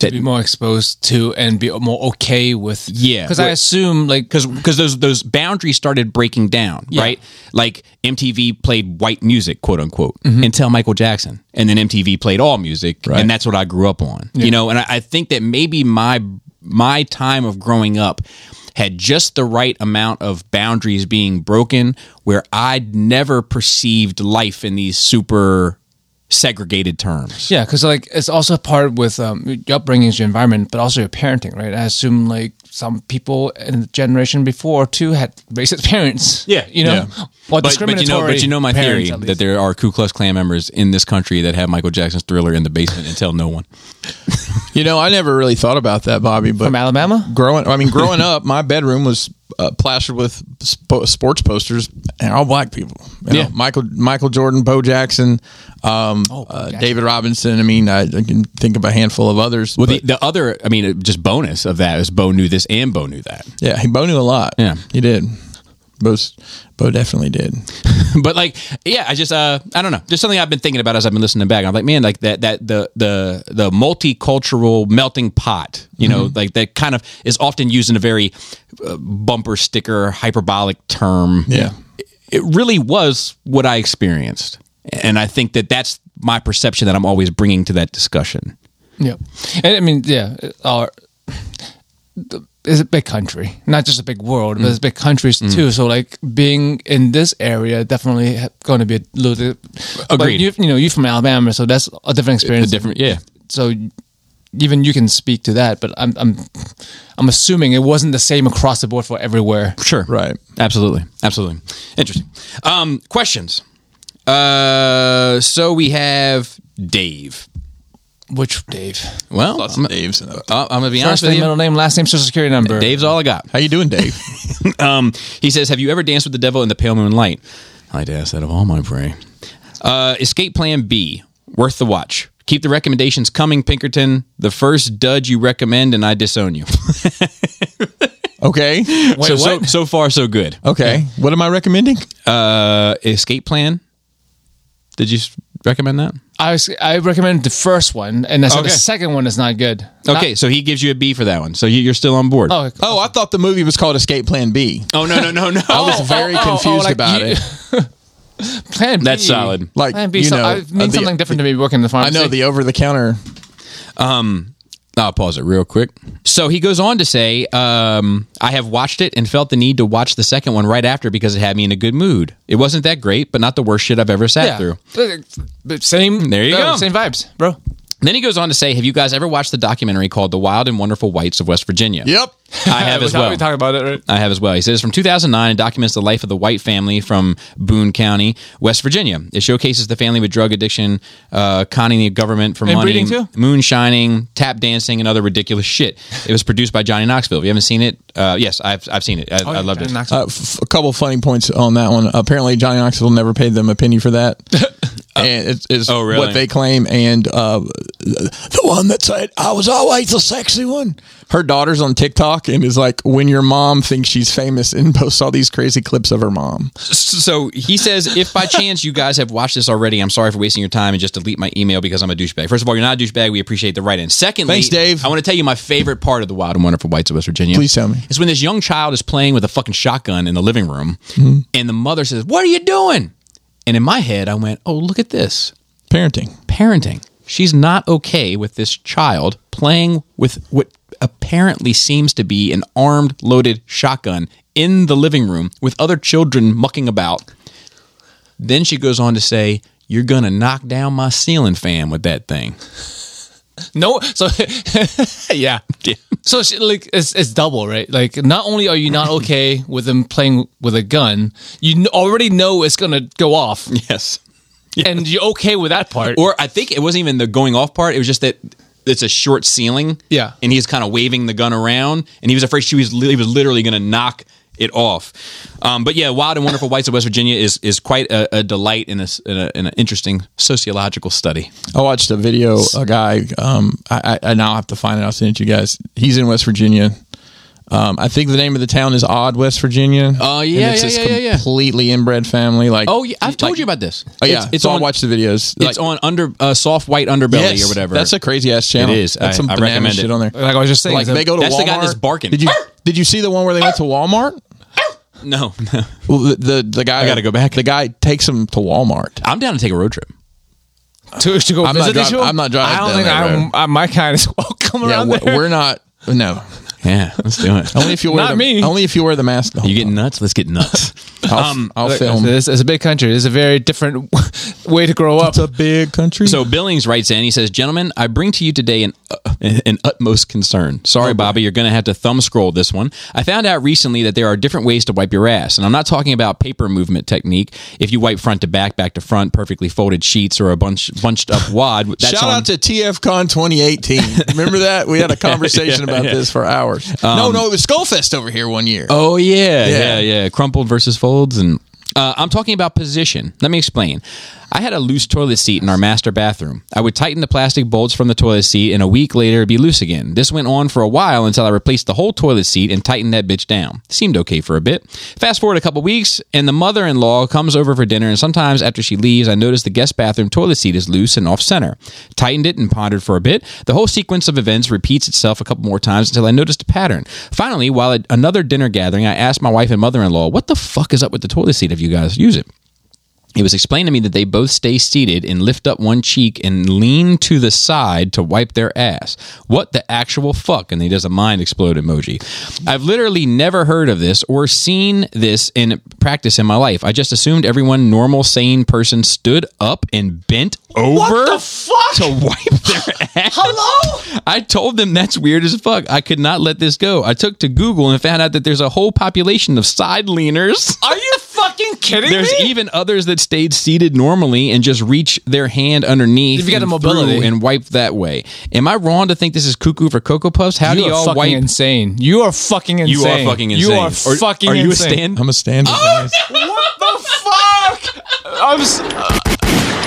C: To be more exposed to and be more okay with.
A: Yeah.
C: Because I
A: Well-
C: assume like
A: because because those those boundaries started breaking down, right? Like MTV played white music, quote unquote,
C: Mm-hmm.
A: until Michael Jackson, and then MTV played all music, and that's what I grew up on, you know. And I, I think that maybe my my time of growing up had just the right amount of boundaries being broken, where I'd never perceived life in these super segregated terms.
C: Yeah, because like it's also part with um, your upbringing, is your environment, but also your parenting, right? I assume like some people in the generation before too had racist parents.
A: Yeah.
C: you know,
A: Yeah.
C: or
A: But, but you know,
C: discriminatory
A: but you know my
C: parents, at
A: theory that
C: least.
A: there are Ku Klux Klan members in this country that have Michael Jackson's Thriller in the basement and tell no one.
B: You know, I never really thought about that, Bobby. But
C: from Alabama.
B: growing, I mean, growing up, my bedroom was uh, plastered with sp- sports posters and all black people. You
A: Yeah.
B: know, Michael Michael Jordan, Bo Jackson, um, uh, David Robinson. I mean, I, I can think of a handful of others.
A: Well,
B: but-
A: the, the other, I mean, just bonus of that is Bo knew this and Bo knew that.
B: yeah, he Bo knew a lot.
A: Yeah.
B: he did. Bo's, Bo definitely did.
A: but like, yeah, I just, uh, I don't know, just something I've been thinking about as I've been listening back. I'm like, man, like that, that the the the multicultural melting pot, you know, like that kind of is often used in a very uh, bumper sticker hyperbolic term.
B: Yeah.
A: it really was what I experienced, and I think that that's my perception that I'm always bringing to that discussion.
C: Yeah, and I mean, yeah, our the- it's a big country, not just a big world,
A: Mm.
C: but it's big countries too. So like being in this area definitely going to be a little. bit- but
A: Agreed.
C: You, you know, you from Alabama, so that's a different
A: A
C: experience.
A: different, yeah.
C: so even you can speak to that but i'm i'm i'm assuming it wasn't the same across the board for everywhere
A: Sure.
B: Right.
A: Absolutely. Absolutely. Interesting. Um, questions. Uh, so we have Dave.
C: which dave
A: Well,
B: Lots
A: I'm,
B: of Daves. in that.
A: uh, I'm gonna be
C: first
A: honest with
C: name
A: you.
C: middle name last name social security number
A: Dave's all I got.
B: How you doing, Dave?
A: Um, he says, "Have you ever danced with the devil in the pale moonlight?" I'd ask that of all my prey. Uh, escape Plan B, worth the watch. Keep the recommendations coming, Pinkerton. The first dud you recommend, and I disown you.
B: okay.
A: so, so
C: what?
A: so far so good.
B: Okay. What am I recommending?
A: Uh, escape Plan. Did you s- recommend that?
C: i was, i recommend the first one and i said the
A: Okay.
C: second one is not good
A: Okay, so he gives you a B for that one. So you- you're still on board.
C: Not-
B: Oh,
C: oh,
B: I thought the movie was called Escape Plan B.
A: Oh, no, no, no, no.
B: I was very
C: oh, oh,
B: confused
C: like
B: about
C: you-
B: it.
C: plan B.
A: That's solid.
B: Like,
C: plan b
B: you
C: so,
B: know,
C: I
B: uh,
C: mean
B: the-
C: something different to me working in the
B: I
C: pharmacy
B: know the over the counter.
A: I'll pause it real quick. So he goes on to say, um, I have watched it and felt the need to watch the second one right after because it had me in a good mood. It wasn't that great, but not the worst shit I've ever sat
C: yeah.
A: through.
C: But- but same
A: There you
C: no,
A: go.
C: same vibes bro
A: Then he goes on to say, Have you guys ever watched the documentary called The Wild and Wonderful Whites of West Virginia?
B: Yep.
A: I have as well.
C: we talk about it right
A: I have as well. He says from 2009 and documents the life of the White family from Boone County, West Virginia. It showcases the family with drug addiction, uh, conning the government for
C: And
A: money,
C: breeding too?
A: moonshining, tap dancing, and other ridiculous shit. It was produced by Johnny Knoxville. If you haven't seen it, uh, yes, I've, I've seen it. I,
C: Oh,
A: I loved it.
B: Uh, f- a couple funny points on that one. Apparently, Johnny Knoxville never paid them a penny for that, and it's, it's
A: Uh, oh, really?
B: what they claim. And uh, the one that said I was always the sexy one. Her daughter's on TikTok and is like, when your mom thinks she's famous, and posts all these crazy clips of her mom.
A: So he says, if by chance you guys have watched this already, I'm sorry for wasting your time and just delete my email because I'm a douchebag. First of all, you're not a douchebag. We appreciate the write-in. Secondly,
B: Thanks, Dave.
A: I want to tell you my favorite part of the Wild and Wonderful Whites of West Virginia.
B: Please tell me.
A: It's when this young child is playing with a fucking shotgun in the living room,
B: Mm-hmm.
A: and the mother says, "What are you doing?" And in my head, I went, "Oh, look at this
B: Parenting.
A: parenting. She's not okay with this child playing with what apparently seems to be an armed, loaded shotgun in the living room with other children mucking about. Then she goes on to say, You're going to knock down my ceiling fan with that thing.
C: No, so yeah. So she, like it's it's double, right? Like not only are you not okay with them playing with a gun, you kn- already know it's gonna go off,
A: Yes.
D: and you're okay with that part.
A: Or I think it wasn't even the going off part. It was just that it's a short ceiling.
D: Yeah.
A: And he's kind of waving the gun around, and he was afraid she was li- he was literally going to knock it off. Um, but yeah, Wild and Wonderful Whites of West Virginia is is quite a, a delight in a, s- in a in an interesting sociological study.
B: I watched a video. A guy. Um, I, I, I now have to find it. I'll send it to you guys. He's in West Virginia. Um, I think the name of the town is Odd, West Virginia.
A: Oh,
B: And
A: yeah,
B: it's
A: yeah,
B: this
A: yeah, yeah, yeah.
B: completely inbred family. Like
A: Oh, yeah, I've told
B: like-
A: you about this.
B: Oh, yeah.
A: it's, it's
B: so
A: on
B: I watch the videos.
A: It's on under uh, soft white underbelly or whatever.
B: That's a crazy ass channel.
A: It is.
B: That's
A: I-
B: some
A: I
B: banana
A: recommend
B: shit
A: it.
B: on there.
C: Like I was just saying,
B: Like
C: it's a-
B: they go to
A: That's
B: Walmart.
A: the guy that's barking.
B: Did you did you see the one where they went to Walmart?
A: no, no.
B: Well, the, the the guy. I
A: gotta go back.
B: The guy takes him to Walmart.
A: I'm down to take a road trip.
C: to, to go
B: I'm not
C: visit these
B: driving-
C: people?
B: I'm not driving
C: I don't
B: down
C: think
B: that
C: I'm, I'm my kind is welcome
B: Yeah,
C: around
B: we're,
C: there.
B: we're not. No,
A: Yeah, let's do it.
B: only if you wear
C: Not
B: the,
C: me.
B: Only if you wear the mask.
A: You get nuts? Let's get um, nuts.
B: I'll, I'll
C: Look,
B: film.
C: It's, it's a big country. It's a very different way to grow up.
B: It's a big country.
A: So Billings writes in. He says, "Gentlemen, I bring to you today an uh, an utmost concern. Sorry, Bobby, you're going to have to thumb scroll this one. I found out recently that there are different ways to wipe your ass, and I'm not talking about paper movement technique. If you wipe front to back, back to front, perfectly folded sheets, or a bunch bunched up wad. That's
B: Shout
A: on-
B: out to TFCon 2018. Remember that? We had a conversation about this for hours. no, no, it was Skullfest over here one year.
A: Um, Oh yeah, yeah, yeah.
B: Yeah.
A: Crumpled versus folds, and uh, I'm talking about position. Let me explain. I had a loose toilet seat in our master bathroom. I would tighten the plastic bolts from the toilet seat, and a week later it'd be loose again. This went on for a while until I replaced the whole toilet seat and tightened that bitch down. Seemed okay for a bit. Fast forward a couple weeks, and the mother-in-law comes over for dinner, and sometimes after she leaves, I notice the guest bathroom toilet seat is loose and off center. Tightened it and pondered for a bit. The whole sequence of events repeats itself a couple more times until I noticed a pattern. Finally, while at another dinner gathering, I asked my wife and mother in law, What the fuck is up with the toilet seat if you guys use it? It was explained to me that they both stay seated and lift up one cheek and lean to the side to wipe their ass. What the actual fuck? And he does a mind explode emoji. I've literally never heard of this or seen this in practice in my life. I just assumed everyone normal, sane person stood up and bent over to wipe their ass. Hello? I told them that's weird as fuck. I could not let this go. I took to Google and found out that there's a whole population of side leaners.
D: Are you fucking kidding
A: There's even others that stayed seated normally and just reach their hand underneath
D: If you got
A: and
D: a mobility.
A: through and wipe that way. Am I wrong to think this is cuckoo for Cocoa Puffs? How do
C: you are
A: y'all
C: fucking
A: wipe?
C: insane. You are fucking insane.
A: You are fucking insane.
C: You are
A: Or-
C: fucking
A: are you
C: insane.
A: a stand?
B: I'm a stand up
A: Oh,
B: guys.
C: What the fuck? I'm s-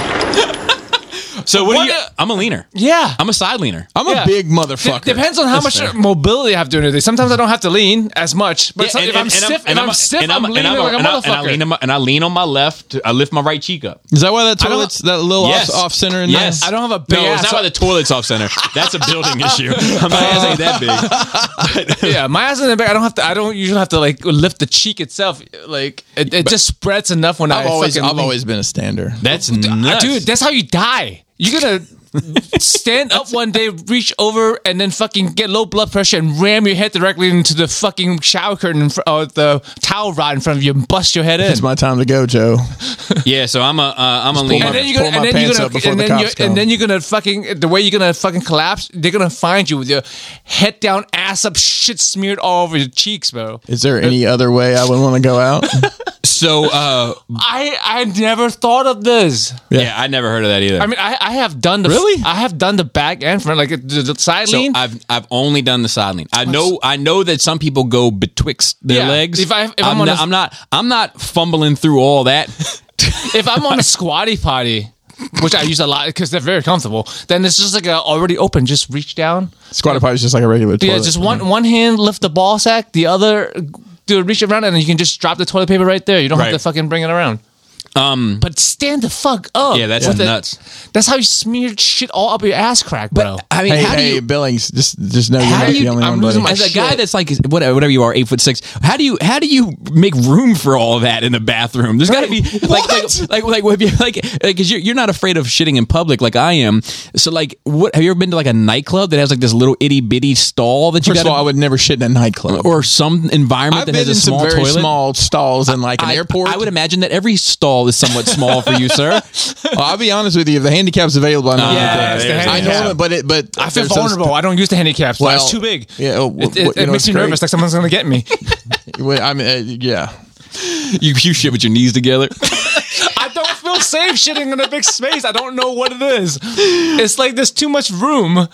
A: So what,
C: What
A: do you?
C: a-
A: I'm a leaner.
C: yeah.
A: I'm a side leaner.
B: I'm a
C: Yeah.
B: big
C: De-
B: motherfucker.
C: depends on how much mobility I have during the day. Sometimes I don't have to lean as much, but
A: Yeah,
C: some- if I'm stiff, if
A: and
C: I'm
A: a-
C: stiff,
A: and
C: I'm
A: a-
C: leaning
A: and
C: like a
A: and I- and I lean
C: motherfucker.
A: on my- And I lean on my left. I lift my right cheek up.
B: Is that why that
A: don't-
B: toilet's that little
A: Yes.
B: off, off center? In
A: Yes.
B: There?
C: I don't have a big
A: No, it's
C: ass.
A: not why the toilet's off center. That's a building issue. My ass ain't that big.
C: yeah, my ass in the back. I don't have to. I don't usually have to like lift the cheek itself. Like it, it just spreads enough when
B: I've
C: I
B: always
C: fucking
B: I've
C: lean.
B: always been a stander.
A: That's nuts.
C: dude. That's how you die. You're gonna stand up one day, reach over, and then fucking get low blood pressure and ram your head directly into the fucking shower curtain in fr- or the towel rod in front of you and bust your head in.
B: It's my time to go, Joe.
A: yeah. So I'm a uh, I'm a
B: my-
A: leaner.
C: and then you're
B: pull
C: gonna,
B: my
C: and then you're
B: pants
C: gonna,
B: up before
C: and
B: the
C: then
B: cops
C: you're, and
B: come.
C: then you're gonna fucking the way you're gonna fucking collapse. They're gonna find you with your head down, ass up, shit smeared all over your cheeks, bro.
B: Is there any other way I would want to go out?
A: So uh,
C: I I never thought of this.
A: yeah. I never heard of that either.
C: I mean, I, I have done the
B: Really?
C: I have done the back and front, like the, the side
A: So
C: lean.
A: I've I've only done the side lean. I know I know that some people go betwixt their
C: Yeah,
A: legs.
C: if I- if
A: I'm,
C: I'm on
A: not,
C: a-
A: I'm not I'm not fumbling through all that.
C: if I'm on a squatty potty, which I use a lot because they're very comfortable, then it's just like a already open. Just reach down.
B: Squatter potty is just like a regular toilet.
C: Yeah, just one one hand lift the ball sack, the other do reach around, and then you can just drop the toilet paper right there. You don't
A: Right.
C: have to fucking bring it around. Um, but stand the fuck up.
A: Yeah, that's
C: with the-
A: nuts.
C: that's how you smeared shit all up your ass crack, bro.
A: I mean,
B: Hey,
A: how do
B: hey,
A: you?
B: Billings, just just know you're
A: How
B: not
A: do you?
B: the only
A: I'm
B: one, buddy.
A: losing my as a guy
C: shit.
A: that's like whatever, whatever you are, eight foot six. How do you? How do you make room for all that in the bathroom? There's got to be like, like, like, like, if you like, because you're, you're not afraid of shitting in public like I am. So, like, what have you ever been to like a nightclub that has like this little itty bitty stall that you
B: First
A: got
B: of all, I would never shit in a nightclub.
A: or some environment
B: I've
A: that
B: been
A: has
B: in
A: a
B: some
A: small
B: very
A: toilet?
B: small stalls in like an
A: I,
B: airport.
A: I would imagine that every stall is somewhat small for you, sir.
B: Well, I'll be honest with you. If the handicap's available, I
A: Yeah,
B: know. what
A: there's
B: it is.
A: the
B: I know,
C: handicap.
B: but it, but
C: I feel
B: there's those-
C: vulnerable. I don't use the handicaps. Well, it's too big.
B: Yeah, oh,
C: It, it,
B: what- you
C: it
B: know, it's
C: makes me nervous.
B: great.
C: Like someone's gonna get me.
B: Well, I mean, uh, yeah.
A: You, you shit with your knees together.
C: I don't feel safe shitting in a big space. I don't know what it is. It's like there's too much room.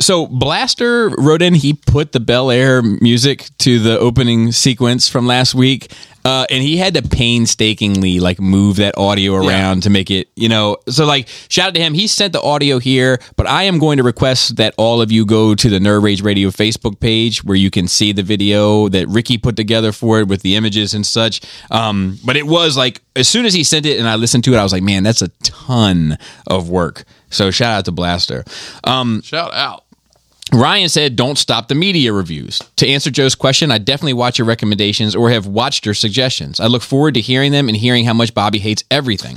A: So Blaster wrote in. He put the Bel Air music to the opening sequence from last week, uh, and he had to painstakingly like move that audio around to make it. You know, so like shout out to him. He sent the audio here, but I am going to request that all of you go to the Nerd Rage Radio Facebook page where you can see the video that Ricky put together for it with the images and such. Um, but it was like as soon as he sent it and I listened to it, I was like, man, that's a ton of work. So shout out to Blaster. Um,
B: Shout out.
A: Ryan said, "Don't stop the media reviews." To answer Joe's question, I definitely watch your recommendations or have watched your suggestions. I look forward to hearing them and hearing how much Bobby hates everything.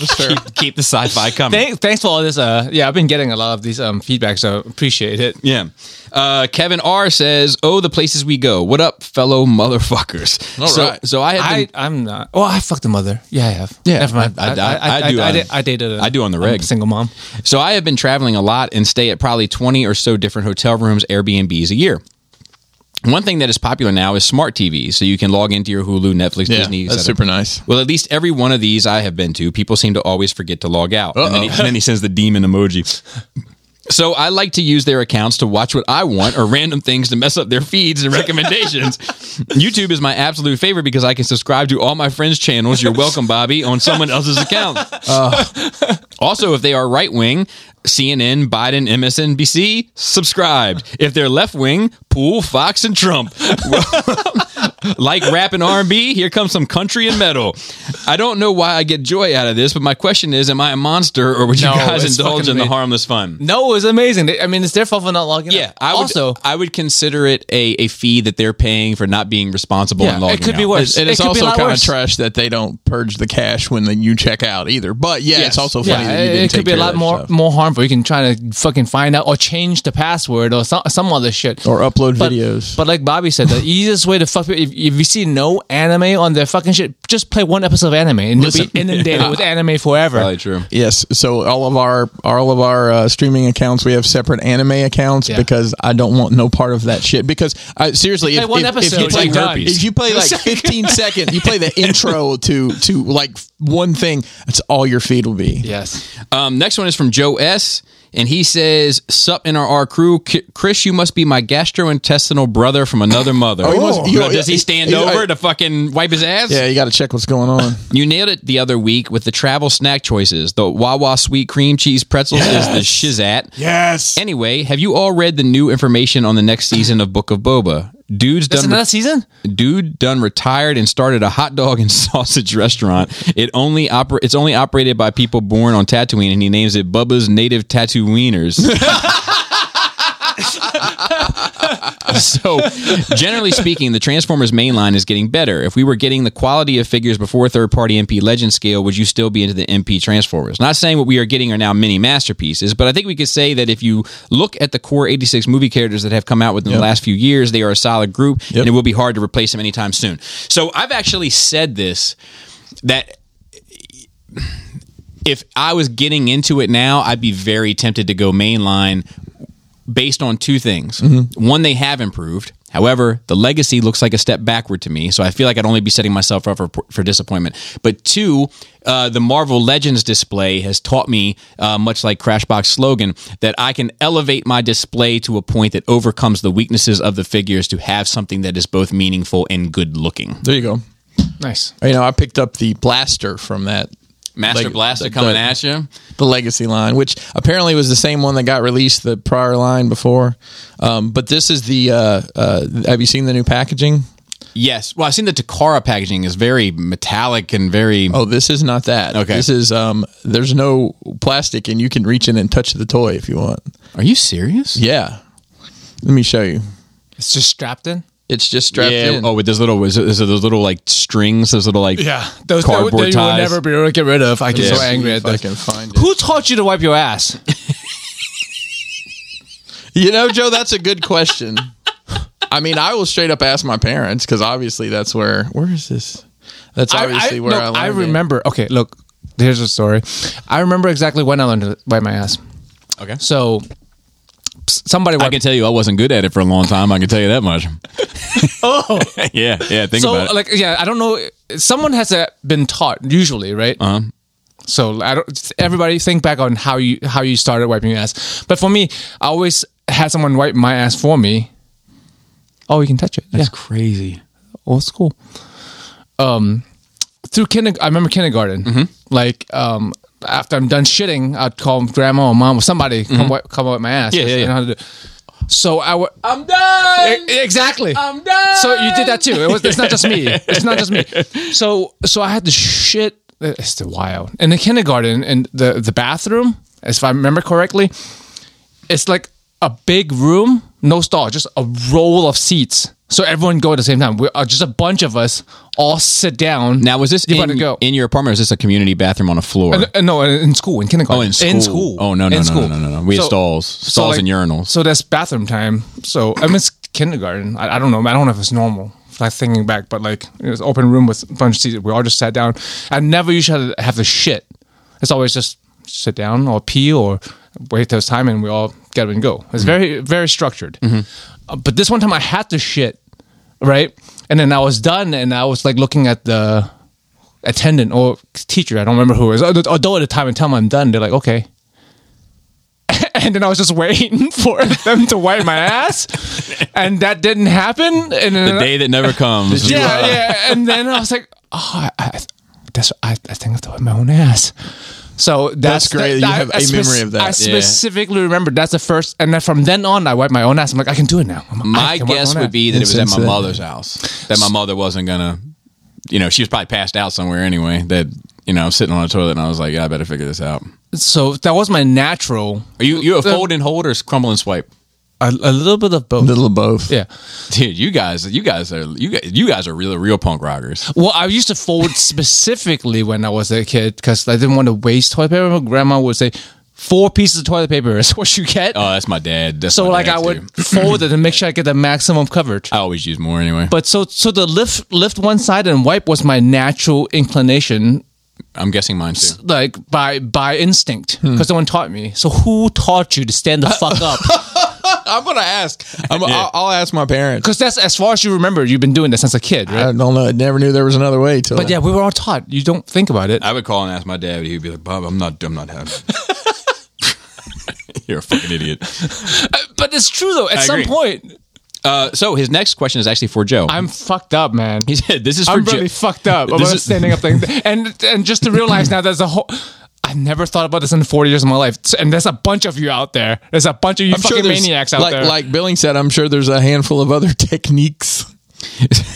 A: keep, keep the sci-fi coming.
C: Thank, thanks for all this. Uh, yeah, I've been getting a lot of these um, feedback, so appreciate it.
A: yeah. Uh, Kevin R says, "Oh, the places we go. What up, fellow motherfuckers?"
B: All
A: so,
B: right.
A: so I have
C: I,
A: been,
C: I'm not. Oh, I fucked a mother. Yeah, I have.
A: Yeah,
C: Never mind.
A: I- I- I- I do
C: I,
A: on-
C: did- I dated. a-
A: I do on the
C: I'm
A: reg.
C: a single mom.
A: so I have been traveling a lot and stay at probably twenty or so different hotel rooms, Airbnbs a year. One thing that is popular now is smart TV, so you can log into your Hulu, Netflix,
B: Yeah,
A: Disney.
B: that's
A: etc.
B: super nice.
A: Well, at least every one of these I have been to, people seem to always forget to log out. And then, he, and then he sends the demon emoji. So I like to use their accounts to watch what I want or random things to mess up their feeds and recommendations. YouTube is my absolute favorite because I can subscribe to all my friends' channels. You're welcome, Bobby, on someone else's account. Also, if they are right wing, CNN, Biden, MSNBC, subscribed. If they're left wing, Pool, Fox, and Trump. like rap and R&B, here comes some country and metal. I don't know why I get joy out of this, but my question is, am I a monster or would you
C: No,
A: guys
C: it's
A: indulge
C: fucking
A: in the
C: amazing.
A: harmless fun?
C: No, it was amazing. They- I mean, it's their fault for not logging.
A: Yeah,
C: out.
A: I would,
C: also
A: I would consider it a, a fee that they're paying for not being responsible
C: Yeah,
A: and
C: it
A: logging
C: could be
A: out.
C: worse.
B: And
C: It
B: it's
C: could be
B: also
C: a lot
B: kind of
C: worse.
B: trash that they don't purge the cash when you check out either. But yeah, it's also funny that you didn't
C: it
B: take
C: could be a
B: care of
C: lot
B: that
C: more
B: stuff.
C: more harmful. You can try to fucking find out or change the password or some some other shit
B: or upload
C: But-
B: videos.
C: But like Bobby said, the easiest way to fuck people, if, if you see no anime on their fucking shit, just play one episode of anime and you'll
B: Listen.
C: be inundated with anime forever.
A: Probably true.
B: Yes, so all of our all of our uh, streaming accounts, we have separate anime accounts
C: Yeah.
B: because I don't want no part of that shit. Because I, seriously,
C: play
B: if,
C: one
B: if- if
C: episode,
B: you play
A: you're done.
B: if you play like fifteen second, you play the intro to to like one thing. That's all your feed will be.
C: Yes.
A: Um, next one is from Joe S. And he says, Sup NRR crew, K- Chris, you must be my gastrointestinal brother from another mother.
C: Oh,
B: he must-
A: You know,
B: Oh, you-
A: does he stand
B: you-
A: over
B: I-
A: to fucking wipe his ass?
B: Yeah, you got to check what's going on.
A: You nailed it the other week with the travel snack choices. The Wawa sweet cream cheese pretzels is the shizat.
B: yes.
A: Anyway, have you all read the new information on the next season of Book of Boba? Dude's
C: That's
A: done.
C: another season?
A: Dude done retired and started a hot dog and sausage restaurant. It only oper- it's only operated by people born on Tatooine, and he names it Bubba's Native Tatooiners. so, generally speaking, the Transformers mainline is getting better. If we were getting the quality of figures before third party MP Legend scale, would you still be into the MP Transformers? Not saying what we are getting are now mini masterpieces, but I think we could say that if you look at the core 86 movie characters that have come out within the last few years, they are a solid group and it will be hard to replace them anytime soon. So, I've actually said this that if I was getting into it now, I'd be very tempted to go mainline based on two things.
B: Mm-hmm.
A: One, they have improved. However, the legacy looks like a step backward to me, so I feel like I'd only be setting myself up for, for disappointment. But two, uh, the Marvel Legends display has taught me, uh, much like Crashbox slogan, that I can elevate my display to a point that overcomes the weaknesses of the figures to have something that is both meaningful and good looking.
B: There you go.
C: Nice.
B: You know, I picked up the blaster from that
A: Master
B: Like,
A: Blaster
B: the-
A: coming
B: the-
A: at you.
B: the legacy line, which apparently was the same one that got released the prior line before. Um, but this is the. Uh, uh, have you seen the new packaging?
A: Yes. Well, I've seen the Takara packaging is very metallic and very.
B: Oh, this is not that.
A: Okay.
B: this is. Um, there's no plastic, and you can reach in and touch the toy if you want.
A: Are you serious?
B: Yeah, let me show you.
C: It's just strapped in?
B: It's just strapped in.
A: Oh, with those little, is it, is it those little like strings? Those little like
C: Those
A: cardboard
C: that, that you will
A: ties.
C: never be able to get rid of. I get
A: Yeah.
C: so angry at
B: if I
C: that.
B: can find it.
C: Who taught you to wipe your ass?
B: You know, Joe, that's a good question. I mean, I will straight up ask my parents because obviously that's where. Where is this? That's obviously where
C: look,
B: I. Learned
C: I
B: it.
C: remember. Okay, look, here's a story. I remember exactly when I learned to wipe my ass.
A: Okay.
C: So somebody.
A: I can tell you, I wasn't good at it for a long time. I can tell you that much.
C: oh,
A: yeah, yeah. Think
C: so
A: about it.
C: like yeah, I don't know. Someone has uh, been taught usually, right?
A: Uh-huh.
C: So I don't. Everybody think back on how you how you started wiping your ass. But for me, I always had someone wipe my ass for me. Oh, you can touch it.
A: That's
C: yeah,
A: crazy.
C: old school. Um, through kinder, I remember kindergarten.
A: Mm-hmm.
C: Like um, after I'm done shitting, I'd call grandma or mom or somebody come wipe, come wipe my ass.
A: Mm-hmm. Yeah, yeah,
C: I
A: yeah.
C: know how to do. So I would.
D: I'm done.
C: E-, Exactly.
D: I'm done.
C: So you did that too. It was, it's not just me. It's not just me. So so I had to shit. It's the wild in the kindergarten and the the bathroom. If I remember correctly, it's like a big room, no stall, just a roll of seats. So everyone go at the same time. We're uh, just a bunch of us all sit down.
A: Now, was this
C: You
A: in,
C: better go.
A: in your apartment? Or is this a community bathroom on a floor?
C: Uh, uh, no, in school, in kindergarten.
A: Oh, in school.
C: In school.
A: Oh, no, no,
C: In
A: no, no,
C: school.
A: no, no, no. We had stalls. Stalls and urinals.
C: So that's bathroom time. So I miss kindergarten. I, I don't know. I don't know if it's normal. Like thinking back, but like it was open room with a bunch of seats. We all just sat down. I never usually had to have the shit. It's always just sit down or pee or wait till it's time and we all get up and go. It's very very structured. Uh, but this one time I had to shit, right? And then I was done and I was like looking at the attendant or teacher, I don't remember who it was, although at the time and tell them I'm done, they're like, okay. And then I was just waiting for them to wipe my ass, and that didn't happen. And then
A: the day uh, that never comes.
C: yeah, yeah. And then I was like, oh, I, I, that's, I, I think I have to wipe my own ass. So that's,
B: That's great that you have a memory of that.
C: I
B: Yeah.
C: specifically remember that's the first, and then from then on, I wiped my own ass. I'm like, I can do it now. I'm- I
A: My
C: can wipe
A: guess
C: own
A: would
C: ass.
A: be that it was at
B: Since
A: my
B: then.
A: mother's house. That my mother wasn't gonna, you know, she was probably passed out somewhere anyway. That you know, I'm sitting on a toilet and I was like, yeah, I better figure this out.
C: so. That was my natural.
A: Are you you a fold and hold or crumble and swipe?
C: A, a little bit of both.
B: Little of both.
C: Yeah.
A: Dude, you guys, you guys are you guys, you guys are real real punk rockers.
C: Well, I used to fold specifically when I was a kid because I didn't want to waste toilet paper. My grandma would say, four pieces of toilet paper is what you get.
A: Oh, that's my dad. That's
C: so,
A: my
C: like,
A: dad,
C: I
A: too.
C: would fold it and make sure I get the maximum coverage.
A: I always use more anyway. But
C: But so, so the lift, lift one side and wipe was my natural inclination,
A: I'm guessing mine too.
C: like by by instinct,
A: Hmm.
C: because someone taught me. So, who taught you to stand the fuck up?
B: I'm gonna ask. I'm, I'll, I'll ask my parents.
C: Because that's as far as you remember. You've been doing that since a kid, right?
A: uh,
B: I don't know. I never knew there was another way to.
C: but yeah, we were all taught. You don't think about it.
A: I would call and ask my dad. He'd be like, "Bob, I'm not. I'm not having." it." You're a fucking idiot.
C: But it's true though. At
A: I
C: some
A: agree.
C: point,
A: Uh, so his next question is actually for Joe.
C: I'm fucked up, man.
A: he said, "This is for
C: I'm
A: Joe."
C: really fucked up about
A: This is-
C: standing up thing. And and just to realize now there's a whole I never thought about this in 40 years of my life. And there's a bunch of you out there. There's a bunch of you fucking
B: there's-
C: maniacs out
B: like,
C: there.
B: Like Billing said, I'm sure there's a handful of other techniques.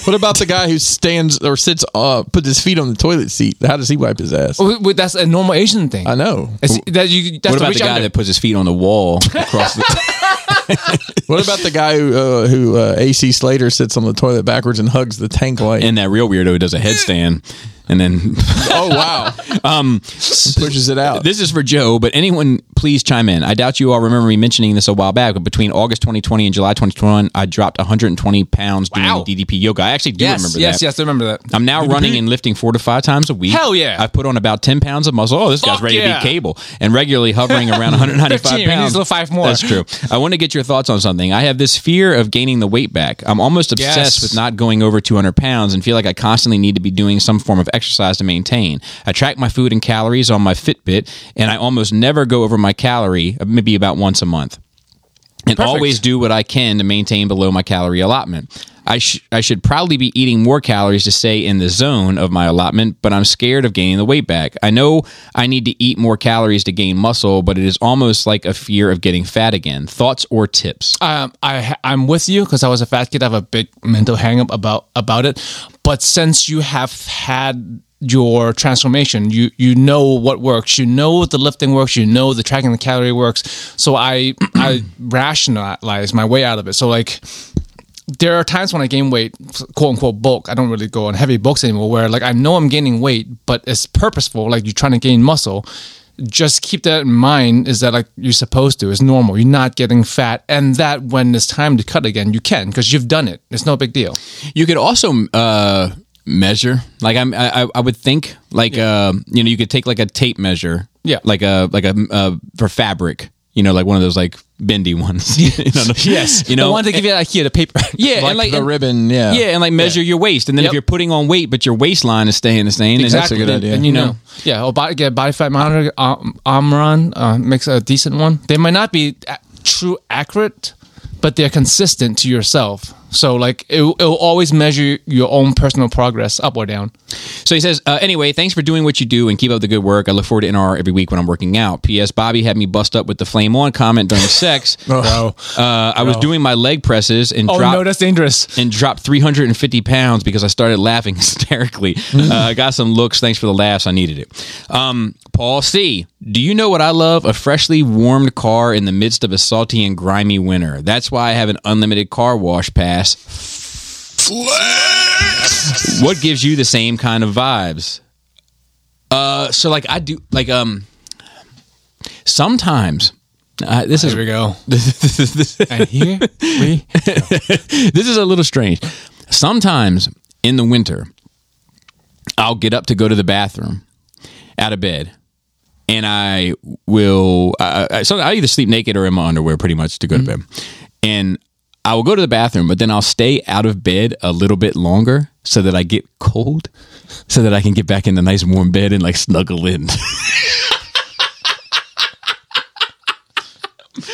B: what about the guy who stands or sits up, puts his feet on the toilet seat? How does he wipe his ass?
C: W- w- that's a normal Asian thing.
B: I know.
C: It's- that you, that's
A: what about the
C: reach
A: guy
C: under.
A: that puts his feet on the wall across the?
B: What about the guy who uh, who uh, AC Slater sits on the toilet backwards and hugs the tank light?
A: and that real weirdo who does a headstand, and then
B: oh wow!
A: um,
B: Pushes it out.
A: This is for Joe, but anyone, please chime in. I doubt you all remember me mentioning this a while back, but between August 2020 and July 2021, I dropped 120 pounds doing
C: Wow.
A: DDP yoga. I actually do
C: yes,
A: remember
C: yes,
A: that.
C: yes, I remember that.
A: I'm now running and lifting four to five times a week.
C: Hell yeah.
A: I put on about 10 pounds of muscle. Oh, this guy's
C: Fuck
A: ready
C: yeah.
A: to be cable and regularly hovering around 195
C: 15, he needs
A: pounds.
C: a little five more.
A: That's true. I want to get your thoughts on something. I have this fear of gaining the weight back. I'm almost obsessed
C: Yes.
A: with not going over 200 pounds and feel like I constantly need to be doing some form of exercise to maintain. I track my food and calories on my Fitbit, and I almost never go over my calorie, uh, maybe about once a month and
C: Perfect.
A: always do what I can to maintain below my calorie allotment. I, sh- I should probably be eating more calories to stay in the zone of my allotment, but I'm scared of gaining the weight back. I know I need to eat more calories to gain muscle, but it is almost like a fear of getting fat again. Thoughts or tips?
C: Um, I I'm with you because I was a fat kid. I have a big mental hang up about about it. But since you have had your transformation, you you know what works. You know the lifting works. You know the tracking the calorie works. So I I rationalize my way out of it. So like there are times when I gain weight, quote unquote bulk. I don't really go on heavy bulks anymore. Where like I know I'm gaining weight, but it's purposeful. Like you're trying to gain muscle. Just keep that in mind. Is that like you're supposed to? It's normal. You're not getting fat, and that when it's time to cut again, you can because you've done it. It's no big deal.
A: You could also uh, measure. Like I'm, I, I- I would think, like uh, you know, you could take like a tape measure,
C: Yeah.
A: like a like a uh, for fabric. you know, like one of those like bendy ones. You know,
D: Yes.
A: you know,
D: I wanted to give you that here, the paper.
A: yeah,
B: Like
A: and like
B: the
A: and-
B: ribbon, yeah.
A: yeah, and like measure your waist, and then if
D: Yep.
A: you're putting on weight, but your waistline is staying the same, then
B: Exactly. That's a good
A: then-
B: idea.
A: then you know,
C: yeah. Or body, get a body fat monitor. Um, Omron uh, makes a decent one. They might not be a- true accurate, but they're consistent to yourself. So like it, it'll always measure your own personal progress up or down.
A: So he says, uh, anyway, thanks for doing what you do and keep up the good work. I look forward to NR every week when I'm working out. P.S. Bobby had me bust up with the flame on comment during sex.
B: Oh.
A: Uh, I was doing my leg presses and
C: Oh
A: dropped
C: no, that's dangerous.
A: and dropped 350 pounds because I started laughing hysterically. Uh, I got some looks. Thanks for the laughs. I needed it. Um, Paul C. Do you know what I love? A freshly warmed car in the midst of a salty and grimy winter. That's why I have an unlimited car wash pass. what gives you the same kind of vibes? Uh, so like I do like um sometimes uh, this is
C: Here we go. and here we
A: this is a little strange. Sometimes in the winter, I'll get up to go to the bathroom out of bed. And I will, I, I, so I either sleep naked or in my underwear pretty much to go to bed. And I will go to the bathroom, but then I'll stay out of bed a little bit longer so that I get cold, so that I can get back in the nice warm bed and like snuggle in.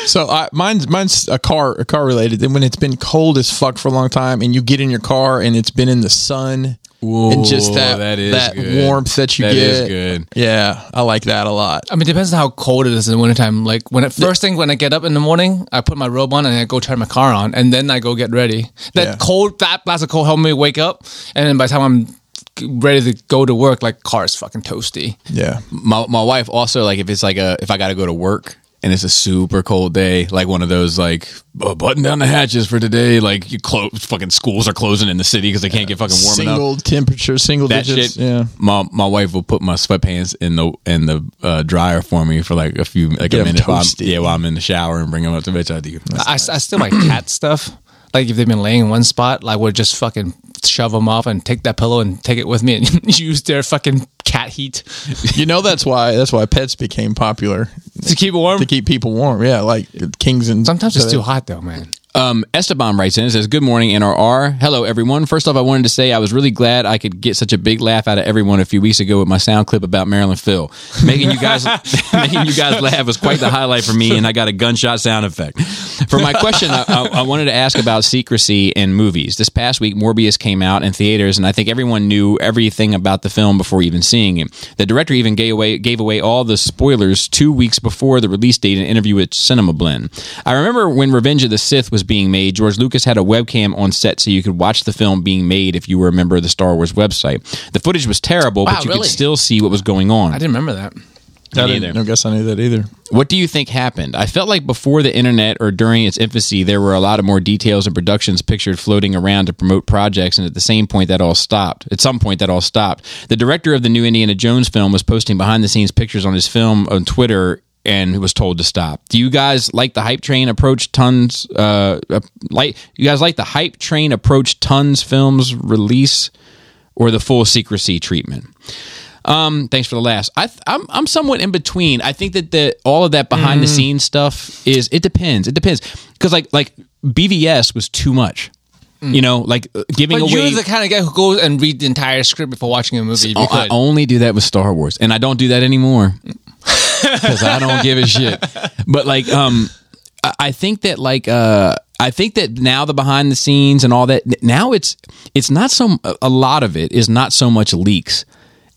B: So I, mine's mine's a car a car related. Then when it's been cold as fuck for a long time, and you get in your car and it's been in the sun, and just that
A: that is
B: that
A: good.
B: warmth that you
A: That
B: get.
A: is good.
B: Yeah, I like that a lot.
C: I mean, it depends on how cold it is in the wintertime. Like when it first thing when I get up in the morning, I put my robe on and I go turn my car on, and then I go get ready. That
B: Yeah.
C: cold, that blast of cold helped me wake up, and then by the time I'm ready to go to work, like car is fucking toasty.
B: Yeah,
A: my my wife also like if it's like a if I got to go to work and it's a super cold day, like one of those like uh, button down the hatches for today, like you close fucking schools are closing in the city because they can't get fucking warm enough.
B: single temperature, single
A: That
B: digits.
A: shit,
B: Yeah,
A: My my wife will put my sweatpants in the in the uh, dryer for me for like a few like a
B: Get 'em
A: minute. While I'm,
B: toasty.
A: yeah, while I'm in the shower and bring them up to bed. I do.
C: I, I still like cat stuff. Like if they've been laying in one spot, like we'll just fucking shove them off and take that pillow and take it with me and use their fucking cat heat
B: you know that's why that's why pets became popular
C: to keep warm.
B: to keep people warm. Yeah, like kings and
C: Sometimes it's too hot though, man.
A: Um, Esteban writes in and says, Good morning, NRR. Hello, everyone. First off, I wanted to say I was really glad I could get such a big laugh out of everyone a few weeks ago with my sound clip about Marilyn Phil. Making you guys making you guys laugh was quite the highlight for me, and I got a gunshot sound effect. For my question, I, I, I wanted to ask about secrecy in movies. This past week, Morbius came out in theaters, and I think everyone knew everything about the film before even seeing it. The director even gave away gave away all the spoilers two weeks before the release date in an interview with Cinema Blend. I remember when Revenge of the Sith was being made, George Lucas had a webcam on set so you could watch the film being made if you were a member of the Star Wars website. The footage was terrible,
C: Wow,
A: but you
C: really?
A: could still see what was going on.
C: I didn't remember that.
A: Me
B: I
A: neither.
B: don't guess I knew that either.
A: What do you think happened? I felt like before the internet or during its infancy, there were a lot of more details and productions pictured floating around to promote projects, and at the same point, that all stopped. At some point, that all stopped. The director of the new Indiana Jones film was posting behind the scenes pictures on his film on Twitter and was told to stop. Do you guys like the hype train approach tons? Uh, uh, like you guys like the hype train approach tons films release or the full secrecy treatment? Um, thanks for the last. I th- I'm I'm somewhat in between. I think that the all of that behind the scenes stuff is it depends. It depends because like like BVS was too much. You know, like uh, giving
C: But
A: away.
C: you're the kind of guy who goes and read the entire script before watching a movie. if you
A: Oh, I
C: could.
A: only do that with Star Wars, and I don't do that anymore because I don't give a shit. But like, um, I- I think that like, uh, I think that now the behind the scenes and all that. n- Now it's it's not so a lot of it is not so much leaks.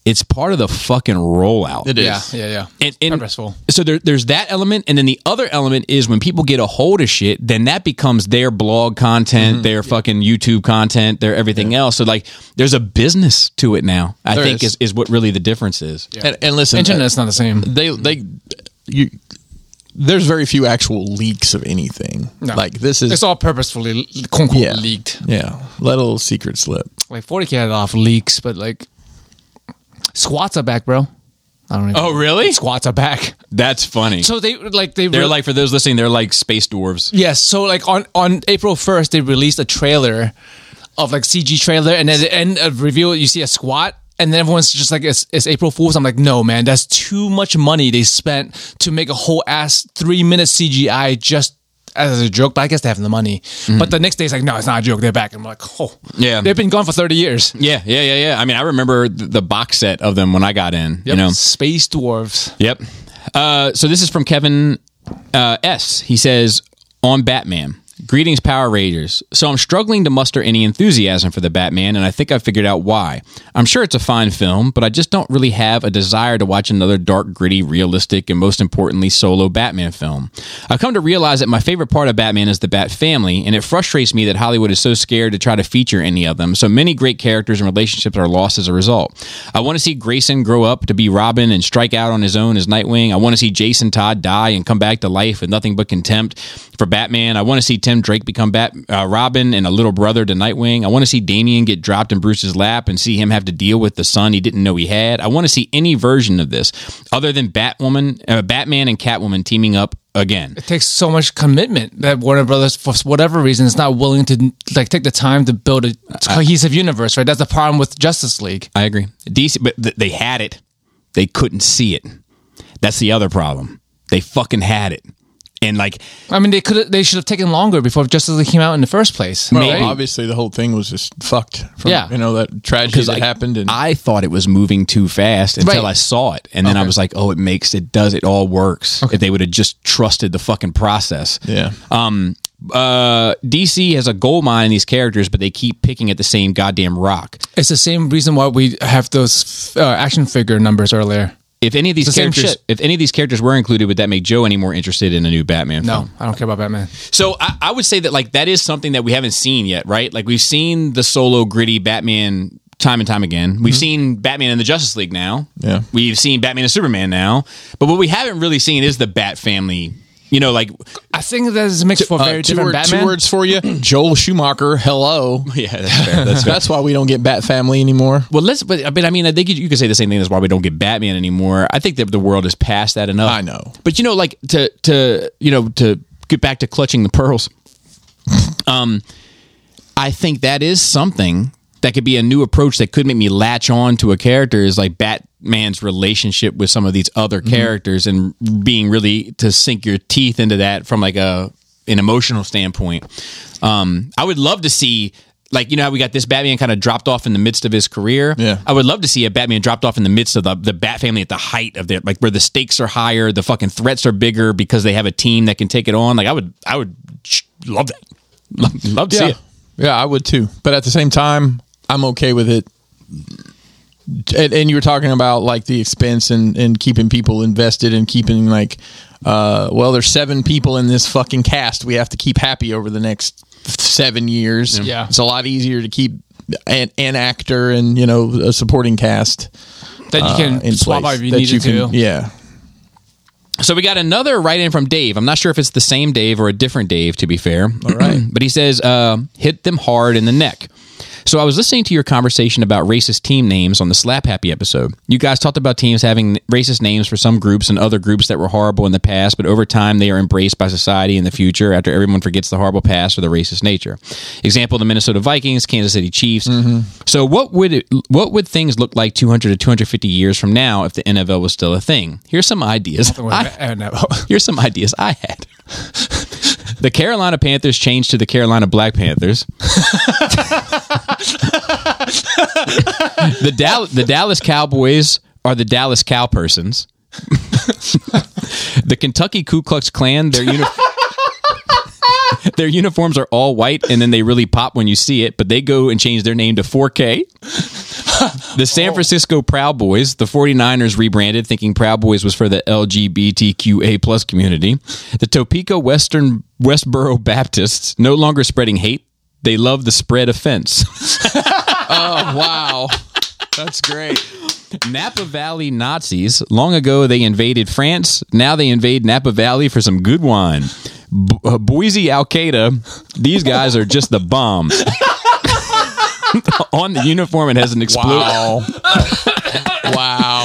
A: It's part of the fucking rollout. It
C: yeah, yeah, yeah.
A: and, and
C: Purposeful.
A: So there, there's that element, and then the other element is when people get a hold of shit, then that becomes their blog content, their fucking YouTube content, their everything else. So like, there's a business to it now. I
B: There
A: think
B: is.
A: is. is what really the difference is.
B: And, and listen, uh,
C: Internet's not the same.
B: they they you there's very few actual leaks of anything.
C: No.
B: Like this is
C: It's all purposefully quote, unquote,
B: yeah,
C: leaked.
B: Yeah, let a little secret slip.
C: Like 40k had off leaks, but like squats are back, bro. I don't know.
A: Oh, really?
C: Squats are back.
A: That's funny.
C: So they like they
A: they're
C: re-
A: like for those listening, they're like space dwarves.
C: yes. So like on on April 1st they released a trailer of like CG trailer, and at the end of reveal you see a squat. and then everyone's just like, it's, it's April Fool's. I'm like, no, man, that's too much money they spent to make a whole ass three minute CGI just as a joke. But I guess they have the money. But the next day, it's like, no, it's not a joke. They're back. And I'm like, oh,
A: Mm-hmm. Yeah.
C: They've been gone for 30 years.
A: Yeah, yeah, yeah, yeah. I mean, I remember th- the box set of them when I got in. You
C: Yep.
A: know,
C: Space dwarves.
A: Yep. Uh, so this is from Kevin uh, S. He says on Batman. Greetings, Power Rangers. So I'm struggling to muster any enthusiasm for the Batman, and I think I've figured out why. I'm sure it's a fine film, but I just don't really have a desire to watch another dark, gritty, realistic, and most importantly, solo Batman film. I've come to realize that my favorite part of Batman is the Bat family, and it frustrates me that Hollywood is so scared to try to feature any of them. So many great characters and relationships are lost as a result. I want to see Grayson grow up to be Robin and strike out on his own as Nightwing. I want to see Jason Todd die and come back to life with nothing but contempt for Batman. I want to see Tim Drake become Bat uh, Robin and a little brother to Nightwing. I want to see Damian get dropped in Bruce's lap and see him have to deal with the son he didn't know he had. I want to see any version of this other than Batwoman, uh, Batman and Catwoman teaming up again.
C: takes so much commitment that Warner Brothers, for whatever reason, is not willing to like take the time to build a cohesive universe. Right? That's the problem with Justice League.
A: I agree. DC, but th- they had it. They couldn't see it. That's the other problem. They fucking had it. And like,
C: I mean, they could they should have taken longer before Justice League came out in the first place.
B: Well,
A: Maybe.
B: obviously the whole thing was just fucked. From,
C: Yeah.
B: you know that tragedy that
A: like,
B: happened, and
A: I thought it was moving too fast until
C: Right.
A: I saw it, and then I was like, "Oh, it makes it does it all works." If they would have just trusted the fucking process,
B: yeah,
A: um uh DC has a gold mine in these characters, but they keep picking at the same goddamn rock.
C: It's the same reason why we have those uh, action figure numbers earlier.
A: If any of these
C: It's the same
A: characters,
C: shit.
A: if any of these characters were included, would that make Joe any more interested in a new Batman? film?
C: No, I don't care about Batman.
A: So I, I would say that like that is something that we haven't seen yet, right? Like we've seen the solo gritty Batman time and time again. We've seen Batman in the Justice League now.
B: Yeah.
A: We've seen Batman and Superman now. But what we haven't really seen is the Bat family. You know, like
C: I think that is mixed for
B: Uh,
C: very
B: two,
C: different
B: word- two
C: Batman.
B: words for you: Joel Schumacher. Hello.
A: yeah, that's fair. That's fair.
B: That's why we don't get Bat Family anymore.
A: Well, let's. But, but I mean, I think you, you could say the same thing. That's why we don't get Batman anymore. I think that the world is past that enough.
B: I know.
A: But you know, like to to you know to get back to clutching the pearls. um, I think that is something that could be a new approach that could make me latch on to a character is like Batman's relationship with some of these other
B: Mm-hmm.
A: characters and being really to sink your teeth into that from like a an emotional standpoint. Um, I would love to see. Like you know how we got this Batman kind of dropped off in the midst of his career.
B: Yeah.
A: I would love to see a Batman dropped off in the midst of the, the Bat family at the height of their like where the stakes are higher, the fucking threats are bigger because they have a team that can take it on. Like I would, I would sh- love that. Love, love to see it.
B: Yeah, I would too. But at the same time, I'm okay with it. And, and you were talking about like the expense and, and keeping people invested and keeping like, uh, well, there's seven people in this fucking cast. We have to keep happy over the next seven years.
C: Yeah.
B: it's a lot easier to keep an, an actor and you know a supporting cast
C: that you
B: uh,
C: can
B: in
C: swap out
B: place
C: if you
B: that
C: needed
B: can-
C: to.
B: Yeah,
A: So we got another write in from Dave. I'm not sure if it's the same Dave or a different Dave, to be fair. All right. but he says, uh, hit them hard in the neck. So I was listening to your conversation about racist team names on the Slap Happy episode. You guys talked about teams having racist names for some groups and other groups that were horrible in the past, but over time they are embraced by society in the future after everyone forgets the horrible past or the racist nature. Example: the Minnesota Vikings, Kansas City Chiefs. So what would it, what would things look like 200 to 250 years from now if the NFL was still a thing? Here's some ideas. I-
C: I, I,
A: Here's some ideas I had. The Carolina Panthers changed to the Carolina Black Panthers. the, Dal- the Dallas Cowboys are the Dallas Cowpersons. the Kentucky Ku Klux Klan, their uni- Their uniforms are all white, and then they really pop when you see it. But they go and change their name to 4K. The San Francisco Proud Boys, the 49ers rebranded, thinking Proud Boys was for the LGBTQA plus community. The Topeka Western Westboro Baptists, no longer spreading hate. They love the spread Oh, offense.
B: wow, that's great.
A: Napa Valley Nazis, long ago they invaded France. Now they invade Napa Valley for some good wine. Bo- uh, Boise Al Qaeda, these guys are just the bomb. On the uniform, it has an explosion.
B: Wow, Wow.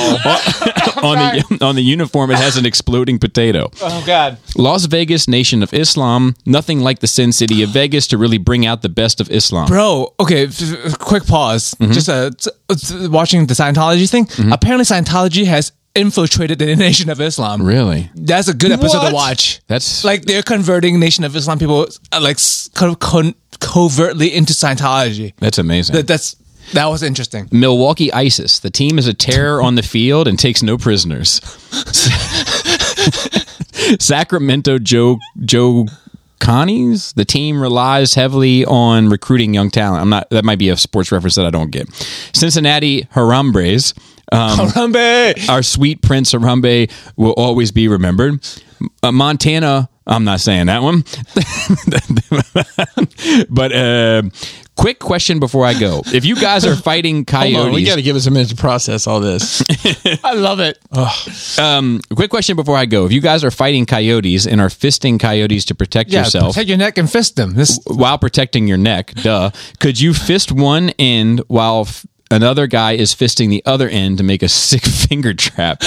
A: on the on the uniform, it has an exploding potato.
D: Oh God.
A: Las Vegas, Nation of Islam, nothing like the Sin City of Vegas to really bring out the best of Islam.
C: Bro, okay, f- f- quick pause.
A: Mm-hmm.
C: Just uh, t- t- watching the Scientology thing. Apparently, Scientology has infiltrated the Nation of Islam.
A: Really?
C: That's a good episode
B: What?
C: to watch.
A: That's-
C: like they're converting Nation of Islam people uh, like s- co- con- covertly into Scientology.
A: That's amazing.
C: That, that's that was
A: Mm.
C: interesting.
A: Milwaukee ISIS. The team is a terror on the field and takes no prisoners. Sacramento Joe Joe Connies. The team relies heavily on recruiting young talent. I'm not. That might be a sports reference that I don't get. Cincinnati Harambres. Um,
C: Harambe.
A: our sweet Prince Harambe will always be remembered. Uh, Montana, I'm not saying that one. but uh, quick question before I go: If you guys are fighting coyotes,
B: Hold on, we got to give us a minute to process all this.
C: I love it.
A: Um, quick question before I go. If you guys are fighting coyotes and are fisting coyotes to protect
C: yeah,
A: yourself
C: take your neck and fist them. This
A: while protecting your neck, duh, could you fist one end while f- another guy is fisting the other end to make a sick finger trap?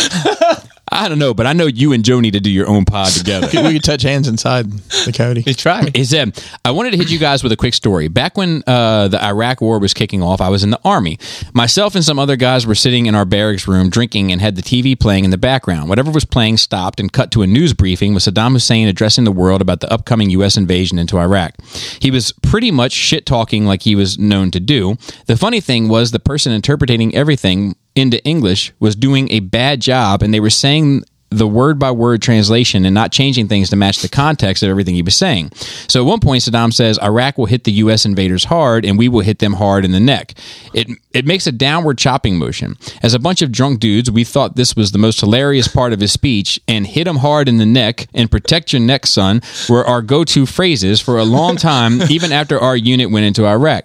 A: I don't know, but I know you and Joe need to do your own pod together.
B: we could touch hands inside the coyote.
C: try.
A: is um, I wanted to hit you guys with a quick story. Back when uh, the Iraq War was kicking off, I was in the army. Myself and some other guys were sitting in our barracks room drinking and had the TV playing in the background. Whatever was playing stopped and cut to a news briefing with Saddam Hussein addressing the world about the upcoming U.S. invasion into Iraq. He was pretty much shit talking like he was known to do. The funny thing was, the person interpreting everything into English was doing a bad job, and they were saying the word by word translation and not changing things to match the context of everything he was saying. So at one point, Saddam says Iraq will hit the U.S. invaders hard, and we will hit them hard in the neck. It it makes a downward chopping motion. As a bunch of drunk dudes, we thought this was the most hilarious part of his speech, and hit them hard in the neck and protect your neck, son, were our go to phrases for a long time, even after our unit went into Iraq.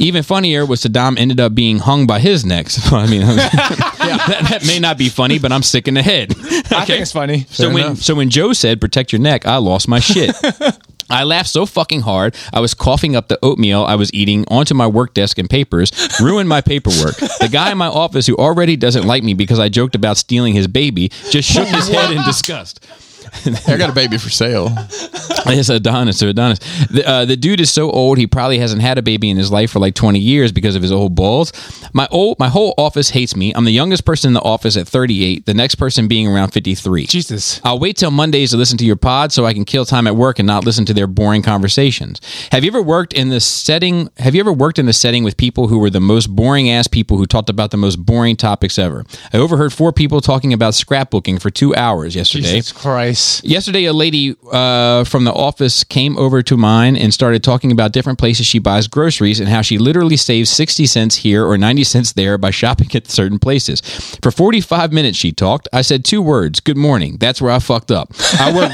A: Even funnier was Saddam ended up being hung by his neck. So, I mean, that, that may not be funny, but I'm sick in the head.
C: I think it's funny.
A: So when so when Joe said protect your neck, I lost my shit. I laughed so fucking hard, I was coughing up the oatmeal I was eating onto my work desk and papers, ruined my paperwork. The guy in my office who already doesn't like me because I joked about stealing his baby just shook his head in disgust.
B: I got a baby for sale.
A: It's Adonis or Adonis. The, uh, the dude is so old; he probably hasn't had a baby in his life for like twenty years because of his old balls. My old, my whole office hates me. I'm the youngest person in the office at 38. The next person being around 53.
C: Jesus.
A: I'll Uh, wait till Mondays to listen to your pod so I can kill time at work and not listen to their boring conversations. Have you ever worked in the setting? Have you ever worked in the setting with people who were the most boring ass people who talked about the most boring topics ever? I overheard four people talking about scrapbooking for two hours yesterday.
C: Jesus Christ.
A: Yesterday, a lady uh, from the office came over to mine and started talking about different places she buys groceries and how she literally saves 60 cents here or 90 cents there by shopping at certain places. For 45 minutes, she talked. I said two words Good morning. That's where I fucked up. I work,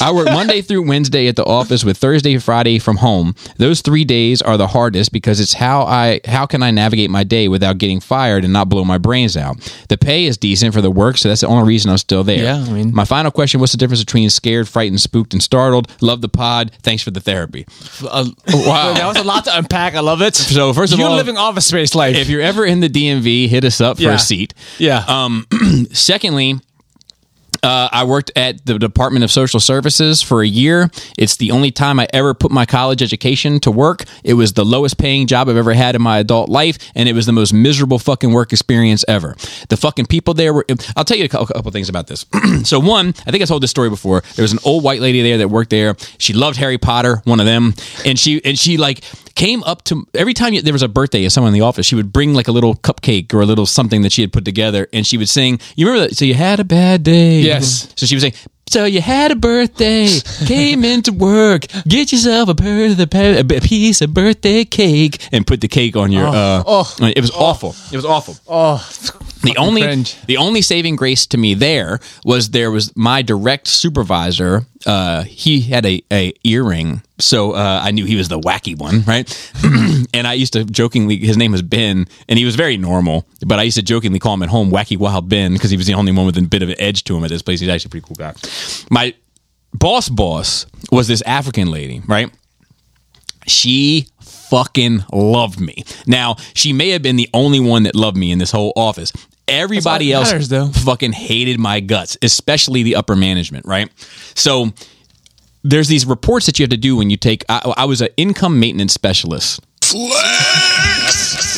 A: I work Monday through Wednesday at the office with Thursday, Friday from home. Those three days are the hardest because it's how I how can I navigate my day without getting fired and not blow my brains out. The pay is decent for the work, so that's the only reason I'm still there.
C: Yeah, I mean-
A: My final question: What's the difference between scared, frightened, spooked, and startled? Love the pod. Thanks for the therapy.
C: wow. That was a lot to unpack. I love it.
A: Uh, So first of
C: You're
A: all,
C: living office space life.
A: if you're ever in the DMV, hit us up for
C: Yeah.
A: a seat.
C: yeah.
A: Um, secondly. Uh, I worked at the Department of Social Services for a year. It's the only time I ever put my college education to work. It was the lowest paying job I've ever had in my adult life, and it was the most miserable fucking work experience ever. The fucking people there were. I'll tell you a cou- couple things about this. so, one, I think I told this story before. There was an old white lady there that worked there. She loved Harry Potter, one of them, and she and she like came up to every time there was a birthday of someone in the office. She would bring like a little cupcake or a little something that she had put together, and she would sing. You remember that? So you had a bad day.
C: Yes.
A: So she was saying, "So you had a birthday, came into work, get yourself a, birth- a pe- a piece of birthday cake, and put the cake on your." uh, it was awful. It was awful.
C: Oh,
A: The only
C: cringe.
A: the only saving grace to me there was there was my direct supervisor. Uh, he had a, a earring, so uh, I knew he was the wacky one, right? and I used to jokingly his name was Ben, and he was very normal, but I used to jokingly call him at home Wacky Wild Ben because he was the only one with a bit of an edge to him at this place. He's actually a pretty cool guy. My boss boss was this African lady, right? she fucking loved me. Now, she may have been the only one that loved me in this whole office. Everybody
C: all
A: else
C: that matters, though.
A: fucking hated my guts, especially the upper management, right? So there's these reports that you have to do when you take. I, I was an income maintenance specialist.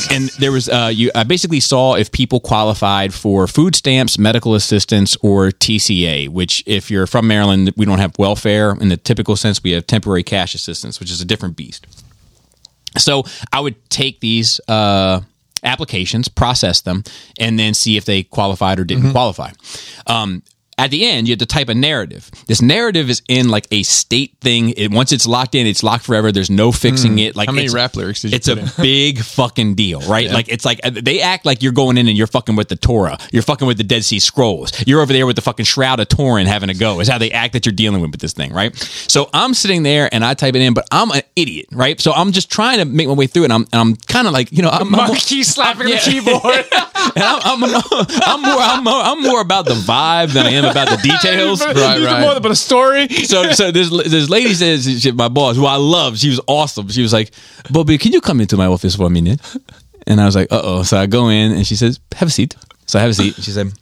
A: And there was, uh, you. I basically saw if people qualified for food stamps, medical assistance, or TCA. Which, if you're from Maryland, we don't have welfare in the typical sense. We have temporary cash assistance, which is a different beast. So I would take these uh, applications, process them, and then see if they qualified or didn't
B: Mm-hmm.
A: qualify. Um, at the end, you had to type a narrative. This narrative is in like a state thing. It, once it's locked in, it's locked forever. There's no fixing it. Like
B: Mm. How many
A: it's-
B: rap lyrics did you
A: It's a big fucking deal, right? Like it's like uh, they act like you're going in and you're fucking with the Torah. You're fucking with the Dead Sea Scrolls. You're over there with the fucking Shroud of Turin having a go. Is how they act that you're dealing with with this thing, right? So I'm sitting there and I type it in, but I'm an idiot, right? So I'm just trying to make my way through, it, and I'm and I'm kind of like you know I'm, I'm
D: Monkey slapping
A: Yeah.
D: the keyboard.
A: and I'm, I'm, I'm more I'm more I'm more about the vibe than I am about the details.
B: Right, right.
C: More than a story.
A: So, so this this lady says she- my boss, who I love, she was awesome. She was like, "Bobby, can you come into my office for a minute?" And I was like, "Uh oh." So I go in, and she says, "Have a seat." So I have a seat. She said,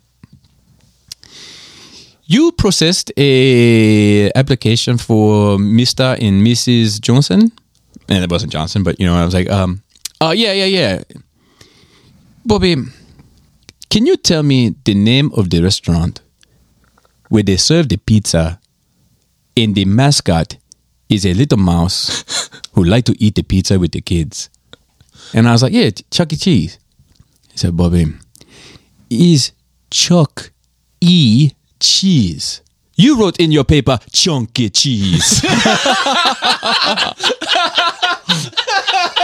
A: "You processed a application for Mister and Mrs. Johnson, and it wasn't Johnson, but you know, I was like, um, oh yeah, yeah, yeah, Bobby." Can you tell me the name of the restaurant where they serve the pizza and the mascot is a little mouse who like to eat the pizza with the kids. And I was like, yeah, Chuck E. Cheese. He said, Bobby, is Chuck E. Cheese. You wrote in your paper, chunky cheese.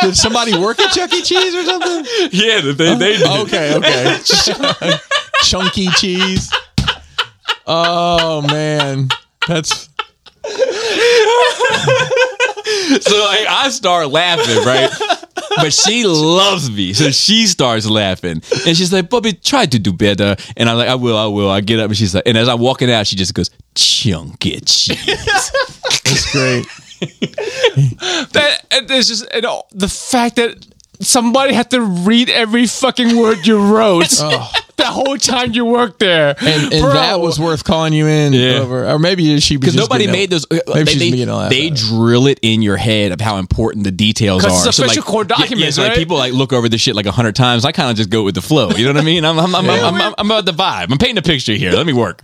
B: Did somebody work at Chuck E. Cheese or something? Oh,
A: yeah, they, they
B: Okay, okay. Chunky cheese. Oh man, that's
A: So like, I start laughing, right? But she loves me, so she starts laughing, and she's like, "Bobby, try to do better." And I'm like, "I will, I will." I get up, and she's like, and as I'm walking out, she just goes, "Chunky cheese."
B: great.
C: That and there's just and all- the fact that somebody had to read every fucking word you wrote the whole time you worked there.
B: Oh. And, and
C: Bro.
B: that was worth calling you in
A: Yeah.
B: over, or maybe she because
A: Because nobody made those. uh,
B: Maybe
A: they
B: she's
A: they,
B: being a laugh
A: they
B: at it.
A: drill it in your head of how important the details are.
C: 'Cause it's official
A: like,
C: core
A: yeah, yeah, it's
C: documents,
A: like
C: right?
A: people like look over this shit like a hundred times. I kind of just go with the flow. You know what I mean? I'm, I'm, I'm, I'm, I'm, I'm about the vibe. I'm painting a picture here. Let me work.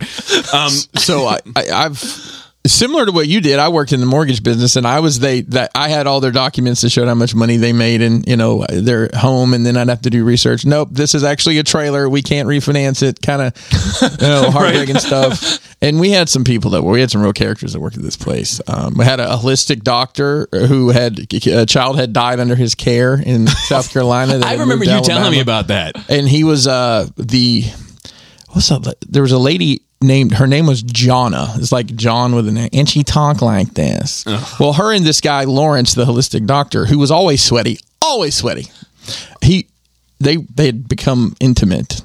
A: Um,
B: so I, I, I've similar to what you did. I worked in the mortgage business, and I was they that I had all their documents that showed how much money they made and you know their home, and then I'd have to do research. Nope, this is actually a trailer. We can't refinance it. Kind of you know, heartbreaking stuff. And we had some people that were we had some real characters that worked at this place. Um, we had a holistic doctor who had a child had died under his care in South Carolina. that
A: I
B: had
A: remember
B: moved
A: you
B: to
A: telling me
B: Alabama
A: about that.
B: and he was uh the what's up there was a lady named her name was Jonna it's like John with an and she talked like this well her and this guy Lawrence the holistic doctor who was always sweaty always sweaty he they they had become intimate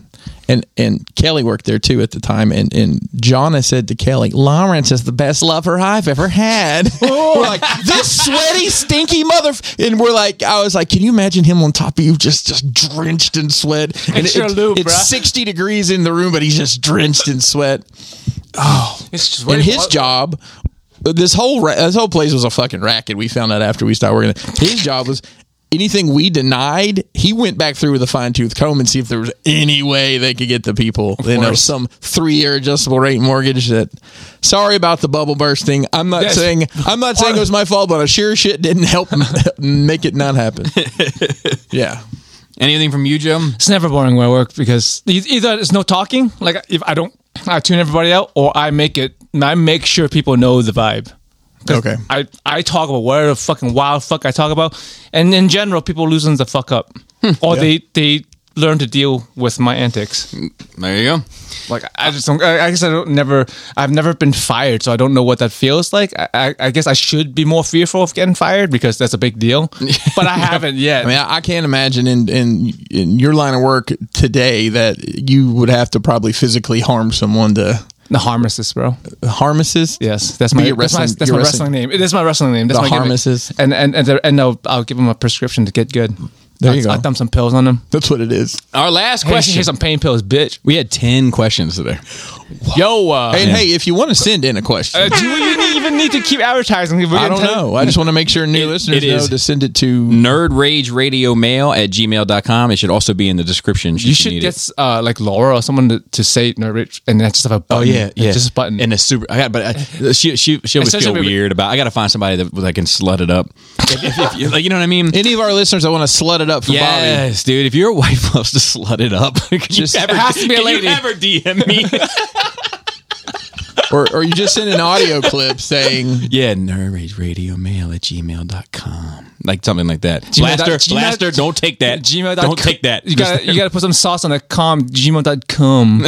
B: and and Kelly worked there too at the time and and Jonna said to Kelly Lawrence is the best lover I've ever had
C: Oh.
B: we're like this sweaty stinky mother and we're like I was like can you imagine him on top of you just just drenched in sweat and
C: Extra
B: it-
C: lube,
B: it's
C: bruh.
B: 60 degrees in the room but he's just drenched in sweat
C: It's just
B: and his job this whole ra- this whole place was a fucking racket we found out after we started working there. his job was anything we denied he went back through with a fine-tooth comb and see if there was any way they could get the people you know
C: course.
B: some three-year adjustable rate mortgage that sorry about the bubble burst thing i'm not
C: Yes.
B: saying i'm not saying it was my fault but i sure shit didn't help make it not happen yeah
A: Anything from you, Joe?
C: It's never boring where I work because e- either there's no talking, like if I don't, I tune everybody out, or I make it, and I make sure people know the vibe. 'Cause
B: Okay.
C: I, I talk about where the fucking wild fuck I talk about, and in general, people loosen the fuck up,
B: Hmm.
C: or they they learn to deal with my antics.
A: There you go.
C: Like I just don't. I I guess I don't never. I've never been fired, so I don't know what that feels like. I, I, I guess I should be more fearful of getting fired because that's a big deal, but I haven't yet.
B: I mean, I I can't imagine in, in in your line of work today that you would have to probably physically harm someone to
C: the harmless, bro.
B: harmless.
C: Yes, that's
B: Be
C: my
B: a
C: that's my,
B: wrestling-
C: that's
B: your wrestling-
C: my wrestling name. It is my wrestling name. That's
B: The
C: my gimmick.
B: Harnesses.
C: And and and, and I'll, I'll give him a prescription to get good.
B: There
C: I,
B: you go.
C: I dumped some pills on him.
B: That's what it is.
A: Our last
C: Hey,
A: question.
C: here's some pain pills, bitch.
A: we had ten questions today. Yo, uh,
B: And hey, if you want to send in a question,
C: Uh, do we even need to keep advertising? We're
B: I
C: gonna
B: don't
C: tell-
B: know. I just want to make sure
A: It-
B: new listeners
A: it
B: know
A: is- Mm,
B: to send it to.
A: nerdrageradio mail at gmail.com. It should also be in the description.
C: You should
A: need it.
C: get uh, like Laura or someone to, to say no rich, and that's
B: Oh,
C: just have a button.
B: Mm,
C: just a button.
A: oh, and a super. I got, but uh, I, she she she always feel
C: Especially if it-
A: weird about. I got to find somebody that, that can slut it up. If- if- if you- like, you know what I mean?
B: Any of our listeners that want to slut it up for Bobby,
A: Yes, dude. If your wife loves to slut it up, just
B: It
A: ever,
C: has to be a
A: can
C: lady.
A: You ever DM me?
B: or, or you just send an audio clip saying,
A: yeah, nerdrage radio mail at gmail.com. like something like that. Blaster,
C: Gmail-
A: blaster, don't take that.
C: Gmail.
A: don't take that.
C: You gotta you gotta put some sauce on the com gmail.com.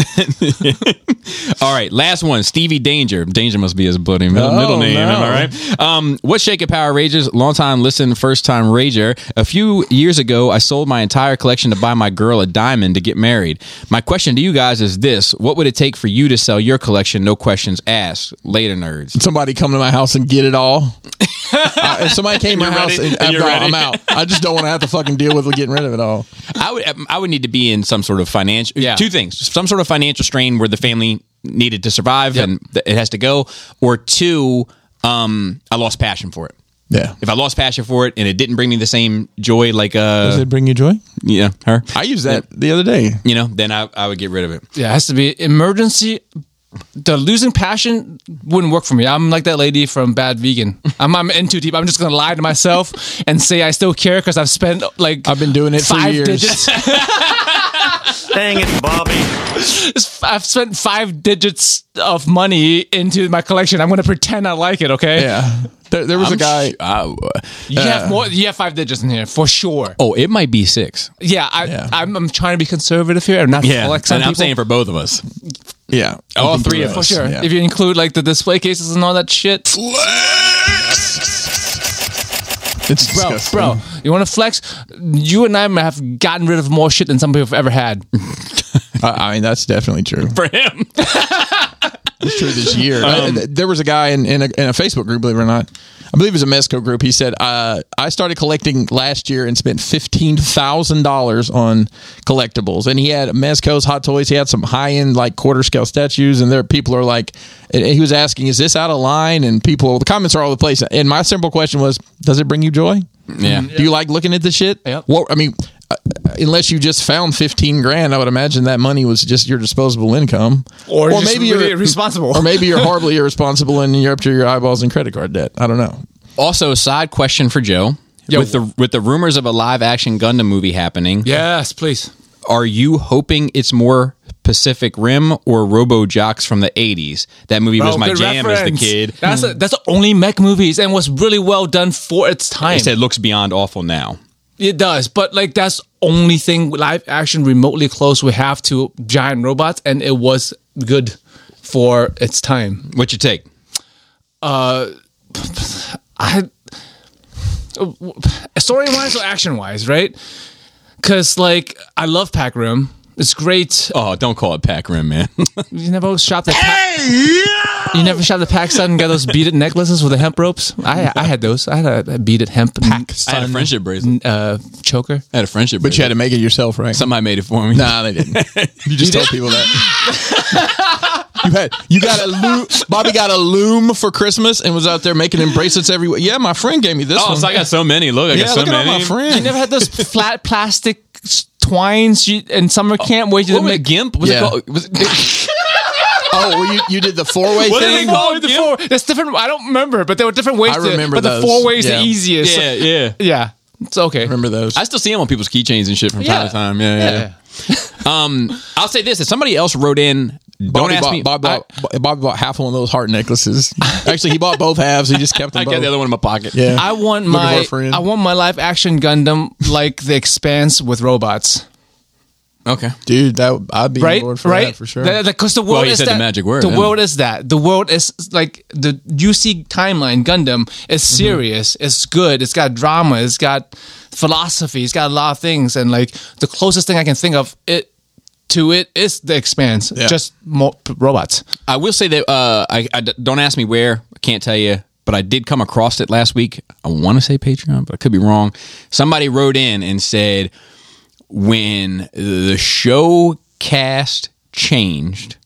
A: All right, last one. Stevie Danger. Danger must be his bloody middle,
B: Oh,
A: middle name.
B: no.
A: Am I right? Um, what shake it, Power Ragers? Long time listen, first time rager. A few years ago, I sold my entire collection to buy my girl a diamond to get married. My question to you guys is this: What would it take for you to sell your collection? No questions asked. Later, nerds.
B: somebody come to my house and get it all. Uh, if somebody came to my
A: You're
B: house,
A: ready?
B: and, I'm,
A: You're
B: out,
A: ready?
B: I'm out. I just don't want to have to fucking deal with getting rid of it all.
A: I would. I would need to be in some sort of financial.
C: Yeah.
A: Two things: some sort of financial strain where the family needed to survive and th- it has to go, or two, um, I lost passion for it.
B: Yeah.
A: if I lost passion for it and it didn't bring me the same joy like uh
B: Does it bring you joy?
A: yeah her
B: I used that the other day.
A: you know then I, I would get rid of it.
C: Yeah, it has to be emergency. The losing passion wouldn't work for me. I'm like that lady from Bad Vegan. I'm, I'm in too deep. I'm just gonna lie to myself and say I still care because I've spent like
B: I've been doing it for
C: five
B: years.
C: digits.
E: Dang it, Bobby.
C: I've spent five digits of money into my collection. I'm gonna pretend I like it. Okay.
B: Yeah. There, there was a guy.
A: I- uh,
C: You have more. You have five digits in here for sure.
A: oh, it might be six.
C: Yeah, I,
B: Yeah.
C: I'm, I'm trying to be conservative here and not flex on
A: and I'm
C: people.
A: saying for both of us.
B: Yeah.
A: Oh, All three of
C: for
A: us.
C: sure.
B: yeah.
C: If you include like the display cases and all that shit,
B: It's
C: bro,
B: disgusting.
C: Oh, bro, you want to flex? You and I might have gotten rid of more shit than some people have ever had.
B: I, I mean, that's definitely true.
A: For him,
B: It's true this year. Uh, th- there was a guy in, in, a, in a Facebook group, believe it or not. I believe it was a Mesco group. He said, uh, I started collecting last year and spent $15,000 on collectibles. And he had Mesco's Hot Toys. He had some high end, like quarter scale statues. And there people are like, and he was asking, is this out of line? And people, the comments are all over the place. And my simple question was, does it bring you joy?
A: yeah.
B: Do you like looking at the shit?
C: Yep.
B: Well, I mean, uh, unless you just found 15 grand, I would imagine that money was just your disposable income.
C: Or just really irresponsible.
B: Or maybe you're horribly irresponsible and you're up to your eyeballs in credit card debt. I don't know.
A: Also, a side question for Joe. With the with the rumors of a live action Gundam movie happening,
C: Yes, please.
A: are you hoping it's more Pacific Rim or Robo Jocks from the '80s? That movie
E: Oh,
A: was my jam as the kid.
C: Oh, That's the- that's the only mech movies and was really well done for its time.
A: It said looks beyond awful now.
C: It does, but like that's only thing live action remotely close we have to giant robots, and it was good for its time. Uh,
A: What's your take?
C: I story wise or action wise, right? Because like I love Pack Room. It's great.
A: Oh, don't call it Pac Rim, man.
C: You never shot the. Pac- you never shot the pack sun and got those beaded necklaces with the hemp ropes. I I had those. I had a, beaded hemp
B: Mm,
C: pack
A: I had a friendship bracelet.
C: uh, choker.
A: I had a friendship,
B: But you had to make it yourself, right?
A: Somebody made it for me.
B: nah, they didn't. You just tell people that. You had you got a loom. Bobby got a loom for Christmas and was out there making them bracelets everywhere. Yeah, my friend gave me this one.
A: Oh, so I got so many. Look, I
B: yeah,
A: got so
B: look at all
A: many.
B: my friend.
C: You never had those flat plastic s- twines you, in summer
B: Oh,
C: camp where you
A: What
C: didn't
A: was it,
C: make
A: Gimp? Was
B: Yeah.
A: it called? Was it,
B: oh, well, you you did the four way
A: What do
B: thing.
A: they call it?
C: the
A: Gimp?
C: four. There's different. I don't remember, but there were different ways.
B: I
C: to-
B: remember
C: but
B: those.
C: the four ways
B: Yeah.
C: the easiest.
A: yeah, yeah.
C: yeah. It's okay.
B: Remember those?
A: I still see them on people's keychains and shit from time
C: Yeah.
A: to time. Yeah, yeah. yeah. um, I'll say this: if somebody else wrote in, don't
B: Bobby
A: ask
B: bought,
A: me.
B: Bob bought, Bobby bought half of one of those heart necklaces. Actually, he bought both halves. He just kept them
A: I, I
B: both.
A: got the other one in my pocket.
B: yeah,
C: I want
B: Looking for
C: my
B: a friend.
C: I want my live action Gundam like the Expanse with robots.
A: Okay.
B: dude, that I'd be
C: Right,
B: on board for
C: right,
B: that for sure.
C: Because the world
A: you
C: is
A: said the
C: that,
A: magic word,
C: The
A: yeah.
C: world is that. The world is like the UC timeline. Gundam is
B: Mm-hmm.
C: serious. It's good. It's got drama. It's got philosophy. It's got a lot of things. And like the closest thing I can think of it to it is the Expanse.
B: Yeah.
C: Just more p- robots.
A: I will say that. Uh, I, I d- don't ask me where. I can't tell you but I did come across it last week. I want to say Patreon, but I could be wrong. Somebody wrote in and said when the show cast changed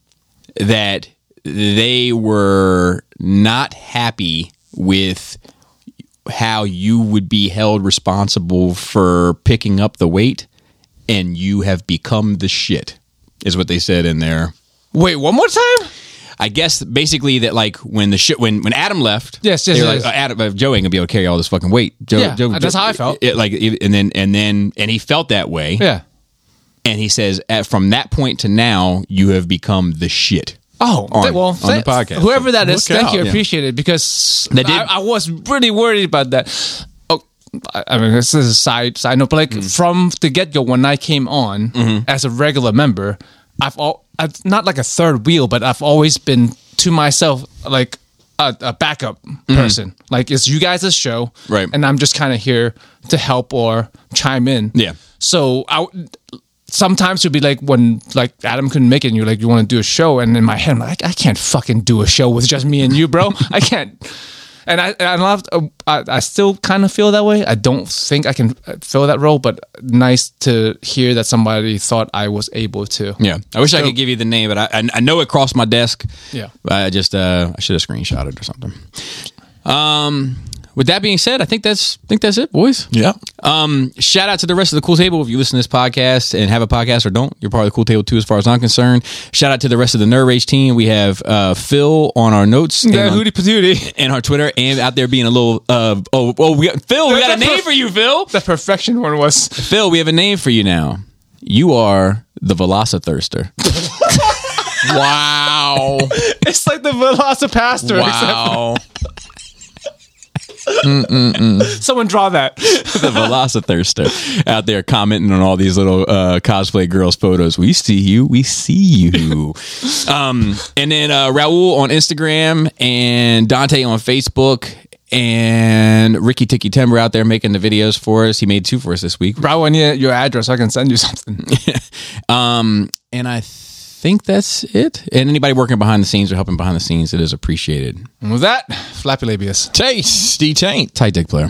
A: that they were not happy with how you would be held responsible for picking up the weight and you have become the shit is what they said in there
C: Wait, one more time?
A: I guess basically that like when the shit when when Adam left,
C: Yes, yes,
A: they were
C: yes.
A: like, "Oh, Adam, uh, Joe ain't gonna be able to carry all this fucking weight. Joe,
C: Yeah,
A: Joe,
C: that's
A: Joe-
C: how I felt.
A: It, like, it- and then and then and he felt that way.
C: Yeah.
A: and he says, at, from that point to now, you have become the shit.
C: Oh,
A: On-
C: th- well,
A: on the
C: thank-
A: podcast.
C: Whoever that is,
A: Look
C: thank
A: out.
C: you.
A: Yeah.
C: Appreciate it because
A: They did-
C: I, I was really worried about that. Oh, I, I mean, this is a side side note, but
A: Mm.
C: like from the get go when I came on
A: Mm-hmm.
C: as a regular member, I've all I've, not like a third wheel, but I've always been to myself like a, a backup person. Like it's you guys' show,
A: Mm-hmm. Right.
C: And I'm just kind of here to help or chime in.
A: Yeah.
C: So I w- sometimes it'd be like when like Adam couldn't make it, and you're like, you want to do a show, and in my head, I'm like, I can't fucking do a show with just me and you, bro. I can't. And I, and I love, uh, I, I still kind of feel that way. I don't think I can uh, fill that role, but nice to hear that somebody thought I was able to.
A: Yeah, I wish I could give you the name, but I, I I know it crossed my desk.
C: Yeah.
A: But I just uh, I should have screenshot it or something. Um, with that being said, I think that's I think that's it, boys.
B: Yeah.
A: Um, shout out to the rest of the Cool Table. If you listen to this podcast and have a podcast or don't, you're part of the Cool Table too, as far as I'm concerned. Shout out to the rest of the Nerd Rage team. We have uh, Phil on our notes and,
C: Yeah,
A: on,
C: hootie patootie.
A: and our Twitter, and out there being a little. Uh, oh, oh, we got, Phil, we got a name for you, Phil.
C: The perfection one was.
A: Phil, we have a name for you now. You are the Velocithirster.
B: Wow.
C: It's like the Velocipaster.
B: wow.
C: Except someone draw that.
A: the Velocithirster out there commenting on all these little uh, cosplay girls' photos. We see you. We see you. um, and then uh, Raul on Instagram and Dante on Facebook and Ricky Tiki Timber out there making the videos for us. He made two for us this week.
C: Bro, I need your address. so I can send you something.
A: Um, and I think that's it. And anybody working behind the scenes or helping behind the scenes, it is appreciated.
C: And with that, Flappy Labius.
B: Taste. Detaint.
A: Tight dick player.